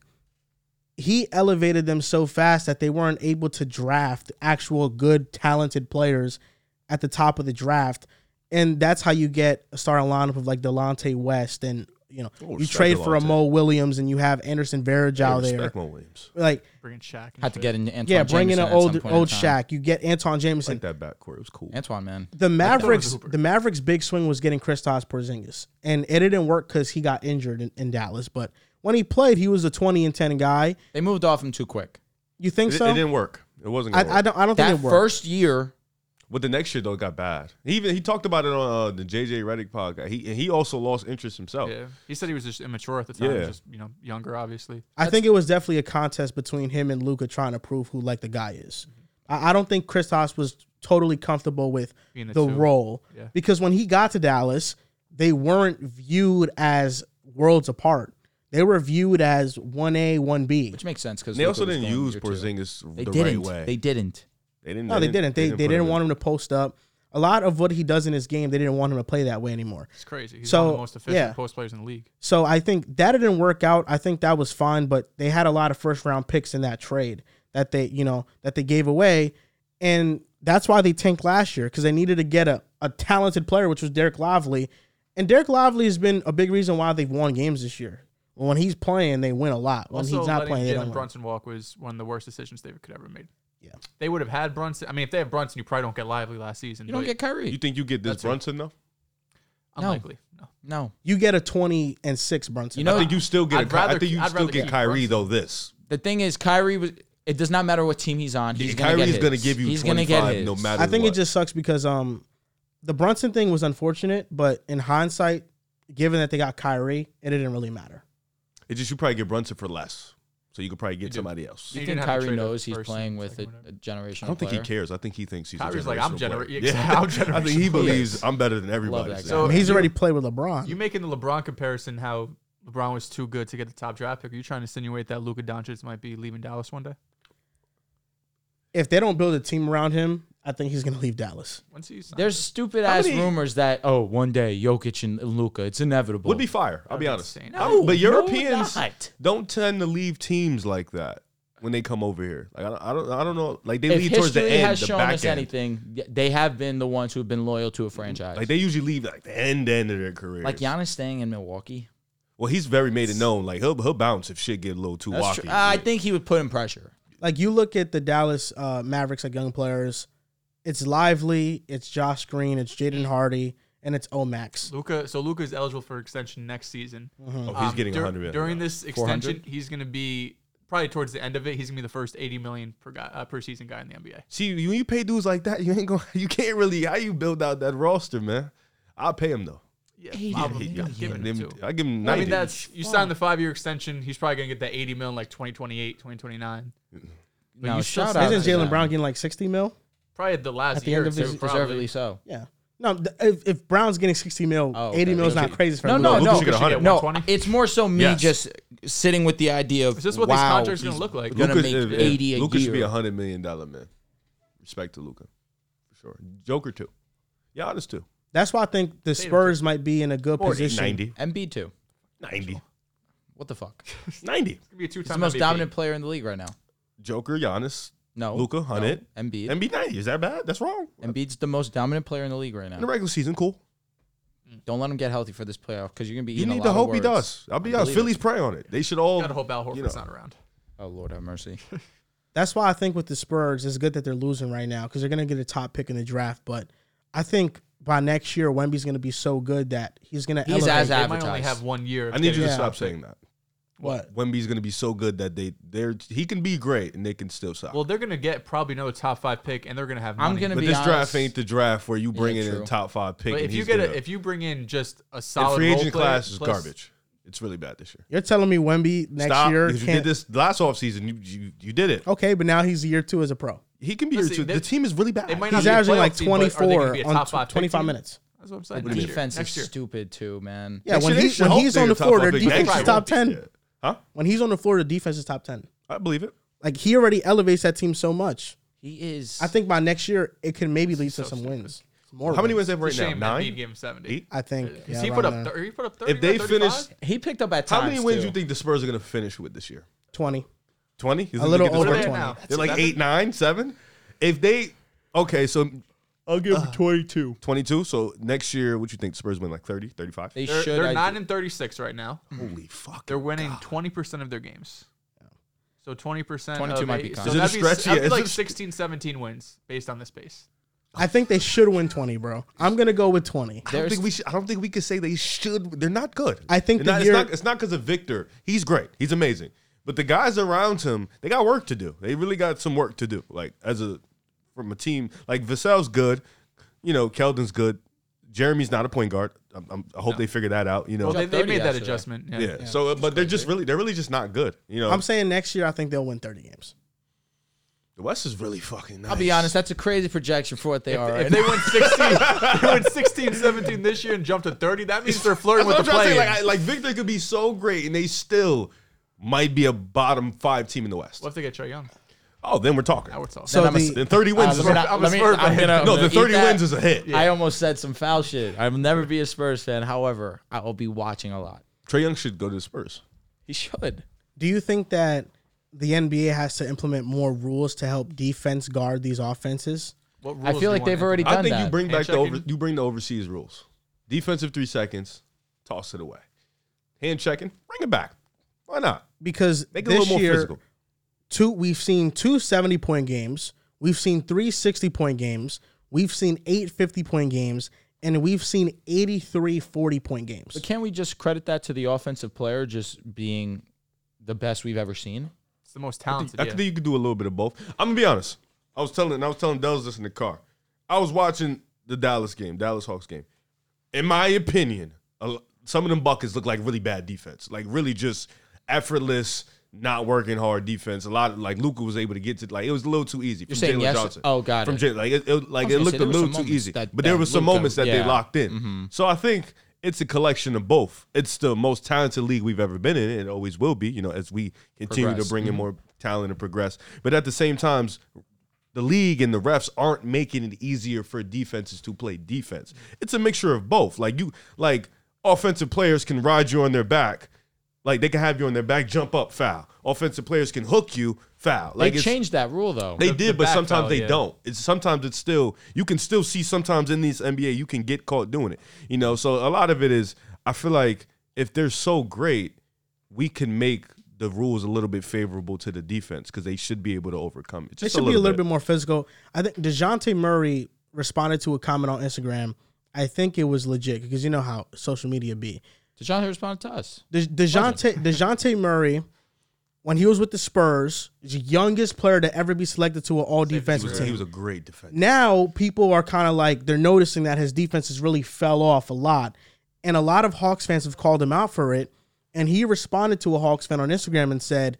A: He elevated them so fast that they weren't able to draft actual good, talented players at the top of the draft, and that's how you get a starting lineup of like Delonte West, and you know
D: Oh,
A: you
D: respect
A: trade for a
D: Delonte.
A: Mo Williams, and you have Anderson Varejao
D: I
A: out there.
D: respect Mo Williams.
A: Like,
C: bringing Shaq. and
B: Had to
C: shit.
B: get in Antoine
A: yeah, bring in
B: Jameson
A: an
B: at some
A: old
B: point in
A: old
B: time.
A: Shaq. You get Anton
D: I
A: Jameson.
D: like that backcourt. It was cool.
B: Antoine, man.
A: The Mavericks,
C: Hooper.
A: the Mavericks' big swing was getting Kristaps Porzingis, and it didn't work because he got injured in, in Dallas. But when he played, he was a twenty and ten guy.
B: They moved off him too quick.
A: You think
D: It,
A: so?
D: it didn't work. It wasn't. Gonna
A: I, I
D: work.
A: don't. I don't think
B: That
A: it worked.
B: first year,
D: But the next year though it got bad. He even he talked about it on uh, the JJ Redick podcast. He and he also lost interest himself.
C: Yeah, he said he was just immature at the time.
D: Yeah.
C: Just you know, younger obviously.
A: I think it was definitely a contest between him and Luca trying to prove who like the guy is. I, I don't think Kristaps was totally comfortable with
C: Being
A: the,
C: the two.
A: role
C: Yeah.
A: because when he got to Dallas, they weren't viewed as worlds apart. They were viewed as one A, one B.
B: which makes sense because
D: And they also didn't use Porzingis
B: They
D: the
B: didn't.
D: right way.
B: They didn't.
D: They didn't.
A: No, they didn't. They they didn't,
D: put
A: want him to post up. A lot of what he does in his game, they didn't want him to play that way anymore.
C: It's crazy. He's
A: So,
C: one of the most efficient
A: yeah.
C: post players in the league.
A: So I think that didn't work out. I think that was fine, but they had a lot of first round picks in that trade that they, you know, that they gave away. And that's why they tanked last year, because they needed to get a, a talented player, which was Derek Lively. And Derek Lively has been a big reason why they've won games this year. When he's playing, they win a lot. When
C: Also,
A: he's not
C: letting
A: playing, they
C: Jalen
A: don't win.
C: Brunson walk was one of the worst decisions they could ever have made.
A: Yeah.
C: They would have had Brunson. I mean, if they have Brunson, you probably don't get Lively last season.
B: You don't
C: but
B: get Kyrie.
D: You think you get this Brunson though?
B: No.
C: unlikely. No.
B: no,
A: You get a 20 and 6 Brunson.
B: You
D: I
B: know-
D: think you still get. a
C: I'd
D: Ky- I
C: rather-
D: think you
C: I'd
D: still
C: rather
D: get
C: keep
D: Kyrie
C: Brunson.
D: though. This
B: the thing is Kyrie was. It does not matter what team he's on. He's gonna
D: Kyrie's
B: get
D: gonna
B: his.
D: give you
B: He's gonna get
D: 25
B: his.
D: no matter.
A: I think
D: what.
A: it just sucks because um the Brunson thing was unfortunate, but in hindsight, given that they got Kyrie, it didn't really matter.
D: It just you probably get Brunson for less, so you could probably get
C: do.
D: somebody else.
B: Do
C: You
B: you
C: didn't
B: think
C: have to
B: Kyrie
C: trade up
B: knows he's
C: first
B: playing
C: and
B: with a,
C: second, whatever.
B: a generational
D: I don't think he
B: player?
D: cares. I think he thinks he's.
C: Kyrie's
D: a
C: like, I'm
D: generational player.
C: genera-
D: Yeah,
C: I'm
D: (laughs) I think he
C: generational.
D: believes I'm better than everybody.
B: that guy.
A: I
C: So-
A: mean, he's
C: you-
A: already played with LeBron.
C: You making the LeBron comparison? How LeBron was too good to get the top draft pick? Are you trying to insinuate that Luka Doncic might be leaving Dallas one day?
A: if they don't build a team around him, I think he's gonna leave Dallas.
C: Once he's
B: There's stupid ass
D: many-
B: rumors that oh one day Jokic and Luca, it's inevitable.
D: Would be fire. I'll be
C: That'd be
D: honest.
C: insane.
D: No,
B: No,
D: but Europeans
B: not.
D: don't tend to leave teams like that when they come over here. Like I don't, I don't, I don't know. Like they
B: If
D: leave towards the
B: history
D: end,
B: has
D: the
B: shown
D: back
B: us
D: end.
B: anything, y- they have been the ones who have been loyal to a franchise.
D: Like they usually leave like the end end of their career.
B: Like Giannis staying in Milwaukee.
D: Well, he's very made it known. Like he'll he'll bounce if shit get a little too
B: That's
D: wacky.
B: true. I think he would put in pressure.
A: Like you look at the Dallas uh, Mavericks like young players, it's Lively, it's Josh Green, it's Jaden Hardy, and it's Omax.
C: Luca. So Luca is eligible for extension next season.
D: oh, he's
C: Um,
D: getting
C: dur-
D: 100 million.
C: during this extension.
B: 400?
C: He's going to be probably towards the end of it. He's going to be the first 80 million per guy uh, per season guy in the NBA.
D: See, when you pay dudes like that, you ain't going. (laughs) You can't really. How you build out that roster, man? I'll pay him though.
C: Yeah,
B: 80
C: I'll-
B: million.
C: yeah, I'm giving it
D: Them-
C: to him.
D: I give him
C: I
D: uh, ninety.
C: mean, that's you sign the five year extension. He's probably going to get that 80 mil in like 2028, 2029. But
B: No,
C: you still
B: shout
C: say-
B: out
A: Isn't
B: to
A: Jalen
B: them.
A: Brown getting like sixty mil?
C: Probably the last
A: At the
C: year
A: end
C: or
A: of
C: two,
A: his- is
C: probably.
B: Deservedly so.
A: Yeah. No, th- if, if Brown's getting sixty mil,
B: Oh, okay.
A: eighty mil is
B: Okay.
A: not crazy for
B: No,
A: him.
B: no,
D: Luka
B: no.
D: should get 100.
B: No,
C: 120?
B: it's more so me
D: Yes.
B: just sitting with the idea of
C: Is this what these
B: wow,
C: contracts are going to look like?
B: gonna make 80 a
D: Luca should be
B: year.
D: a hundred million dollar man. Respect to Luca, for sure. Joker too. Giannis too.
A: That's why I think the Spurs might be in a good
D: Or
A: position.
D: 90.
B: MB two.
D: 90.
B: What the fuck?
D: 90.
C: He's gonna be a two
B: He's the
C: time
B: most
C: MVP.
B: dominant player in the league right now.
D: Joker, Giannis.
B: No.
D: Luka, Hunnit,
B: no. Embiid.
D: MB ninety. Is that bad? That's wrong.
B: Embiid's the most dominant player in the league right
D: In the
B: now.
D: regular season, cool.
B: Don't let him get healthy for this playoff because you're gonna be.
D: You
B: eating a
D: need
B: lot
D: to
B: of
D: hope he
B: words.
D: does. I'll be honest.
B: Believe it.
D: Philly's praying on it. They should all.
C: Gotta hope Al Horford's
D: you know.
C: not around.
B: Oh Lord have mercy.
A: That's why I think with the Spurs, it's good that they're losing right now because they're going to get a top pick in the draft. But I think by next year, Wemby's going to be so good that he's going to
B: He's
A: elevate.
B: as
C: They might only
B: advertised.
C: have one year. of
D: I need you
C: getting
D: to
A: Yeah.
D: stop saying that.
A: what?
D: Wemby's going to be so good that they they're he can be great and they can still suck.
C: Well, they're gonna get probably no top five pick, and they're gonna have.
B: I'm
C: money.
B: gonna
D: but
B: be
D: this draft
B: honest.
D: ain't the draft where you bring
B: Yeah,
D: in a
B: true.
D: top five pick.
C: But if
D: and
C: you
D: he's
C: get
D: gonna-
C: a, if you bring in just a
D: the
C: solid
D: free
C: role
D: agent
C: player,
D: class is
C: plus-
D: garbage. It's really bad this year.
A: You're telling me Wemby next
D: Stop
A: year
D: because you did
A: can't?
D: this last offseason. You, you you did it.
A: Okay, but now he's year two as a pro.
D: He can be
C: Listen,
D: your two.
C: they-
D: The team is really bad.
C: they might not
A: He's
C: be a
A: averaging
C: playoff
A: like
C: team, but are they gonna
A: 24
C: be a
A: on
C: top
A: tw-
C: five pick
A: 25
C: team?
A: minutes.
C: That's what I'm saying.
D: What do you
C: Next
D: mean?
C: year.
B: Defense
C: Next year.
B: is stupid too, man.
A: Yeah,
D: They
A: when,
D: should-
A: he,
D: they should
A: when
D: hope
A: he's
D: they're
A: on the
D: top
A: floor,
D: five
A: their
D: pick
A: defense
D: next
A: is
D: year.
A: top 10.
D: Yeah. Huh?
A: When he's on the floor, the defense is top 10.
D: I believe it.
A: Like he already elevates that team so much.
B: He is.
A: I think by next year, it can maybe lead to some wins. More
D: How many
A: wins?
D: wins they have
C: It's
D: right
C: a
D: now?
C: shame Embiid
D: Nine.
C: gave him 70.
D: Eight?
A: I think. yeah,
C: he
A: around
C: put up
A: there.
B: uh,
C: thir- he put up 30.
D: If they
C: or 35?
D: finish,
B: he picked up at times.
D: how many wins
B: too.
D: do you think the Spurs are going to finish with this year?
A: 20.
D: Twenty?
A: A little
C: What
A: over
C: are they at
A: 20.
C: now?
D: They're like eight, nine, seven. If they okay, so
A: I'll give
C: Uh.
A: him 22.
D: twenty-two. So next year, what you think the Spurs win? Like 30, 35?
B: They
C: They're,
B: should.
C: they're
B: I-
C: nine and 36 right now.
D: Holy fuck!
C: They're winning 20% of their games. So 20%.
B: 22
C: of
B: might
C: eight-
B: be kind.
C: So
D: Is it a
C: that'd be,
D: stretch?
C: that'd
D: Yeah,
C: be
D: is it
C: like
D: a-
C: 16, 17 wins based on this base.
A: I think they should win 20, bro. I'm going to go with 20.
D: I don't
B: There's-
D: think we should, I don't think we could say they should. They're not good.
A: I think the
D: They're not,
A: year-
D: it's not. It's not because of Victor. He's great. He's amazing. But the guys around him, they got work to do. They really got some work to do. Like as a from a team, like Vassell's good. You know, Keldon's good. Jeremy's not a point guard. i I'm, I hope they figure that out. You know,
C: Well, they, they
B: 30
C: made that
B: yesterday.
C: adjustment. Yeah.
D: yeah. So, uh, but they're just really, they're really just not good. You know,
A: I'm saying next year, I think they'll win 30 games.
D: the West is really fucking. Nice.
B: I'll be honest. That's a crazy projection for what they are. right
C: If they
B: now.
D: (laughs)
C: win 16, they win 16, 17 this year and jump to 30, that means they're flirting
D: That's
C: with
D: what
C: the
D: I'm trying to
C: play.
D: say. Like, I, like Victor could be so great, and they still might be a bottom five team in the West.
C: What if they get Trey Young?
D: Oh, then we're talking.
C: Now we're talking.
A: So
B: Then I'm a-
A: the-
D: Then 30 wins
B: Uh, let
D: is
B: me
D: a
B: not-
C: I'm a
B: let me-
C: Spurs
B: I'm
C: fan.
B: gonna-
D: No,
B: I'm
D: the
B: gonna
D: 30
B: eat that.
D: wins is a hit.
B: I almost said some foul shit. I'll never be a Spurs fan. However, I will be watching a lot.
D: Trey Young should go to the Spurs.
B: He should.
A: Do you think that the NBA has to implement more rules to help defense guard these offenses?
C: What rules
B: I
C: do you
B: feel like
C: want
B: they've
C: to
B: already
D: I
B: done
D: think
B: that.
D: you bring back the
C: Hand-checking?
D: over, you bring the overseas rules. Defensive three seconds, toss it away. Hand checking, bring it back. Why not?
A: Because
D: Make it a
A: this
D: little more
A: year,
D: physical.
A: two we've seen two 70 point games, we've seen three 60 point games, we've seen eight 50 point games, and we've seen 83 40 point games.
B: But can't we just credit that to the offensive player just being the best we've ever seen?
C: It's the most talented.
D: I
C: yeah.
D: think you could do a little bit of both. I'm gonna be honest. I was telling, and I was telling Dells this in the car. I was watching the Dallas game, Dallas Hawks game. In my opinion, a l- some of them buckets look like really bad defense, like really just effortless, not working hard defense. A lot of like Luca was able to get to like it was a little too easy. You're
B: saying yes- oh, got
D: from
B: it.
D: Jalen, like it, it- like
B: was
D: it
B: gonna say, there were some
D: looked a little too
B: moments
D: easy,
B: that-
D: but there
B: that
D: were some
B: Luka-
D: moments that they
B: yeah.
D: locked in.
B: Mm-hmm.
D: So I think it's a collection of both. It's the most talented league we've ever been in, and it always will be. You know, as we continue
B: Progress. Mm-hmm.
D: to bring in more talent and progress, but at the same times, the league and the refs aren't making it easier for defenses to play defense. It's a mixture of both. Like you, like offensive players can ride you on their back, like they can have you on their back, jump up, foul. Offensive players can hook you, foul. Like
B: they
D: it's-
B: changed that rule though.
D: They
C: The-
D: did,
C: the
D: but
C: back
D: sometimes
C: foul,
D: they
C: yeah.
D: don't. It's sometimes it's still you can still see sometimes in this NBA you can get caught doing it. You know, so a lot of it is I feel like if they're so great, we can make the rules a little bit favorable to the defense because they should be able to overcome it.
A: They should be a little bit. more physical. I think DeJounte Murray responded to a comment on Instagram. I think it was legit because you know how social media be.
B: DeJounte responded to us.
A: De- DeJounte,
D: (laughs)
A: DeJounte Murray, when he was with the Spurs, is the youngest player to ever be selected to an all
D: He
A: defensive
D: was, he
A: team.
D: was a great defender.
A: Now people are kind of like they're noticing that his defense has really fell off a lot. And a lot of Hawks fans have called him out for it. And he responded to a Hawks fan on Instagram and said,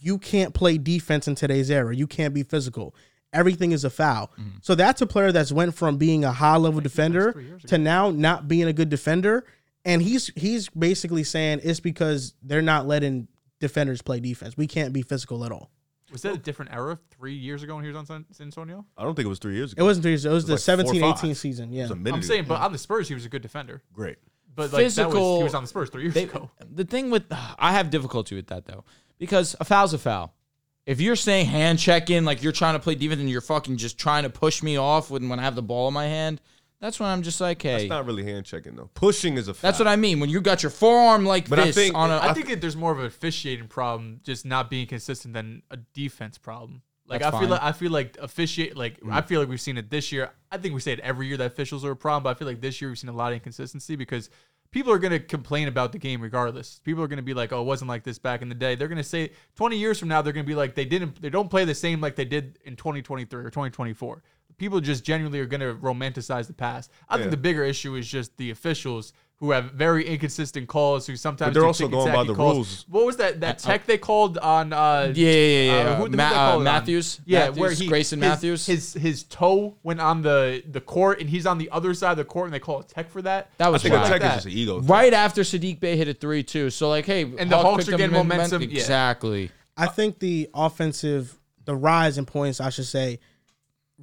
A: You can't play defense in today's era. You can't be physical. Everything is a foul.
D: Mm-hmm.
A: So that's a player that's went from being a high level defender to now not being a good defender. And he's he's basically saying it's because they're not letting defenders play defense. We can't be physical at all.
C: Was that a different era three years ago when he was on San, San Antonio?
D: I don't think it was three years
A: It
D: ago.
A: wasn't three years. It was,
D: was
A: the
D: like four or
A: seventeen eighteen
D: five.
A: 17 18 season. Yeah.
D: It was a minute
C: I'm
D: ago.
C: saying, but on the Spurs, he was a good defender.
D: great.
C: But like that was,
B: Physical-
C: he was on the Spurs three years
B: They,
C: ago.
B: the thing with I have difficulty with that though because a foul's a foul. if you're saying hand check in, like you're trying to play defense and you're fucking just trying to push me off when, when I have the ball in my hand, that's when I'm just like, hey,
D: It's not really hand checking though. Pushing is a. Foul.
B: that's what I mean. When you got your forearm like
D: But I
B: this
D: think-
B: on a,
C: I think that there's more of an officiating problem, just not being consistent, than a defense problem. Like
B: That's
C: I feel
B: fine. Mm.
C: like I feel like officiate like I feel like we've seen it this year. I think we say it every year that officials are a problem, but I feel like this year we've seen a lot of inconsistency because people are gonna complain about the game regardless. People are gonna be like, "Oh, it wasn't like this back in the day." They're gonna say 20 years from now they're gonna be like, "They didn't, they don't play the same like they did in 2023 or 2024." People just genuinely are gonna romanticize the past. I think
D: Yeah.
C: the bigger issue is just the officials who have very inconsistent calls who sometimes
D: But they're
C: do
D: also
C: ticky
D: going by
C: tacky
D: the
C: calls.
D: rules.
C: What was that that tech they called on? Uh,
B: yeah, yeah, yeah, yeah.
C: uh, who- who did
B: Ma-
C: they
B: uh,
C: call it on?
B: Matthews,
C: Yeah,
B: Matthews,
C: where he
B: Grayson
C: his-
B: Matthews.
C: His his toe went on the the court and he's on the other side of the court and they call it tech for that.
B: That
D: I
B: was
D: think
B: wild.
D: a tech
C: that.
D: is just an ego. thing.
B: right after Sadiq Bay hit a three two. So like, hey, and
C: the Hawks are getting momentum, yeah.
B: Exactly.
A: I think the offensive, the rise in points, I should say,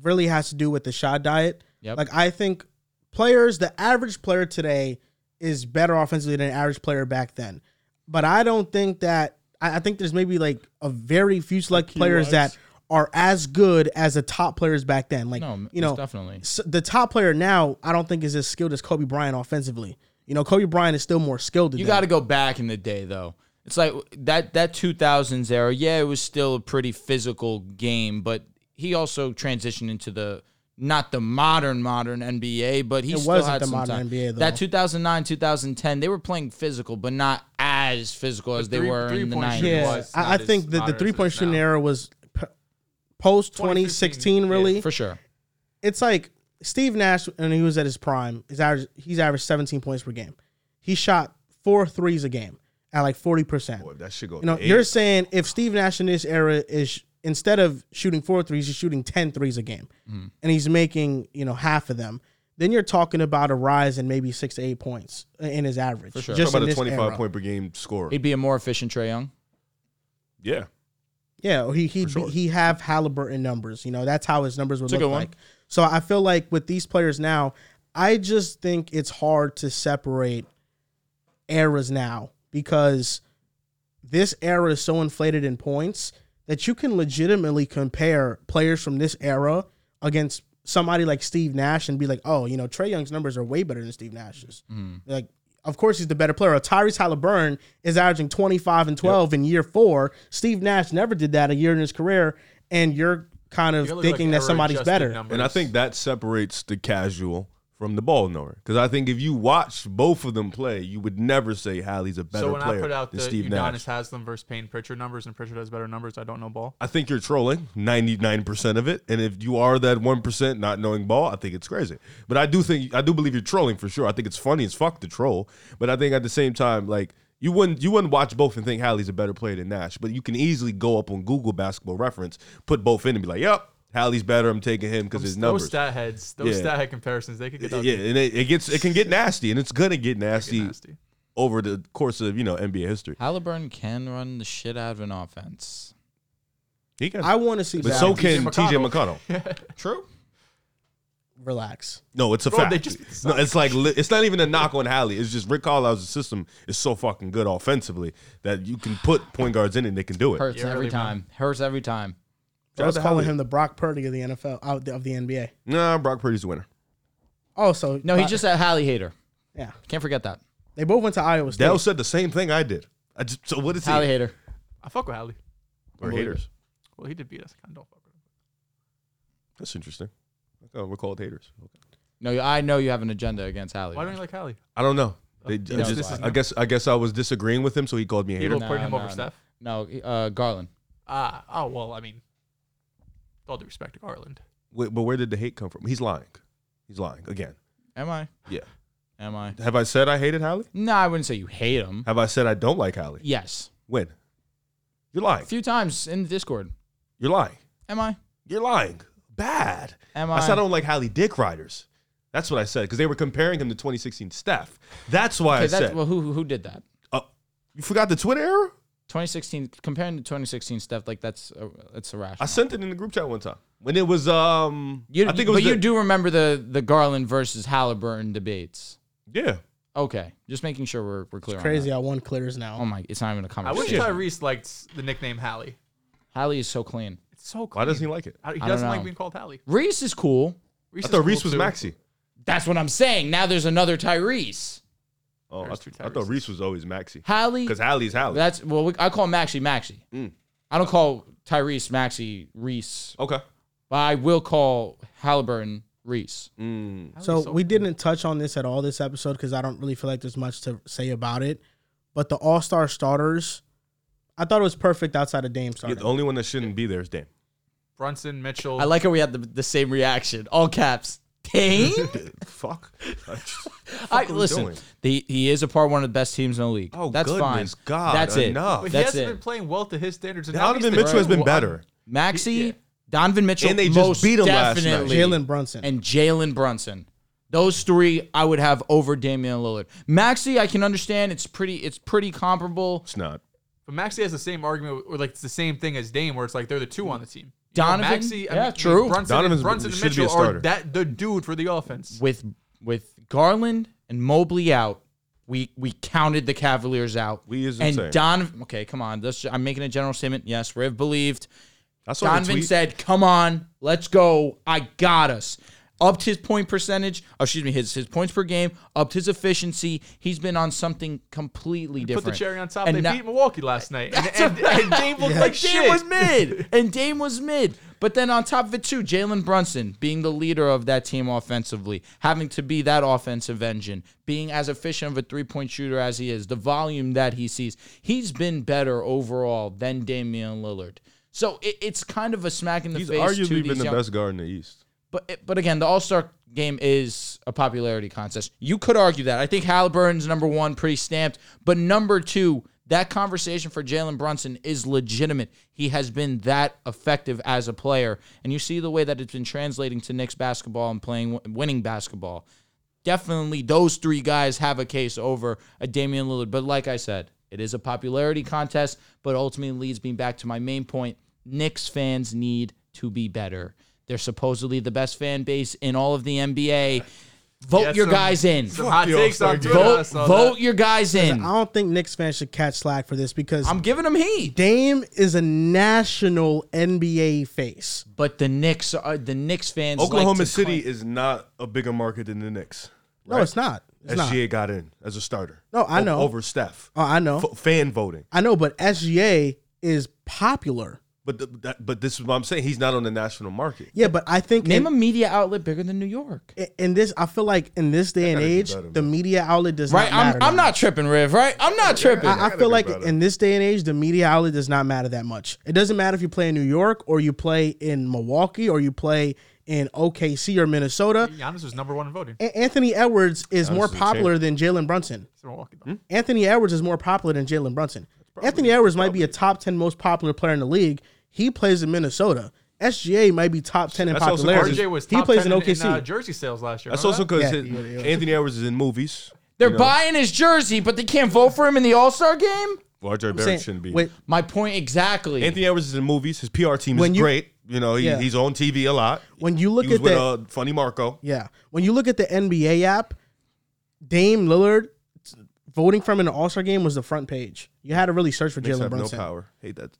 A: really has to do with the shot diet.
B: Yep.
A: Like I think players, the average player today is better offensively than an average player back then. But I don't think that. I, I think there's maybe like a very few select players that are as good as the top players back then. Like
B: No,
A: you know,
B: Oh, definitely.
A: s- the top player now, I don't think is as skilled as Kobe Bryant offensively. You know, Kobe Bryant is still more skilled. Than
B: You
A: them.
B: got to go back in the day though. It's like that that 2000s era. Yeah, it was still a pretty physical game, but he also transitioned into the not the modern modern NBA, but he
A: It
B: still
A: wasn't
B: had
A: the
B: some
A: modern
B: time.
A: NBA, though.
B: That 2009 2010, they were playing physical, but not as physical as they
C: three-
B: were in the
C: three-point
B: 90s.
C: shooting
A: Yeah,
C: was
A: I, I
C: not as
A: think that the
C: modern as it
A: three point
C: is
A: shooting
C: now.
A: era was p- post 2016.
C: 2015,
A: Really,
B: For sure.
A: it's like Steve Nash when he was at his prime. His average, he's averaged 17 points per game. He shot four threes a game at like 40 percent.
D: Boy, that should go.
A: You know,
D: to eight.
A: you're saying if Steve Nash in this era is instead of shooting four threes, he's shooting 10 threes a game, and he's making you know half of them. Then you're talking about a rise in maybe six to eight points in his average. For
B: sure.
A: just
D: talking
A: in
D: about a
A: this
D: 25
A: era.
D: point per game scorer.
B: He'd be a more efficient Trey Young.
D: yeah,
A: Yeah, or he he
D: sure.
A: he have Halliburton numbers. You know, that's how his numbers would
B: It's a
A: look
B: good one.
A: like. So I feel like with these players now, I just think it's hard to separate eras now because this era is so inflated in points that you can legitimately compare players from this era against somebody like Steve Nash and be like, oh, you know, Trey Young's numbers are way better than Steve Nash's.
D: Mm.
A: Like, of course he's the better player. Tyrese Halliburton is averaging 25 and 12 in year four. Steve Nash never did that a year in his career, and you're kind of
C: You look
A: thinking
C: like
A: that somebody's
C: error-adjusted
A: better.
C: numbers.
D: and I think that separates the casual from the ball knower. Because I think if you watch both of them play, you would never say Hallie's a better
C: so when
D: player
C: I put out the
D: than Steve
C: Udonis
D: Nash.
C: Haslam versus Payne Pritchard numbers and Pritchard has better numbers, I don't know ball.
D: I think you're trolling 99% of it. And if you are that 1% not knowing ball, I think it's crazy. But I do think, I do believe you're trolling for sure. I think it's funny as fuck to troll. But I think at the same time, like, you wouldn't you wouldn't watch both and think Hallie's a better player than Nash, but you can easily go up on Google basketball reference, put both in and be like, "Yep, Hallie's better. I'm taking him because his numbers."
C: Those stat heads, those
D: Yeah.
C: stat head comparisons, they could get
D: yeah, and it, it gets it can get nasty, and it's gonna get nasty,
C: nasty.
D: over the course of you know NBA history.
B: Halliburton can run the shit out of an offense.
D: He can,
A: I want to see
D: but
A: that.
D: so
C: T.J.
D: can T.J. McConnell.
B: True.
A: relax.
D: No, it's a
C: Bro,
D: fact.
C: they just-
D: no, it's like li- it's not even a knock on Hallie. It's just Rick Carlisle's system is so fucking good offensively that you can put point guards in and they can do it.
B: Hurts
C: Yeah,
B: every
C: really, man.
B: time. Hurts every time.
A: I was
D: Shout out to
A: calling
D: Hallie.
A: him the Brock Purdy of the NFL out of the NBA.
D: Nah, Brock Purdy's the winner.
A: Oh, so
B: No, he's just a Hallie hater.
A: yeah.
B: Can't forget that.
A: They both went to Iowa State.
D: Dell said the same thing I did. I just, so what is
B: Hallie
D: he?
B: hater.
C: I fuck with Hallie.
D: Or haters?
C: Well, he did beat us. I kind of don't fuck with him.
D: That's interesting. Oh, we're called haters.
B: No, I know you have an agenda against Hallie.
C: Why don't you like Hallie?
D: I don't know. They,
C: You
D: I,
B: know,
D: just-
B: this is
D: I guess I guess I was disagreeing with him, so he called me a hater.
C: People putting him
B: no,
C: over
B: no.
C: Steph.
B: No, uh, Garland.
C: Ah, oh well. I mean, with all due respect to Garland,
D: Wait, but where did the hate come from? He's lying. He's lying again.
B: Am I?
D: Yeah.
B: Am I?
D: Have I said I hated Hallie?
B: No, I wouldn't say you hate him.
D: Have I said I don't like Hallie?
B: Yes.
D: When? You're
B: A
D: lying.
B: few times in the Discord.
D: You're lying.
B: Am I?
D: You're lying. Bad.
B: Am
D: I said I
B: I?
D: don't like Hallie Dick Riders. That's what I said because they were comparing him to 2016 Steph. That's why
B: Okay,
D: I
B: that's,
D: said.
B: well, who, who who did that?
D: Uh, you forgot the Twitter era?
B: 2016, comparing to 2016 stuff, like that's uh, it's
D: I
B: irrational.
D: sent it in the group chat one time when it was. Um,
B: You,
D: I think it was.
B: but you
D: the-
B: do remember the, the Garland versus Halliburton debates.
D: Yeah.
B: Okay. Just making sure we're, we're clear on
A: crazy
B: that.
A: how one clears now.
B: Oh, my. It's not even a
C: I wish
B: conversation.
C: Tyrese liked the nickname Hallie.
B: Hallie is so clean.
C: It's so clean.
D: Why doesn't he like it?
C: I- he
B: I don't
C: doesn't like
B: know.
C: being called Hallie.
B: Reese is cool.
D: I
C: Reese
D: thought
C: is
D: Reese
C: cool,
D: was
C: too.
D: Maxi.
B: That's what I'm saying. Now there's another Tyrese.
D: Oh, I,
C: There's two
D: I thought
C: Tyreses.
D: Reese was always Maxi.
B: Hallie.
D: Because Hallie's Hallie.
B: That's well, we, I call him Maxie Maxie.
D: Mm.
B: I don't call Tyrese Maxie Reese,
D: okay.
B: but I will call Halliburton Reese.
D: Mm.
B: Oh,
C: Hallie's
A: So we
C: cool.
A: didn't touch on this at all this episode because I don't really feel like there's much to say about it. But the All Star starters, I thought it was perfect outside of Dame
D: Yeah,
A: starting.
D: the only one that shouldn't be there
A: (laughs)
D: is Dame.
C: Brunson Mitchell.
B: I like how we had the, the same reaction, all caps.
D: (laughs)
B: Dang.
D: Fuck. I just-
A: (laughs)
B: I,
D: are we
B: listen,
D: doing?
B: the, he is a part of one of the best teams in the league.
D: Oh,
B: that's
D: goodness
B: fine.
D: God,
B: that's it.
D: enough.
C: but he
B: That's
C: hasn't been
B: it.
C: playing well to his standards. And now he's
D: Donovan
C: the
D: Mitchell has been
C: Well,
D: better.
B: Maxie,
C: Yeah.
B: Donovan Mitchell,
D: And they just
B: most
D: beat him last night.
B: definitely,
A: Jalen Brunson.
B: and Jalen Brunson. Those three I would have over Damian Lillard. Maxie, I can understand. It's pretty. It's pretty comparable.
D: It's not.
C: But Maxi has the same argument, or like it's the same thing as Dame, where it's like they're the two on the team.
B: Donovan? Yeah, true.
C: Brunson,
D: Donovan's-
C: and, Brunson and
D: should be a
C: Mitchell are
D: starter.
C: that the dude for the offense.
B: with with Garland and Mobley out, we we counted the Cavaliers out.
D: We is
B: and
D: insane.
B: Don. Okay, come on. Let's, I'm making a general statement. Yes, Riv believed.
D: I saw the
B: Donovan
D: tweet.
B: said, "Come on, let's go. I got us." Upped his point percentage. Oh, excuse me, his his points per game. Upped his efficiency. He's been on something completely
C: Put
B: different.
C: the cherry on top.
B: And
C: they
B: now-
C: beat Milwaukee
B: (laughs)
C: last night, and,
B: That's
C: and,
B: right.
C: and Dame looked
D: (laughs)
C: like
B: Like
C: shit.
B: Dame was mid, and Dame was mid. But then on top of it too, Jalen Brunson being the leader of that team offensively, having to be that offensive engine, being as efficient of a three-point shooter as he is, the volume that he sees, he's been better overall than Damian Lillard. So it, it's kind of a smack in the
D: He's
B: face. to
D: arguably
B: these
D: been the
B: young-
D: best guard in the East.
B: But but again, the All Star game is a popularity contest. You could argue that. I think Halliburton's number one, pretty stamped. But number two, that conversation for Jalen Brunson is legitimate. He has been that effective as a player, and you see the way that it's been translating to Knicks basketball and playing winning basketball. Definitely, those three guys have a case over a Damian Lillard. But like I said, it is a popularity contest. But ultimately, leads me back to my main point: Knicks fans need to be better. They're supposedly the best fan base in all of the NBA. Vote
C: Yeah,
B: your
C: some-
B: guys in.
C: Some hot
D: the
C: takes
D: All-Star
C: on
D: game.
C: Twitter. I
B: Vote,
C: saw
B: vote
C: that.
B: your guys in.
A: I don't think Knicks fans should catch slack for this because
B: I'm giving them heat.
A: Dame is a national NBA face.
B: But the Knicks are the Knicks fans. like
D: Oklahoma
B: to
D: City
B: claim-
D: is not a bigger market than the Knicks.
A: No, it's not. It's not.
D: SGA got in as a starter.
A: No, I
D: O-
A: know.
D: Over Steph.
A: Oh, I know.
D: F- fan voting.
A: I know, but SGA is popular.
D: But the, that, but this is what I'm saying. He's not on the national market.
A: Yeah, but I think
B: Name
A: in,
B: a media outlet bigger than New York.
A: in this, I feel like in this day and
D: gotta do
A: age,
D: better,
A: the
D: man.
A: media outlet does
B: Right?
A: not matter.
B: I'm,
A: that
B: I'm not tripping, Riv. Right? I'm not tripping.
A: I, I
D: gotta
A: feel
D: be
A: like
D: better.
A: in this day and age, the media outlet does not matter that much. It doesn't matter if you play in New York or you play in Milwaukee or you play in OKC or Minnesota.
C: Giannis was number one in voting.
A: A- Anthony Edwards is more
D: is a
A: popular than Jalen Brunson.
C: It's Milwaukee, though.
D: Hmm?
A: Anthony Edwards is more popular than Jalen Brunson. Anthony Edwards might be a top 10 most popular player in the league. He plays in Minnesota. SGA might be top 10 in
D: That's also
A: popularity.
D: RJ
C: RJ was
A: he
C: top
A: plays
C: 10
A: in
C: in,
A: OKC.
C: in, uh, jersey sales last year.
D: That's
C: remember
D: also because
A: Yeah, he- he was-
D: Anthony Edwards is in movies.
B: They're
D: you know.
B: buying his jersey, but they can't vote for him in the All Star game.
D: Well, RJ
A: Saying-
D: Barrett shouldn't be.
A: wait,
B: My point exactly.
D: Anthony Edwards is in movies. His PR team
A: When
D: is
A: you-
D: great. You know, he,
A: Yeah.
D: he's on TV a lot.
A: when you look
D: he was
A: at
D: with
A: that,
D: uh, Funny Marco.
A: yeah, when you look at the NBA app, Dame Lillard t- voting from an All Star game was the front page. You had to really search for
D: Knicks
A: Jalen
D: have no
A: Brunson.
D: power. Hate that.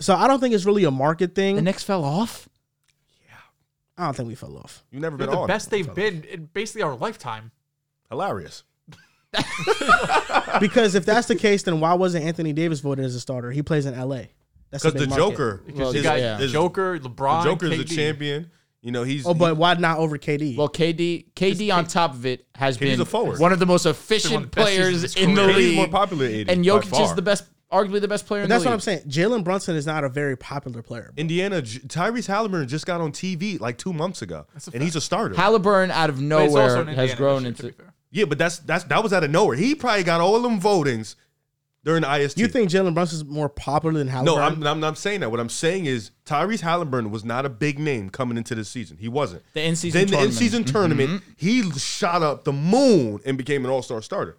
A: so I don't think it's really a market
B: the
A: thing.
B: Knicks fell off.
A: I don't think we fell off.
D: You've never
C: They're
D: been
C: the
D: on.
C: best they've been in basically our lifetime.
D: Hilarious.
A: Because if that's the case, then why wasn't Anthony Davis voted as a starter? He plays in LA. That's a
D: Because
A: big
D: the
A: market.
D: Joker.
C: Because you
D: is-
C: got
B: yeah.
D: is-
C: Joker, LeBron,
D: Joker is a
C: KD.
D: champion. You know, he's
A: Oh, but why not over KD?
B: Well, KD, KD on top of it has
D: KD's
B: been
D: a forward.
B: one of the most
C: One of
B: efficient
C: the best
B: players
C: seasons
B: in the
C: career.
D: KD's
B: league.
D: more popular than 80,
B: and
D: by
B: Jokic is
D: far.
B: the best, arguably the best player in
A: That's
B: the
A: what
B: league.
A: I'm saying. Jalen Brunson is not a very popular player.
D: Indiana, J- Tyrese Halliburton just got on TV like two months ago,
C: a
D: and he's a starter.
B: Halliburton out of
C: But it's also
B: nowhere
C: in
B: has
C: Indiana
B: grown
C: this year,
B: into.
C: to be fair.
D: yeah, but that's that's that was out of nowhere. He probably got all them votings during the IST.
A: You think Jalen Brunson's more popular than
D: No,
A: Halliburton?
D: I'm, I'm not saying that. What I'm saying is Tyrese Halliburton was not a big name coming into the season. He wasn't.
B: The in-season
D: then
B: tournament.
D: the in-season
A: Mm-hmm.
D: tournament, he shot up the moon and became an All-Star starter.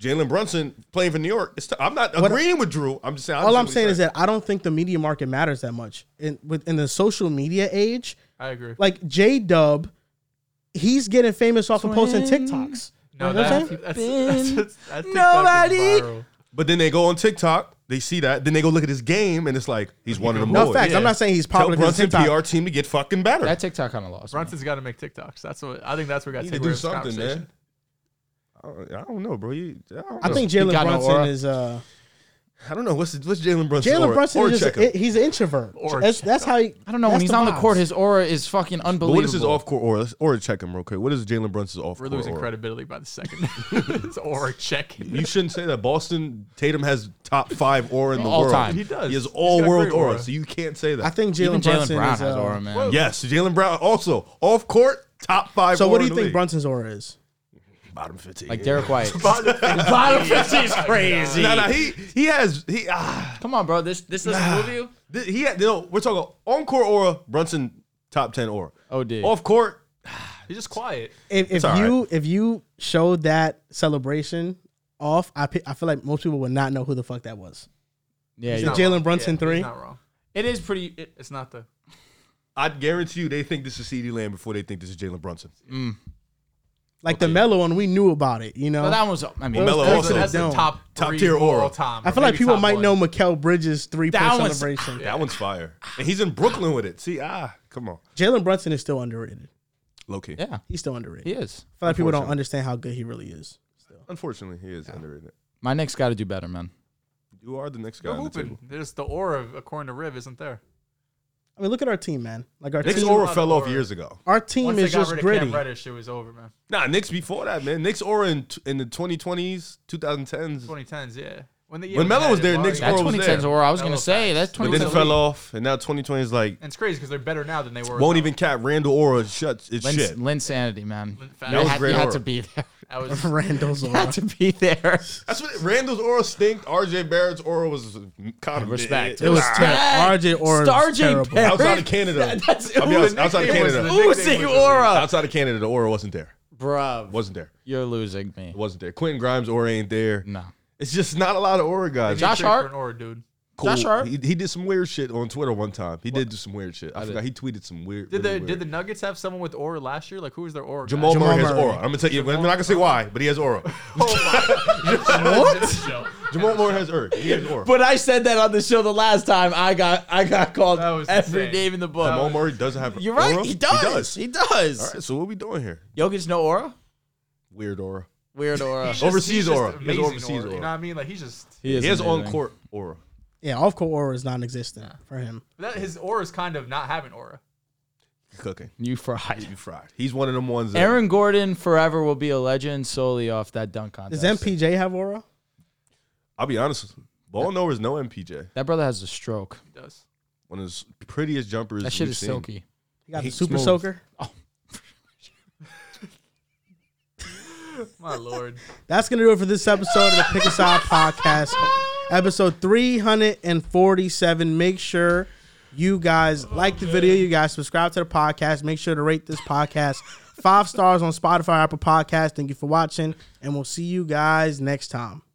D: Jalen Brunson playing for New York. It's t- I'm not agreeing with Drew. I'm just saying.
A: All
D: just
A: I'm
D: what he's
A: saying is that I don't think the media market matters that much in within the social media age.
C: I agree.
A: Like J Dub, he's getting famous off of posting
B: Twin.
A: TikToks.
C: No,
A: You know what I'm
C: that's, (laughs)
A: saying?
C: that's, that's, that's, that's
B: Nobody
C: Nobody.
D: But then they go on TikTok, they see that, then they go look at his game, and it's like he's one of them.
A: No
D: boys.
A: facts. I'm not saying he's
D: Tell
A: popular because
D: Brunson
A: TikTok.
D: PR team to get fucking better.
B: That TikTok kind of lost. me.
C: Brunson's got to make TikToks. That's what I think. That's what got
D: You
C: to
D: need to
C: take
D: do
C: away from this
D: something,
C: conversation.
D: man. I don't- I don't know, bro. You, I, don't
A: I
D: know.
A: think
B: He
A: Jalen
B: got no
A: Brunson
B: aura.
A: is uh
D: I don't know what's what's Jalen Brunson.
A: Jalen
D: aura-
A: Brunson
D: aura
A: is just
D: checker?
A: it- he's an introvert.
C: Or
A: that's,
C: check
A: that's how he.
B: I don't know. When
A: that's
B: he's on the
A: vibes.
B: court, his aura is fucking
D: But
B: unbelievable.
D: what is his off court aura? Let's aura check him real quick. What is Jalen Brunson's off
C: We're
D: court?
C: losing
D: aura?
C: credibility by the
D: (laughs)
C: second. (laughs) it's aura check. (laughs)
D: You shouldn't say that. Boston Tatum has top five aura in the
B: All
D: world.
B: time.
C: He does.
D: He has
C: He's
D: all
C: got a
D: world
C: great
D: aura.
C: aura.
D: so you can't say that.
A: I think
B: Even
A: Jalen
B: Jalen
A: Brunson
B: Brown
A: is.
B: has
A: uh,
B: aura, man.
D: yes, Jalen Brown also off court top five.
A: So
D: aura
A: what do you
D: in the
A: think
D: league.
A: Brunson's aura is?
D: Bottom fifteen.
B: Like Derek
D: (laughs)
B: White.
C: Bottom (laughs) is crazy.
D: No, no, he he has he ah
B: Come on, bro. This this doesn't move you.
D: th- he had, no. We're talking on court aura. Brunson top ten aura.
B: Oh, dude.
D: Off court.
C: He's just quiet.
A: If, if
D: all
A: you if you showed that celebration off, I pe- I feel like most people would not know who the fuck that was.
B: yeah,
A: The
B: yeah.
C: not
A: Jalen
C: wrong.
A: Brunson
C: Yeah,
A: three.
C: He's not wrong.
B: it is pretty. It,
C: It's not the.
D: I guarantee you, they think this is C.D. Lamb before they think this is Jalen Brunson.
A: Like the mellow one, we knew about it. You know,
B: but that one's. I mean,
D: Well, Melo
A: That was
D: also-
A: a
C: That's the
A: dome.
C: top
D: Top
C: three
D: tier
C: of all
D: aura.
C: Time,
A: I
C: or
A: feel like
C: maybe
A: people
C: top
A: might
C: one.
A: know Mikel Bridges three point
B: That one's- (laughs)
A: celebration.
D: That one's fire. And he's in Brooklyn with it. See, ah, come on,
A: Jalen Brunson is still underrated.
D: low key.
B: yeah,
A: He's still underrated.
B: he is.
A: I feel like people don't
D: Unfortunately.
A: understand how good he really is.
D: Unfortunately, he is underrated.
B: My Knicks got to do better, man.
D: You are the next guy
C: They're
D: on the
C: hooping.
D: table.
C: There's the aura of- according to Riv isn't there.
A: I mean, look at our team, man. Like our
D: Knicks
A: team,
D: aura
C: lot of
D: fell off
C: aura.
D: years ago.
A: our team
C: Once
A: is
C: they got
A: just
C: rid
A: gritty.
C: of Cam Reddish, it was over, man.
D: Nah, Knicks before that, man. Knicks aura in, t- in the 2020s, 2010s.
C: 2010s, yeah. When, the, yeah,
D: When Melo
C: they
D: was
C: had
D: there,
C: Larry-
D: Knicks
B: That
D: Aura was
B: 2010's
D: there.
B: aura. I was
C: That
B: gonna
C: was
B: say
C: fast.
B: that
D: But then
B: 2010.
D: it fell off, and now 2020 is like
C: And it's crazy because they're better now than they were.
D: won't
C: now.
D: even cap. Randall aura shuts its
B: Lin,
D: shit.
B: Lin sanity, man. You
C: Lin- That was
B: had,
D: great
B: you had
D: aura.
B: to be (laughs) there.
C: That
D: (laughs)
C: was
A: (laughs) Randall's
B: You
A: aura.
B: had to be there.
D: That's what Randall's aura stinked. RJ Barrett's aura was uh, kind of
B: Respect.
A: It was
D: Ah.
A: terrible. RJ aura is
B: Star J.
A: terrible.
B: Barrett.
D: Outside of
B: (laughs)
D: Canada.
B: That- that's
D: I'll be
B: ooh,
D: honest,
B: the
D: outside of
B: nickname was
D: Canada.
B: the
C: Oozing
B: nickname was the
C: aura.
B: nickname.
D: Outside of Canada, the aura wasn't there.
B: Bruv,
D: Wasn't there.
B: you're losing me.
D: Wasn't there. Quentin Grimes aura ain't there.
B: No.
D: It's just not a lot of aura guys.
B: Josh
C: Josh
B: Hart?
C: Hart. An aura, dude.
D: Cool.
B: Josh Hart?
D: He, he did some weird shit on Twitter one time. He did do some weird shit. I, forgot. He tweeted some weird.
C: Did
D: really
C: the
D: weird.
C: did the Nuggets have someone with aura last year? Like who was their aura? guy? (laughs)
D: Jamal,
A: Jamal
D: Murray has
A: Murray.
D: aura. I'm gonna tell you. I'm not gonna say why, but he has aura.
C: Oh
D: (laughs)
B: What?
D: Jamal Murray has aura. He has aura.
B: (laughs) But I said that on the show the last time. I got I got called
C: That was
B: every
C: insane.
B: name in the book.
D: Jamal Murray doesn't have.
B: uh, You're right.
D: aura?
B: He does. He does.
D: All right. So what we doing here?
B: Jokic no aura.
D: Weird aura.
B: Weird aura.
C: He's
D: Overseas
C: he's just
D: aura. He has
C: amazing
D: overseas aura.
C: You know what I mean? Like he's just
D: He has on court aura.
A: Yeah, off court aura is non-existent for him.
C: that, his aura is kind of not having aura.
D: Cooking.
B: You fried.
D: You fried. He's one of them ones. That,
B: Aaron Gordon forever will be a legend solely off that dunk contest.
A: Does MPJ have aura?
D: I'll be honest. with you. Ball knowers no MPJ.
B: that brother has a stroke.
C: He does.
D: One of his prettiest jumpers.
B: That shit
D: we've
B: is
D: seen.
B: silky.
A: He got
D: He
A: the super
D: smooth.
A: soaker.
C: My lord.
A: That's gonna do it for this episode of the Pick Aside Podcast, episode 347. Make sure you guys like the video, you guys subscribe to the podcast. Make sure to rate this podcast five stars on Spotify, Apple Podcast. Thank you for watching, and we'll see you guys next time.